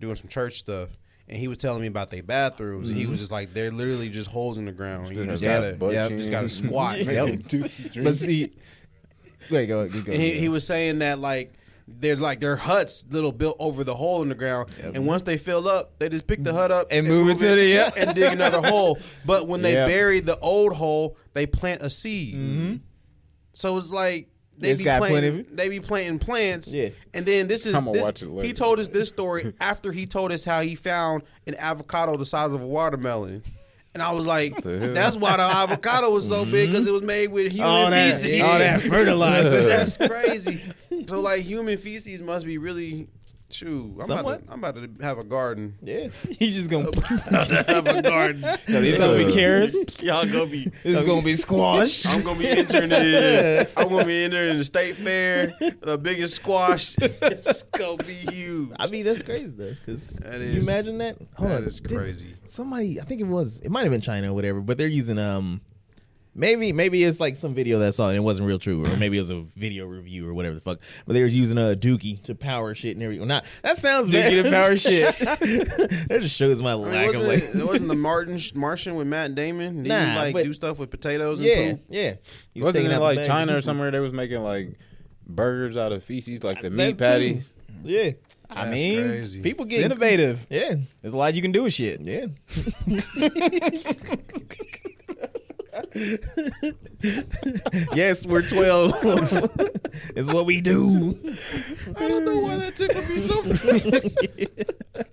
[SPEAKER 4] doing some church stuff, and he was telling me about their bathrooms. And he
[SPEAKER 5] Mm-hmm.
[SPEAKER 4] was just like, they're literally just holes in the ground. and you just
[SPEAKER 2] Yep.
[SPEAKER 4] gotta,
[SPEAKER 2] Butt
[SPEAKER 4] yep,
[SPEAKER 2] chin.
[SPEAKER 4] just gotta squat.
[SPEAKER 3] But see, wait, go, go, go.
[SPEAKER 4] And he, he was saying that like they're like their huts little built over the hole in the ground, and once they fill up, they just pick the hut up
[SPEAKER 3] And move it to the- yeah.
[SPEAKER 4] and dig another hole. But when they
[SPEAKER 3] Yeah. Mm-hmm.
[SPEAKER 4] bury the old hole, they plant a seed. So it's like they
[SPEAKER 3] It's
[SPEAKER 4] be
[SPEAKER 3] got
[SPEAKER 4] planting,
[SPEAKER 3] plenty of
[SPEAKER 4] they be planting plants.
[SPEAKER 1] Yeah.
[SPEAKER 4] and then this is
[SPEAKER 2] I'ma
[SPEAKER 4] this-
[SPEAKER 2] watch it later.
[SPEAKER 4] he told us this story after he told us how he found an avocado the size of a watermelon. And I was like,
[SPEAKER 2] the hell?
[SPEAKER 4] "That's why the avocado was so big because it was made with human
[SPEAKER 3] all that,
[SPEAKER 4] feces."
[SPEAKER 3] all that fertilizer.
[SPEAKER 4] That's crazy. So like human feces must be really true. I'm about,
[SPEAKER 1] Somewhat.
[SPEAKER 4] to, I'm about to have a garden.
[SPEAKER 1] yeah
[SPEAKER 3] He's just gonna.
[SPEAKER 4] have a garden.
[SPEAKER 3] It's gonna be carrots.
[SPEAKER 4] Y'all gonna be.
[SPEAKER 3] It's gonna be squash.
[SPEAKER 4] I'm gonna be entering the. I'm gonna be entering the state fair. The biggest squash. It's gonna be huge.
[SPEAKER 1] I mean, that's crazy though. Because
[SPEAKER 4] That
[SPEAKER 1] you
[SPEAKER 4] is-
[SPEAKER 1] imagine that? Hold
[SPEAKER 4] That
[SPEAKER 1] on,
[SPEAKER 4] is
[SPEAKER 1] did-
[SPEAKER 4] crazy.
[SPEAKER 1] somebody, I think it was, it might have been China or whatever, but they're using um, maybe maybe it's like some video that I saw and it wasn't real true, or maybe it was a video review or whatever the fuck. But they was using a dookie to power shit and everything. Not that sounds
[SPEAKER 3] Dookie
[SPEAKER 1] bad.
[SPEAKER 3] to power shit.
[SPEAKER 1] that just shows my
[SPEAKER 4] I mean,
[SPEAKER 1] lack of
[SPEAKER 4] wasn't
[SPEAKER 1] like.
[SPEAKER 4] it, it wasn't the Martin Martian with Matt Damon. Did
[SPEAKER 1] Nah,
[SPEAKER 4] he like
[SPEAKER 1] but-
[SPEAKER 4] do stuff with potatoes and
[SPEAKER 1] Yeah,
[SPEAKER 4] poop?
[SPEAKER 1] yeah. He was
[SPEAKER 2] Wasn't
[SPEAKER 1] taking
[SPEAKER 2] it
[SPEAKER 1] out the
[SPEAKER 2] like
[SPEAKER 1] bags of
[SPEAKER 2] China or
[SPEAKER 1] poop.
[SPEAKER 2] somewhere they was making like burgers out of feces, like the
[SPEAKER 1] That
[SPEAKER 2] meat
[SPEAKER 1] too.
[SPEAKER 2] patty?
[SPEAKER 1] Yeah,
[SPEAKER 3] I
[SPEAKER 4] That's
[SPEAKER 3] mean,
[SPEAKER 4] crazy.
[SPEAKER 1] people
[SPEAKER 3] it's
[SPEAKER 1] get
[SPEAKER 3] innovative.
[SPEAKER 1] Yeah,
[SPEAKER 3] There's a lot you can do with shit.
[SPEAKER 1] yeah. yes, we're twelve. it's what we do.
[SPEAKER 4] I don't know why that tickled me so.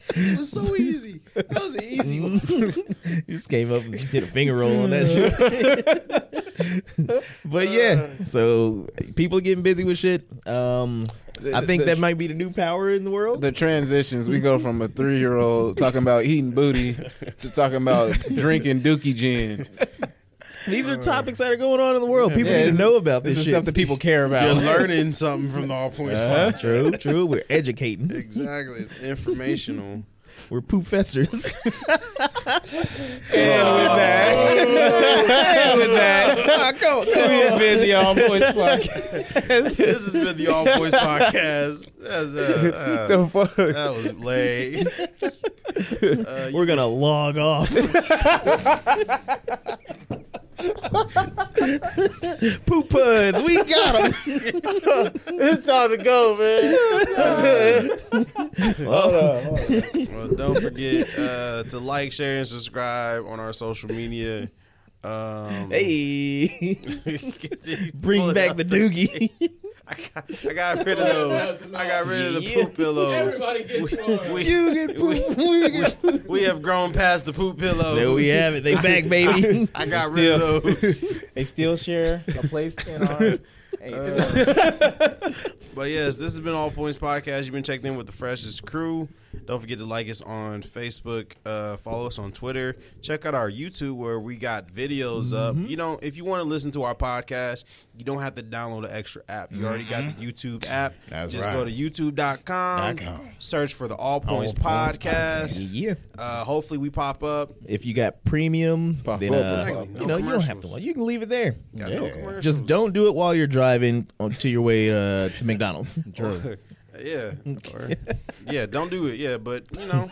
[SPEAKER 4] it was so easy. That was an easy one.
[SPEAKER 1] you just came up and did a finger roll on that shit. but yeah, so people getting busy with shit. Um, I think that might be the new power in the world.
[SPEAKER 2] the transitions. We go from a three year old talking about eating booty to talking about drinking dookie gin.
[SPEAKER 1] These are topics that are going on in the world. People
[SPEAKER 3] Yeah,
[SPEAKER 1] need to
[SPEAKER 3] it's-
[SPEAKER 1] know about this,
[SPEAKER 3] This is
[SPEAKER 1] shit.
[SPEAKER 3] stuff that people care
[SPEAKER 4] You're
[SPEAKER 3] about.
[SPEAKER 4] learning something from the All Points
[SPEAKER 1] Uh,
[SPEAKER 4] Podcast.
[SPEAKER 1] true, true. We're educating.
[SPEAKER 4] Exactly. It's informational.
[SPEAKER 1] We're poop festers.
[SPEAKER 3] And
[SPEAKER 4] Oh.
[SPEAKER 3] with that, and with that, come, come here, Ben, the all boys podcast.
[SPEAKER 4] this has been the All Boys Podcast. That's, uh, uh,
[SPEAKER 2] The fuck?
[SPEAKER 4] that was late. Uh,
[SPEAKER 1] We're gonna log off. poop puns. We got them.
[SPEAKER 5] It's time to go, man.
[SPEAKER 4] well, don't forget uh, to like, share, and subscribe on our social media. Um,
[SPEAKER 1] Hey,
[SPEAKER 4] pull
[SPEAKER 1] bring
[SPEAKER 4] it
[SPEAKER 1] back
[SPEAKER 4] out.
[SPEAKER 1] the doogie.
[SPEAKER 4] I got, I got rid of those. I got rid of the poop pillows. We, we- we- we have grown past the poop pillows.
[SPEAKER 1] there we have it. They back, baby.
[SPEAKER 4] I got rid of those.
[SPEAKER 3] They still share a place in our.
[SPEAKER 4] But yes, this has been All Points Podcast. You've been checked in with the freshest crew. Don't forget to like us on Facebook, uh, follow us on Twitter. Check out our YouTube where we got videos
[SPEAKER 3] Mm-hmm.
[SPEAKER 4] up. You know, if you want to listen to our podcast, you don't have to download an extra app. You already got the YouTube app.
[SPEAKER 3] Mm-hmm. That's
[SPEAKER 4] Just
[SPEAKER 3] right.
[SPEAKER 4] go to youtube.com,
[SPEAKER 3] Dot com.
[SPEAKER 4] search for the All Points
[SPEAKER 3] Points
[SPEAKER 4] Podcast.
[SPEAKER 1] yeah.
[SPEAKER 4] Uh, hopefully, we pop up.
[SPEAKER 1] If you got premium,
[SPEAKER 2] Pop
[SPEAKER 1] then
[SPEAKER 2] up,
[SPEAKER 1] uh,
[SPEAKER 4] pop up.
[SPEAKER 1] you know you don't have to.
[SPEAKER 4] Commercials.
[SPEAKER 1] You can leave it there.
[SPEAKER 4] Got no
[SPEAKER 3] Yeah.
[SPEAKER 4] commercials.
[SPEAKER 1] Just don't do it while you're driving on to your way uh, to McDonald's.
[SPEAKER 4] yeah. Or- yeah, don't do it. Yeah, but, you know.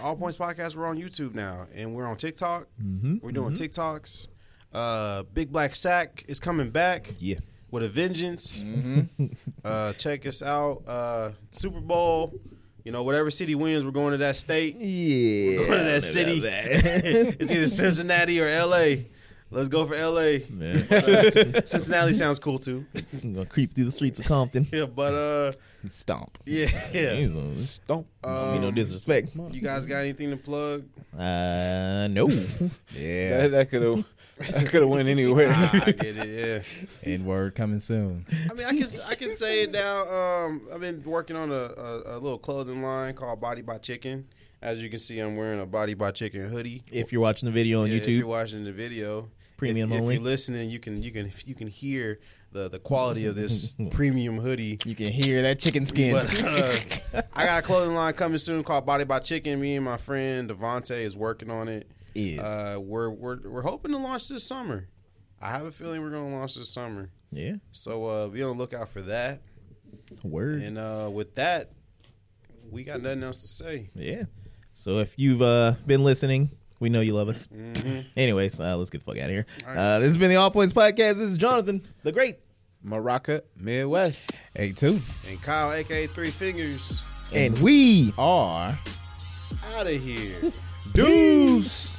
[SPEAKER 4] All Points Podcast. We're on YouTube now, and we're on TikTok. We're doing TikToks. Uh, Big Black Sack is coming back.
[SPEAKER 1] Yeah.
[SPEAKER 4] with a vengeance. uh, check us out. Uh, Super Bowl. You know, whatever city wins, we're going to that state.
[SPEAKER 1] Yeah.
[SPEAKER 4] Going to that city. it's either Cincinnati or L.A. Let's go for L.A. uh, Cincinnati sounds cool too.
[SPEAKER 1] I'm gonna creep through the streets of Compton.
[SPEAKER 4] Yeah, but uh,
[SPEAKER 3] Stomp.
[SPEAKER 4] yeah, yeah.
[SPEAKER 1] Don't
[SPEAKER 4] Um,
[SPEAKER 1] no disrespect.
[SPEAKER 4] You guys got anything to plug?
[SPEAKER 1] Uh, no.
[SPEAKER 3] Yeah.
[SPEAKER 2] That that could have that could have went anywhere.
[SPEAKER 4] Ah, I get it. Yeah.
[SPEAKER 3] N word coming soon.
[SPEAKER 4] I mean, I can I can say it now. Um, I've been working on a, a, a little clothing line called Body by Chicken. As you can see, I'm wearing a Body by Chicken hoodie.
[SPEAKER 1] if you're watching the video on
[SPEAKER 4] Yeah, If
[SPEAKER 1] YouTube,
[SPEAKER 4] you're watching the video,
[SPEAKER 1] Premium
[SPEAKER 4] if,
[SPEAKER 1] only.
[SPEAKER 4] If you're listening, you can you can you can hear the the quality of this premium hoodie.
[SPEAKER 3] You can hear that chicken skin.
[SPEAKER 4] But uh, I got a clothing line coming soon called Body by Chicken. Me and my friend Devonte is working on it.
[SPEAKER 3] Is.
[SPEAKER 4] Uh, we're we're we're hoping to launch this summer. I have a feeling we're gonna launch this summer.
[SPEAKER 1] yeah,
[SPEAKER 4] So uh, be on the lookout for that.
[SPEAKER 1] word,
[SPEAKER 4] And uh, with that, we got nothing else to say.
[SPEAKER 1] yeah. So if you've uh, been listening, we know you love us.
[SPEAKER 4] Mhm.
[SPEAKER 1] Anyways, uh, let's get the fuck out of here.
[SPEAKER 4] All right.
[SPEAKER 1] Uh, this has been the All Points Podcast. This is Jonathan, the Great.
[SPEAKER 2] Morocco, Midwest.
[SPEAKER 3] Hey, two.
[SPEAKER 4] And Kyle, aka Three Fingers,
[SPEAKER 1] And we
[SPEAKER 3] Or.
[SPEAKER 4] out of here.
[SPEAKER 1] deuce.